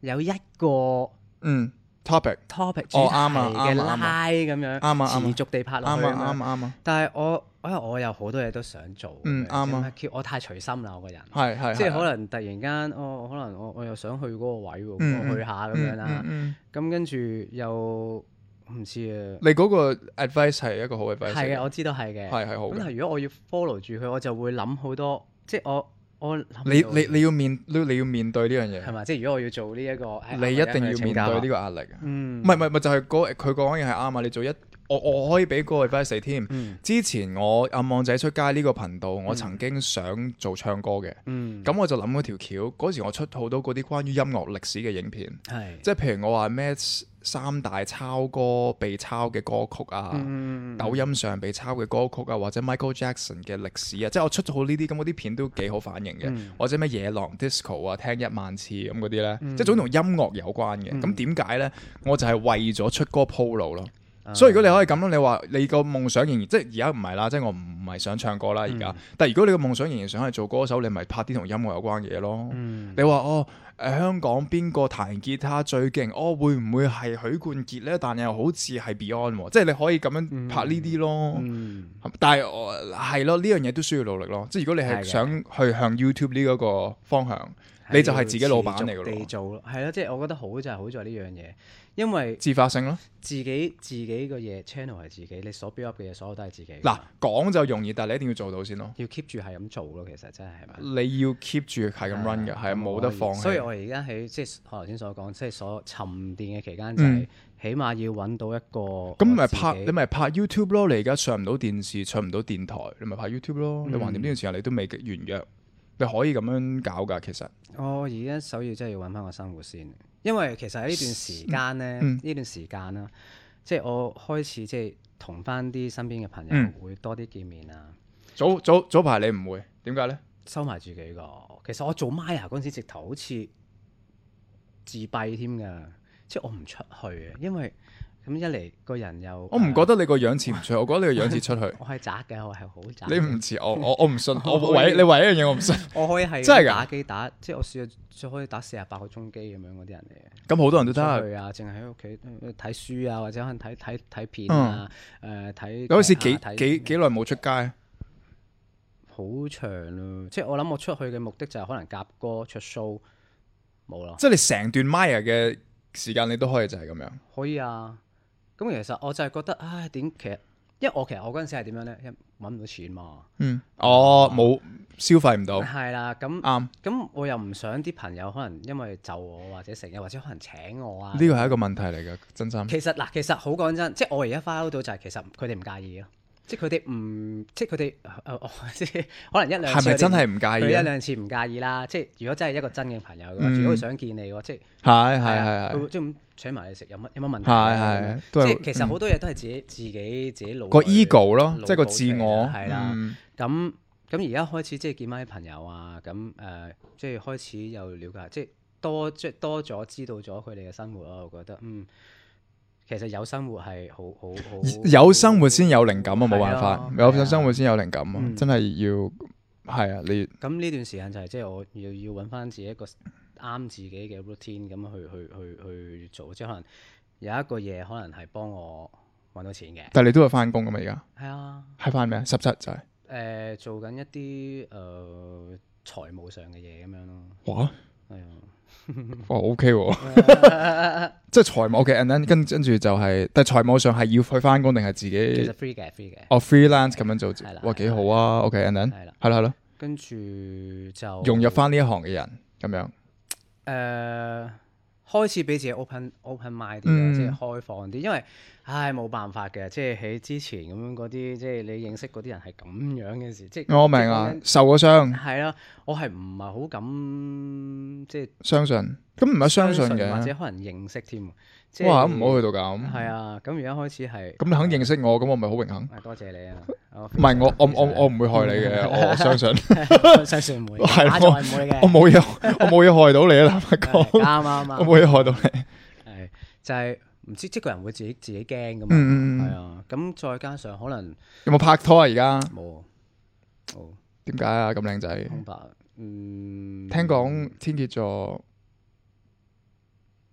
Speaker 2: 有一個
Speaker 1: 嗯 topic
Speaker 2: topic 主
Speaker 1: 哦啱
Speaker 2: 題
Speaker 1: 啊
Speaker 2: 嘅
Speaker 1: 啱啊啱啊
Speaker 2: 拉咁樣，
Speaker 1: 啱啊啱啊
Speaker 2: 持續地拍
Speaker 1: 啱
Speaker 2: 落
Speaker 1: 啊
Speaker 2: 去咁樣
Speaker 1: 啱啊啱啊，
Speaker 2: 但係我因為我有好多嘢都想做，
Speaker 1: 嗯啱啊
Speaker 2: 即係，我太隨心啦，我個人，
Speaker 1: 係係
Speaker 2: 即係
Speaker 1: 係
Speaker 2: 可能突然間，哦，可能我我又想去嗰個位喎，
Speaker 1: 嗯
Speaker 2: 咁我去下咁樣啦，
Speaker 1: 嗯嗯嗯
Speaker 2: 咁跟住又唔知
Speaker 1: 你嗰個 advice 係一個好
Speaker 2: 啊，
Speaker 1: advice，
Speaker 2: 係
Speaker 1: 嚟
Speaker 2: 嘅，我知道係嘅，
Speaker 1: 係係好
Speaker 2: 咁
Speaker 1: 嘅
Speaker 2: 但係如果我要 follow 住佢，我就會諗好多，即係我我諗
Speaker 1: 你
Speaker 2: 唔到
Speaker 1: 你你要面你你要面對呢樣嘢
Speaker 2: 係。嘛？即係如果我要做呢一個，唉
Speaker 1: 你一定要面對呢，
Speaker 2: 我
Speaker 1: 個壓力啊！
Speaker 2: 嗯
Speaker 1: 唔係唔係唔係就係嗰佢講嘢係啱啊！你做一我我可以俾嗰個 advice 你添。
Speaker 2: 嗯
Speaker 1: 之前我暗網仔出街呢個頻道，我曾經想做唱歌嘅，
Speaker 2: 嗯，
Speaker 1: 咁、我就諗嗰條橋。嗰時我出好多嗰啲關於音樂歷史嘅影片，
Speaker 2: 係，
Speaker 1: 即係譬如我話咩三大抄歌被抄嘅歌曲啊。
Speaker 2: 嗯
Speaker 1: 抖音上被抄嘅歌曲啊，或者 Michael Jackson 嘅歷史啊，即係我出咗好呢啲咁嗰啲片都幾好反應嘅，
Speaker 2: 嗯
Speaker 1: 或者咩野狼 disco 啊，聽一萬次咁嗰啲呢，即係總同音樂有關
Speaker 2: 嗯
Speaker 1: 嘅。咁點解呢？我就係為咗出歌鋪路咯。
Speaker 2: 啊
Speaker 1: 所以如果你可以咁諗，你話你個夢想仍然即係而家唔係啦，即係我唔係想唱歌啦而
Speaker 2: 嗯
Speaker 1: 家。但係如果你個夢想仍然想係做歌手，你咪拍啲同音樂有關嘅嘢咯。
Speaker 2: 嗯
Speaker 1: 你話哦，誒、香港邊個彈吉他最勁？哦，會唔會係許冠傑呢？但又好似係 Beyond，喎即係你可以咁樣拍呢啲咯。
Speaker 2: 嗯
Speaker 1: 但係我係咯，呢樣嘢都需要努力咯。即係如果你係
Speaker 2: 係嘅
Speaker 1: 想去向 YouTube 呢一個方向，你就係自己老闆嚟㗎
Speaker 2: 係要持續地
Speaker 1: 咯，
Speaker 2: 做咯，係咯，即係我覺得好就係好在呢樣嘢，因為
Speaker 1: 自發性咯。
Speaker 2: 自己自己個嘢 channel 係自己，你所 build up 嘅嘢所有都係自己㗎嘛。
Speaker 1: 嗱，講就容易，但係你一定要做到先咯。
Speaker 2: 要 keep 住係咁做咯，其實真係係咪？
Speaker 1: 你要 keep 住係咁 run 嘅，係啊冇得放棄。
Speaker 2: 所以我而家喺即係我頭先所講，即係所沉澱嘅期間就
Speaker 1: 嗯
Speaker 2: 係起碼要揾到一個
Speaker 1: 咁
Speaker 2: 我
Speaker 1: 咪
Speaker 2: 自己
Speaker 1: 拍你咪拍 YouTube 咯，你而家上唔到電視，上唔到電台，你咪拍 YouTube 咯。你橫掂呢段時間你都未完約，你可以咁樣搞㗎。其實
Speaker 2: 我而家首要真係要揾翻個生活先，因為其實喺呢段時間咧，呢、
Speaker 1: 嗯
Speaker 2: 呢段時間啦，即係我開始即係同翻啲身邊嘅朋
Speaker 1: 嗯
Speaker 2: 友會多啲見面啊。
Speaker 1: 早早早排你唔會，點解呢？
Speaker 2: 收埋自己個。其實我做 Maya 嗰陣時，直頭好似自閉添㗎，即係我唔出去嘅，因為咁一嚟個人又啊。
Speaker 1: 我唔覺得你個樣似 唔出，我覺得你個樣似出去
Speaker 2: 我係宅嘅，我係好宅 嘅。
Speaker 1: 你唔似我，我我 唔信，我
Speaker 2: 我
Speaker 1: 唯你唯一一樣嘢我唔信。
Speaker 2: 我可以係
Speaker 1: 真係㗎
Speaker 2: 打機打，即係我試過最可以打四十八個鐘機咁樣嗰啲人嚟嘅。
Speaker 1: 咁好多人都
Speaker 2: 出
Speaker 1: 得，
Speaker 2: 去啊，淨係喺屋企呃睇書啊，或者可能睇睇睇片啊，誒睇、
Speaker 1: 你嗯好似幾
Speaker 2: 劇啊睇
Speaker 1: 幾幾耐冇出街？啊
Speaker 2: 好長咯、即係我諗我出去嘅目的就係可能夾歌出 show 冇啦。
Speaker 1: 即係你成段 Maya 嘅時間，你都可以就係咁樣。
Speaker 2: 可以啊。咁其實我就係覺得，唉，點其實，因為我其實我嗰陣時係點樣咧，因為揾唔到錢嘛，
Speaker 1: 嗯，哦，冇消費唔 到，
Speaker 2: 係啦，咁
Speaker 1: 啱。
Speaker 2: 咁我又唔想啲朋友可能因為就我或者成日或者可能請我啊。
Speaker 1: 呢個係一個問題嚟㗎，真心。
Speaker 2: 其實嗱，其實好講真，即係我而家 follow 到就係其實佢哋唔介意咯，即係佢哋唔，即係佢哋呃 呃即係可能一兩次
Speaker 1: 係咪真係唔
Speaker 2: 佢
Speaker 1: 介
Speaker 2: 哋
Speaker 1: 意
Speaker 2: 一
Speaker 1: 啊？
Speaker 2: 兩次唔介意啦，即係如果真係一個真嘅朋友嘅話，
Speaker 1: 嗯
Speaker 2: 如果佢想見你嘅話，即係
Speaker 1: 係係
Speaker 2: 係
Speaker 1: 係
Speaker 2: 啊佢
Speaker 1: 係
Speaker 2: 會。即係咁請埋你食，有乜有乜問題
Speaker 1: 係
Speaker 2: 啊？
Speaker 1: 係
Speaker 2: 即
Speaker 1: 都係
Speaker 2: 係其實好多嘢都係自己自己自己腦
Speaker 1: 個
Speaker 2: 去
Speaker 1: ego 咯
Speaker 2: 腦，
Speaker 1: 即係個
Speaker 2: 補
Speaker 1: 自
Speaker 2: 出嚟
Speaker 1: 我
Speaker 2: 啦係啦。
Speaker 1: 嗯
Speaker 2: 咁咁而家開始即係見翻啲朋友啊，咁誒、呃即係開始又了解，即係多即係多咗知道咗佢哋嘅生活咯。我覺得嗯，其實有生活係好好好
Speaker 1: 有生活先有靈感啊，冇辦
Speaker 2: 係
Speaker 1: 法
Speaker 2: 啊，
Speaker 1: 有
Speaker 2: 係啊
Speaker 1: 生活先有靈感啊，
Speaker 2: 嗯
Speaker 1: 真係要係啊，你
Speaker 2: 咁呢段時間就係即係我要要揾翻自己一個啱自己嘅 routine 咁去去去去做，即係可能有一個嘢可能係幫我揾到錢嘅，
Speaker 1: 但係你都係翻工噶嘛，而家
Speaker 2: 係啊。
Speaker 1: 係翻咩？十七就係
Speaker 2: 誒、做緊一啲誒、呃、財務上嘅嘢咁樣咯，
Speaker 1: 哇
Speaker 2: 係啊，
Speaker 1: 哇 OK 喎，即係財務嘅，and then 跟跟住就係，但係財務上係要去翻工定係自
Speaker 2: 其實
Speaker 1: 己
Speaker 2: free 嘅 free 嘅，
Speaker 1: 哦 freelance 咁樣
Speaker 2: 係啦
Speaker 1: 做，哇
Speaker 2: 係啦
Speaker 1: 幾好啊，OK，and then
Speaker 2: 係啦
Speaker 1: 係啦係啦，
Speaker 2: 跟住就
Speaker 1: 融入翻呢一行嘅人咁樣，
Speaker 2: 誒、呃開始俾自己 open open mind 啲啊，
Speaker 1: 嗯
Speaker 2: 即係開放啲，因為唉冇辦法嘅，即係喺之前咁樣嗰啲，即係你認識嗰啲人係咁樣嘅事，即係
Speaker 1: 我明啊，受咗傷，
Speaker 2: 係啦，我係唔係好敢即係
Speaker 1: 相信咁唔係相信
Speaker 2: 或者
Speaker 1: 嘅，
Speaker 2: 可能認識添，即係
Speaker 1: 哇唔好去到咁，
Speaker 2: 係啊，咁而家開始係
Speaker 1: 咁你肯認識我，咁我咪好榮幸。
Speaker 2: 啊多謝你啊，我
Speaker 1: 唔係我我我我唔會害你嘅，我相信
Speaker 2: 相信唔會，
Speaker 1: 係咯
Speaker 2: 打坐係唔會嘅。
Speaker 1: 我 冇嘢，我冇嘢害到你啊！坦白
Speaker 2: 係
Speaker 1: 講，
Speaker 2: 啱啱
Speaker 1: 我
Speaker 2: 啱，
Speaker 1: 冇嘢害到你。
Speaker 2: 係就係唔知即係個人會自己自己驚噶嘛，
Speaker 1: 嗯嗯嗯
Speaker 2: 係啊，咁再加上可能
Speaker 1: 有冇拍拖啊？而 家
Speaker 2: 冇冇
Speaker 1: 點解啊？咁靚仔，
Speaker 2: 空白，嗯，
Speaker 1: 聽講天蝎座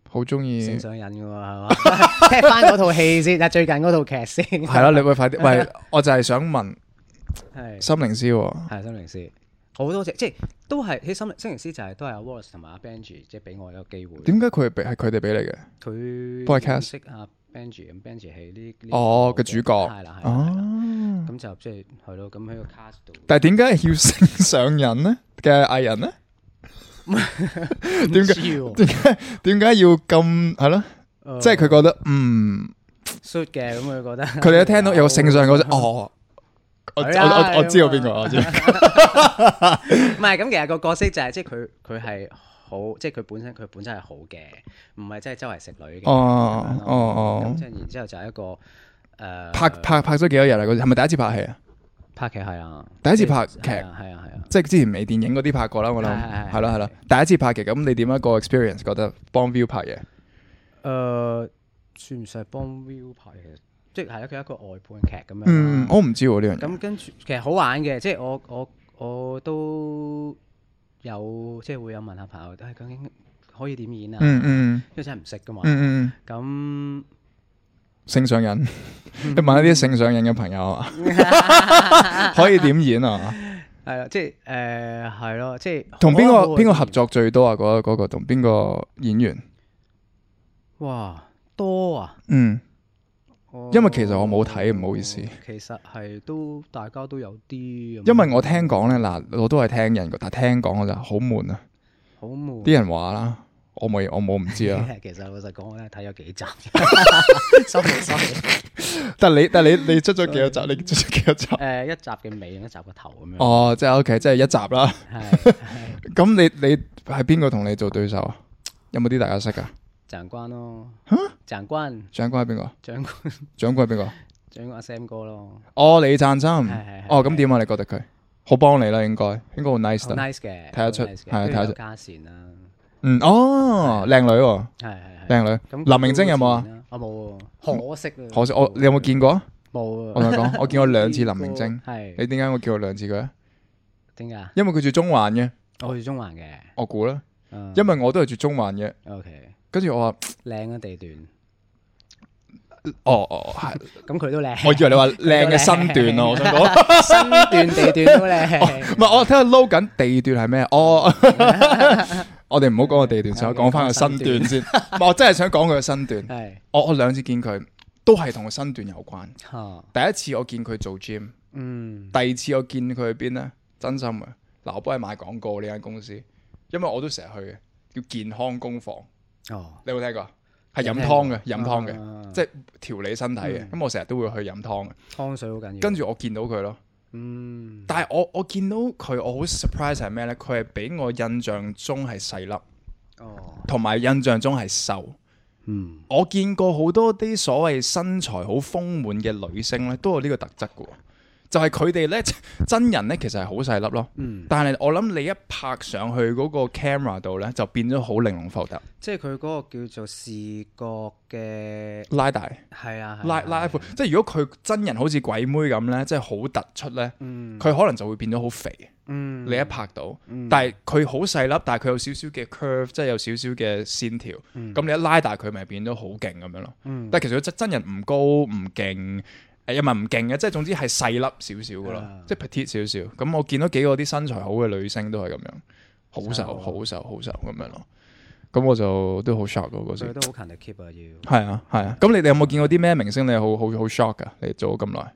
Speaker 1: 好中意，
Speaker 2: 性
Speaker 1: 係
Speaker 2: 上癮嘅喎，係嘛？ 聽翻嗰套戲先，啊，最近嗰套劇先，係
Speaker 1: 啦，你會快 啲。喂，我就係想問
Speaker 2: 係
Speaker 1: 心靈師喎，
Speaker 2: 係心靈師，好多隻即係都係喺心靈心靈師就係都係阿 Wallace 同埋阿 Benji 即係俾我一個機會，
Speaker 1: 點解佢係俾係佢哋俾你嘅？
Speaker 2: 佢
Speaker 1: 幫佢 cast
Speaker 2: 識阿 Benji 咁 Benji 係呢呢
Speaker 1: 哦
Speaker 2: 個
Speaker 1: 嘅主角
Speaker 2: 係啦係啦係啦，
Speaker 1: 哦，
Speaker 2: 咁就即係係咯，咁喺個 cast 度。
Speaker 1: 但係點解係要性上癮呢？嘅藝 人呢？點解
Speaker 2: 解？
Speaker 1: 點解要咁係咯？
Speaker 2: 呃
Speaker 1: 即係佢覺得嗯。
Speaker 2: suit 嘅，咁佢覺 得
Speaker 1: 佢哋一聽到有個聖上嗰 陣，哦，我我
Speaker 2: 係啊
Speaker 1: 我我知道邊個，我知道。
Speaker 2: 唔係咁，其實個角色就係即係佢佢係好，即係佢本身佢本身係好嘅，唔係真係周圍食女嘅。
Speaker 1: 哦
Speaker 2: 咁樣咯
Speaker 1: 哦哦
Speaker 2: 咁即係然之後就係一個誒、呃
Speaker 1: 拍拍拍咗幾多日啦？嗰陣係咪第一次拍戲啊？
Speaker 2: 拍劇係啊，
Speaker 1: 第一次拍劇
Speaker 2: 即係係啊係啊係啊，
Speaker 1: 即係之前微電影嗰啲拍過啦，我諗
Speaker 2: 係係係
Speaker 1: 係啦係啦。第一次拍劇，咁你點樣啊個 experience 覺得幫 view 拍嘢？
Speaker 2: 誒、呃算唔算係幫 Will 拍其實即係佢一個外判劇咁樣啦。
Speaker 1: 嗯，我唔知喎呢樣嘢。
Speaker 2: 咁跟住其實好玩嘅，即係我我我都有即係會有問下朋友，唉、究竟可以點演啊？
Speaker 1: 嗯嗯
Speaker 2: 因為真係唔識噶嘛
Speaker 1: 嗯。嗯，
Speaker 2: 咁、
Speaker 1: 性上癮，你
Speaker 2: 嗯
Speaker 1: 問一啲性上癮嘅朋友 啊，可以點演啊？
Speaker 2: 係啦，即係誒係咯，即係
Speaker 1: 同邊
Speaker 2: 可能
Speaker 1: 個
Speaker 2: 會
Speaker 1: 邊個合？作最多啊？嗰嗰個同邊個演員？
Speaker 2: 哇，多啊！
Speaker 1: 嗯，
Speaker 2: 哦
Speaker 1: 因為其實我冇睇唔好意思
Speaker 2: 其實係都大家都有啲咁樣，
Speaker 1: 因為我聽講咧，嗱，我都係聽人，但係聽講我就好悶啊。
Speaker 2: 好悶。
Speaker 1: 啲人話啦，我冇我冇唔知 啊。
Speaker 2: 其實老實講，我咧睇咗幾集 ，sorry sorry，
Speaker 1: 但係你但係你你出咗幾多 集？你出咗幾多集？
Speaker 2: 誒一集嘅尾，一集嘅頭咁樣，
Speaker 1: 哦，即係 OK，即係一集啦。
Speaker 2: 係
Speaker 1: 咁你你係邊個同你做對手啊？有冇啲大家識噶？
Speaker 2: 長官咯，長官
Speaker 1: 長官係邊個？
Speaker 2: 長官
Speaker 1: 長官係邊個？
Speaker 2: 長官阿 Sam 哥咯，
Speaker 1: 哦，李燦森
Speaker 2: 係係。
Speaker 1: 哦，咁點啊？你覺得佢好幫你啦，應該應該好 nice
Speaker 2: 好
Speaker 1: 啦。
Speaker 2: nice 嘅，
Speaker 1: 睇得出
Speaker 2: 好 nice 嘅
Speaker 1: 係啊睇得
Speaker 2: 跟住
Speaker 1: 出
Speaker 2: 有加善啦，
Speaker 1: 嗯，哦，靚女喎，
Speaker 2: 係係係。
Speaker 1: 靚女。
Speaker 2: 咁
Speaker 1: 林明晶有冇啊？
Speaker 2: 我冇喎，可惜啊
Speaker 1: 可惜我你有冇見過啊？
Speaker 2: 冇啊
Speaker 1: 我？同你講，我見過兩 次林明晶。
Speaker 2: 係
Speaker 1: 你點解我叫過兩次佢啊？
Speaker 2: 點解啊？
Speaker 1: 因為佢住中環嘅，
Speaker 2: 我去中環嘅，
Speaker 1: 我估啦。
Speaker 2: 嗯
Speaker 1: 因為我都係住中環嘅，
Speaker 2: OK
Speaker 1: 跟住我話，
Speaker 2: 靚嘅地段，
Speaker 1: 哦哦，係
Speaker 2: 咁佢都靚，
Speaker 1: 我以為 你話靚嘅身段啊咯，我想講。
Speaker 2: 身段地段都靚，
Speaker 1: 唔係，我睇下撈緊地段係咩？哦， 我哋唔好講個地段先，我講翻個身段 先。唔係我真係想講佢嘅身段。
Speaker 2: 係
Speaker 1: 我我兩次見佢都係同個身段有關。
Speaker 2: 嚇，
Speaker 1: 第一次我見佢做 gym，
Speaker 2: 哦嗯
Speaker 1: 第二次我見佢去邊咧？真心嘅，嗱，我幫你賣廣告呢間公司，因為我都成日去嘅，叫健康工房，
Speaker 2: 哦，啊
Speaker 1: 你有冇聽過？係飲湯嘅，飲湯嘅，
Speaker 2: 嘅
Speaker 1: 即係調理身體嘅。
Speaker 2: 嗯
Speaker 1: 咁我成日都會去飲湯嘅。
Speaker 2: 湯水好緊要，
Speaker 1: 跟住我見到佢咯。
Speaker 2: 嗯
Speaker 1: 但係我我見到佢，我好 surprise 係咩呢？佢係比我印象中係細粒，
Speaker 2: 哦
Speaker 1: 同埋印象中係瘦。
Speaker 2: 嗯
Speaker 1: 我見過好多啲所謂身材好豐滿嘅女星呢，都有呢個特質嘅喎。就係佢哋呢，真人呢其實係好細粒咯。
Speaker 2: 嗯，
Speaker 1: 但係我諗你一拍上去嗰個 camera 度呢，就變咗好玲瓏浮凸，
Speaker 2: 即係佢嗰個叫做視覺嘅，
Speaker 1: 拉大
Speaker 2: 係啊，係啊
Speaker 1: 拉拉闊。即係如果佢真人好似鬼妹咁呢，即係好突出呢，
Speaker 2: 嗯
Speaker 1: 佢可能就會變咗好肥。
Speaker 2: 嗯
Speaker 1: 你一拍到，
Speaker 2: 嗯
Speaker 1: 但係佢好細粒，但係佢有少少嘅 curve，即係有少少嘅線條。咁、
Speaker 2: 嗯
Speaker 1: 你一拉大佢，咪變咗好勁咁樣咯。
Speaker 2: 嗯
Speaker 1: 但係其實佢真真人唔高唔勁，誒又唔係唔勁嘅，即係總之係細粒少少噶啦
Speaker 2: 啊，
Speaker 1: 即係 petite 少少。咁我見到幾個啲身材好嘅女星都係咁樣，好
Speaker 2: 瘦啊
Speaker 1: 瘦好瘦好瘦咁樣咯。咁我就都好 shock 咯嗰
Speaker 2: 佢
Speaker 1: 時。
Speaker 2: 都好勤力 keep 啊要。
Speaker 1: 係啊係啊，咁你哋有冇見過啲咩明星你係好好好 shock 噶？你做咗咁耐，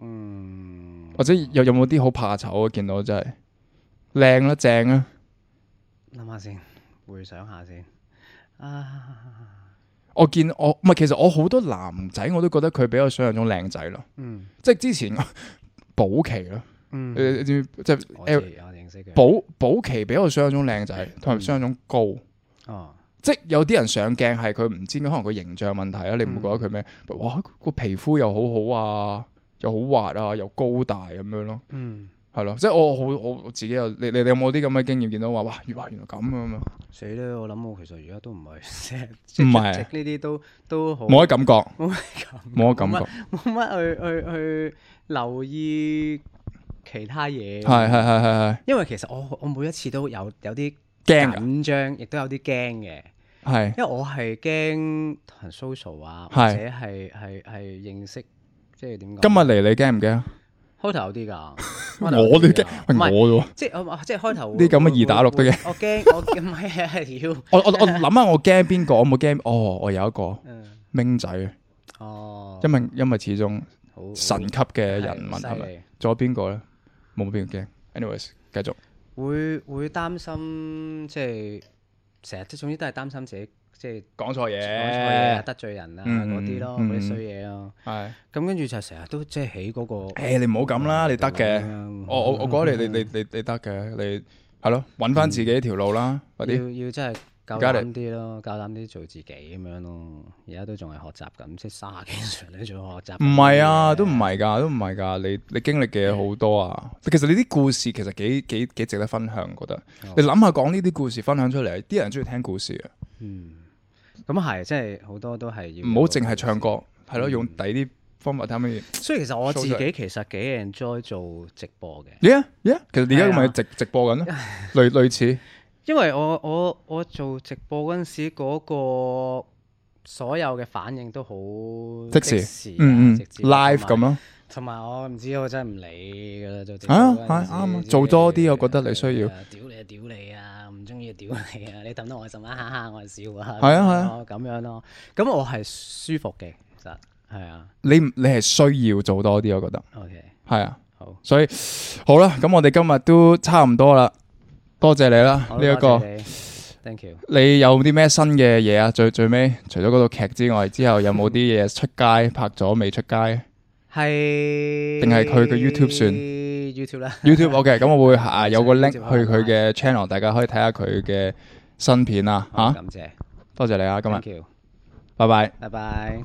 Speaker 2: 嗯，
Speaker 1: 或者有有冇啲好怕醜啊？見到真係靚啦正啊！
Speaker 2: 諗下先，回想下先。啊，
Speaker 1: 我見我唔係，其實我好多男仔我都覺得佢比我想象中靚仔咯，
Speaker 2: 嗯
Speaker 1: 即係之前保期咯，
Speaker 2: 嗯，
Speaker 1: 誒你知唔知即係
Speaker 2: 我知我認識嘅。
Speaker 1: 保保期比我想象中靚仔，
Speaker 2: 嗯
Speaker 1: 同埋想象中高。
Speaker 2: 哦，
Speaker 1: 即係有啲人上鏡係佢唔知點解，可能佢形象問題啊，你唔
Speaker 2: 嗯
Speaker 1: 會覺得佢咩？哇，個皮膚又好好啊，又好滑啊，又高大咁樣咯。
Speaker 2: 嗯，
Speaker 1: 係咯，即係我好我我自己有你你你有冇啲咁嘅經驗見到話哇原哇原來咁嘅咁啊？
Speaker 2: 死啦！我諗我其實而家都唔係成日
Speaker 1: 唔係啊
Speaker 2: 即呢啲都都好
Speaker 1: 冇乜感覺，
Speaker 2: 冇乜感
Speaker 1: 冇乜感覺，
Speaker 2: 冇乜去去去留意其他嘢。
Speaker 1: 係係係係
Speaker 2: 因為其實我我每一次都有有啲
Speaker 1: 係驚㗎，
Speaker 2: 緊張，亦都有啲驚嘅，
Speaker 1: 係
Speaker 2: 因為我係驚同人 social 啊，或
Speaker 1: 係
Speaker 2: 者係係係認識，即係點講？
Speaker 1: 今日嚟你驚唔驚啊？
Speaker 2: 開頭有 啲㗎，
Speaker 1: 我
Speaker 2: 開頭有
Speaker 1: 都
Speaker 2: 啲㗎
Speaker 1: 驚，喂
Speaker 2: 唔係
Speaker 1: 我啫 喎，
Speaker 2: 即係我即係開頭
Speaker 1: 啲咁嘅
Speaker 2: 會會
Speaker 1: 二打六都
Speaker 2: 會
Speaker 1: 嘅
Speaker 2: 我驚我唔係啊，妖
Speaker 1: 我我我諗下我驚邊個，我冇驚哦，我有一個
Speaker 2: 嗯
Speaker 1: 明仔啊，
Speaker 2: 哦，
Speaker 1: 因為因為始終
Speaker 2: 好好
Speaker 1: 神級嘅人物
Speaker 2: 係
Speaker 1: 係
Speaker 2: 犀
Speaker 1: 咪？
Speaker 2: 利
Speaker 1: 仲有邊個咧？冇邊個驚？anyways，繼續
Speaker 2: 會會擔心，即係成日即係總之都係擔心自己即係
Speaker 1: 講錯
Speaker 2: 講錯嘢啊、
Speaker 1: 嘢，
Speaker 2: 得罪人啊
Speaker 1: 嗯
Speaker 2: 嗰啲咯，
Speaker 1: 嗯
Speaker 2: 嗰啲衰嘢咯。
Speaker 1: 係
Speaker 2: 咁跟住就成日都即係起嗰個
Speaker 1: 誒你唔好咁啦，你得嘅。
Speaker 2: 嗯
Speaker 1: 我我我覺得你你你你你得嘅，你係咯，揾翻自己條路啦，快啲。
Speaker 2: 要要真係夠
Speaker 1: Got
Speaker 2: 膽啲咯，夠膽啲做自己咁樣咯。而家都仲係學習緊，即係卅幾歲你仲學習緊
Speaker 1: 唔係啊，都唔係㗎，都唔係㗎。你你經歷嘅嘢好多啊。其實你啲故事其實幾幾幾值得分享，覺得。
Speaker 2: 哦
Speaker 1: 你諗下講呢啲故事分享出嚟，啲人中意聽故事啊，
Speaker 2: 嗯，咁係，即係好多都係要
Speaker 1: 唔好淨係唱。歌，係
Speaker 2: 嗯
Speaker 1: 咯，用第啲方法睇乜嘢。
Speaker 2: 所以其實我自
Speaker 1: show 出
Speaker 2: 己其實幾 enjoy 做直播嘅，
Speaker 1: Yeah yeah，其實而家咪
Speaker 2: 係啊
Speaker 1: 直直播緊咯，類類似
Speaker 2: 因為我我我做直播嗰陣時嗰個所有嘅反應都好
Speaker 1: 即
Speaker 2: 時
Speaker 1: 時
Speaker 2: 啊，
Speaker 1: 嗯嗯
Speaker 2: 直接
Speaker 1: live 咁
Speaker 2: 同埋
Speaker 1: 咯。
Speaker 2: 同埋我唔知我真係唔理㗎啦，做直播
Speaker 1: 啊
Speaker 2: 嗰陣時
Speaker 1: 係啱啊
Speaker 2: 即係
Speaker 1: 做多啲我覺得你需要
Speaker 2: 係啊屌你啊，屌你啊，唔中意就屌你啊，你氹得我心啊，哈哈，我就笑啊，
Speaker 1: 係啊係啊
Speaker 2: 咁樣咯，咁我係舒服嘅，其實係啊
Speaker 1: 你唔你係需要做多啲，我覺得
Speaker 2: ，OK，
Speaker 1: 係啊。
Speaker 2: 好，
Speaker 1: 所以好啦，咁我哋今日都差唔多啦，多謝你啦
Speaker 2: 好
Speaker 1: 呢一
Speaker 2: 多
Speaker 1: 個。
Speaker 2: 謝你，thank you。
Speaker 1: 你有啲咩新嘅嘢啊？最最尾除咗嗰套劇之外，之後有冇啲嘢出街拍咗未出街
Speaker 2: 係
Speaker 1: 定係佢嘅 YouTube 算
Speaker 2: YouTube 啦，
Speaker 1: ？YouTube OK，咁我會啊有個 link 去
Speaker 2: YouTube 可以
Speaker 1: 佢嘅 channel，大家可以睇下佢嘅新片啊
Speaker 2: 好
Speaker 1: 吓。
Speaker 2: 感謝，
Speaker 1: 多謝你啊，今日
Speaker 2: thank you，
Speaker 1: 拜拜。
Speaker 2: 拜拜。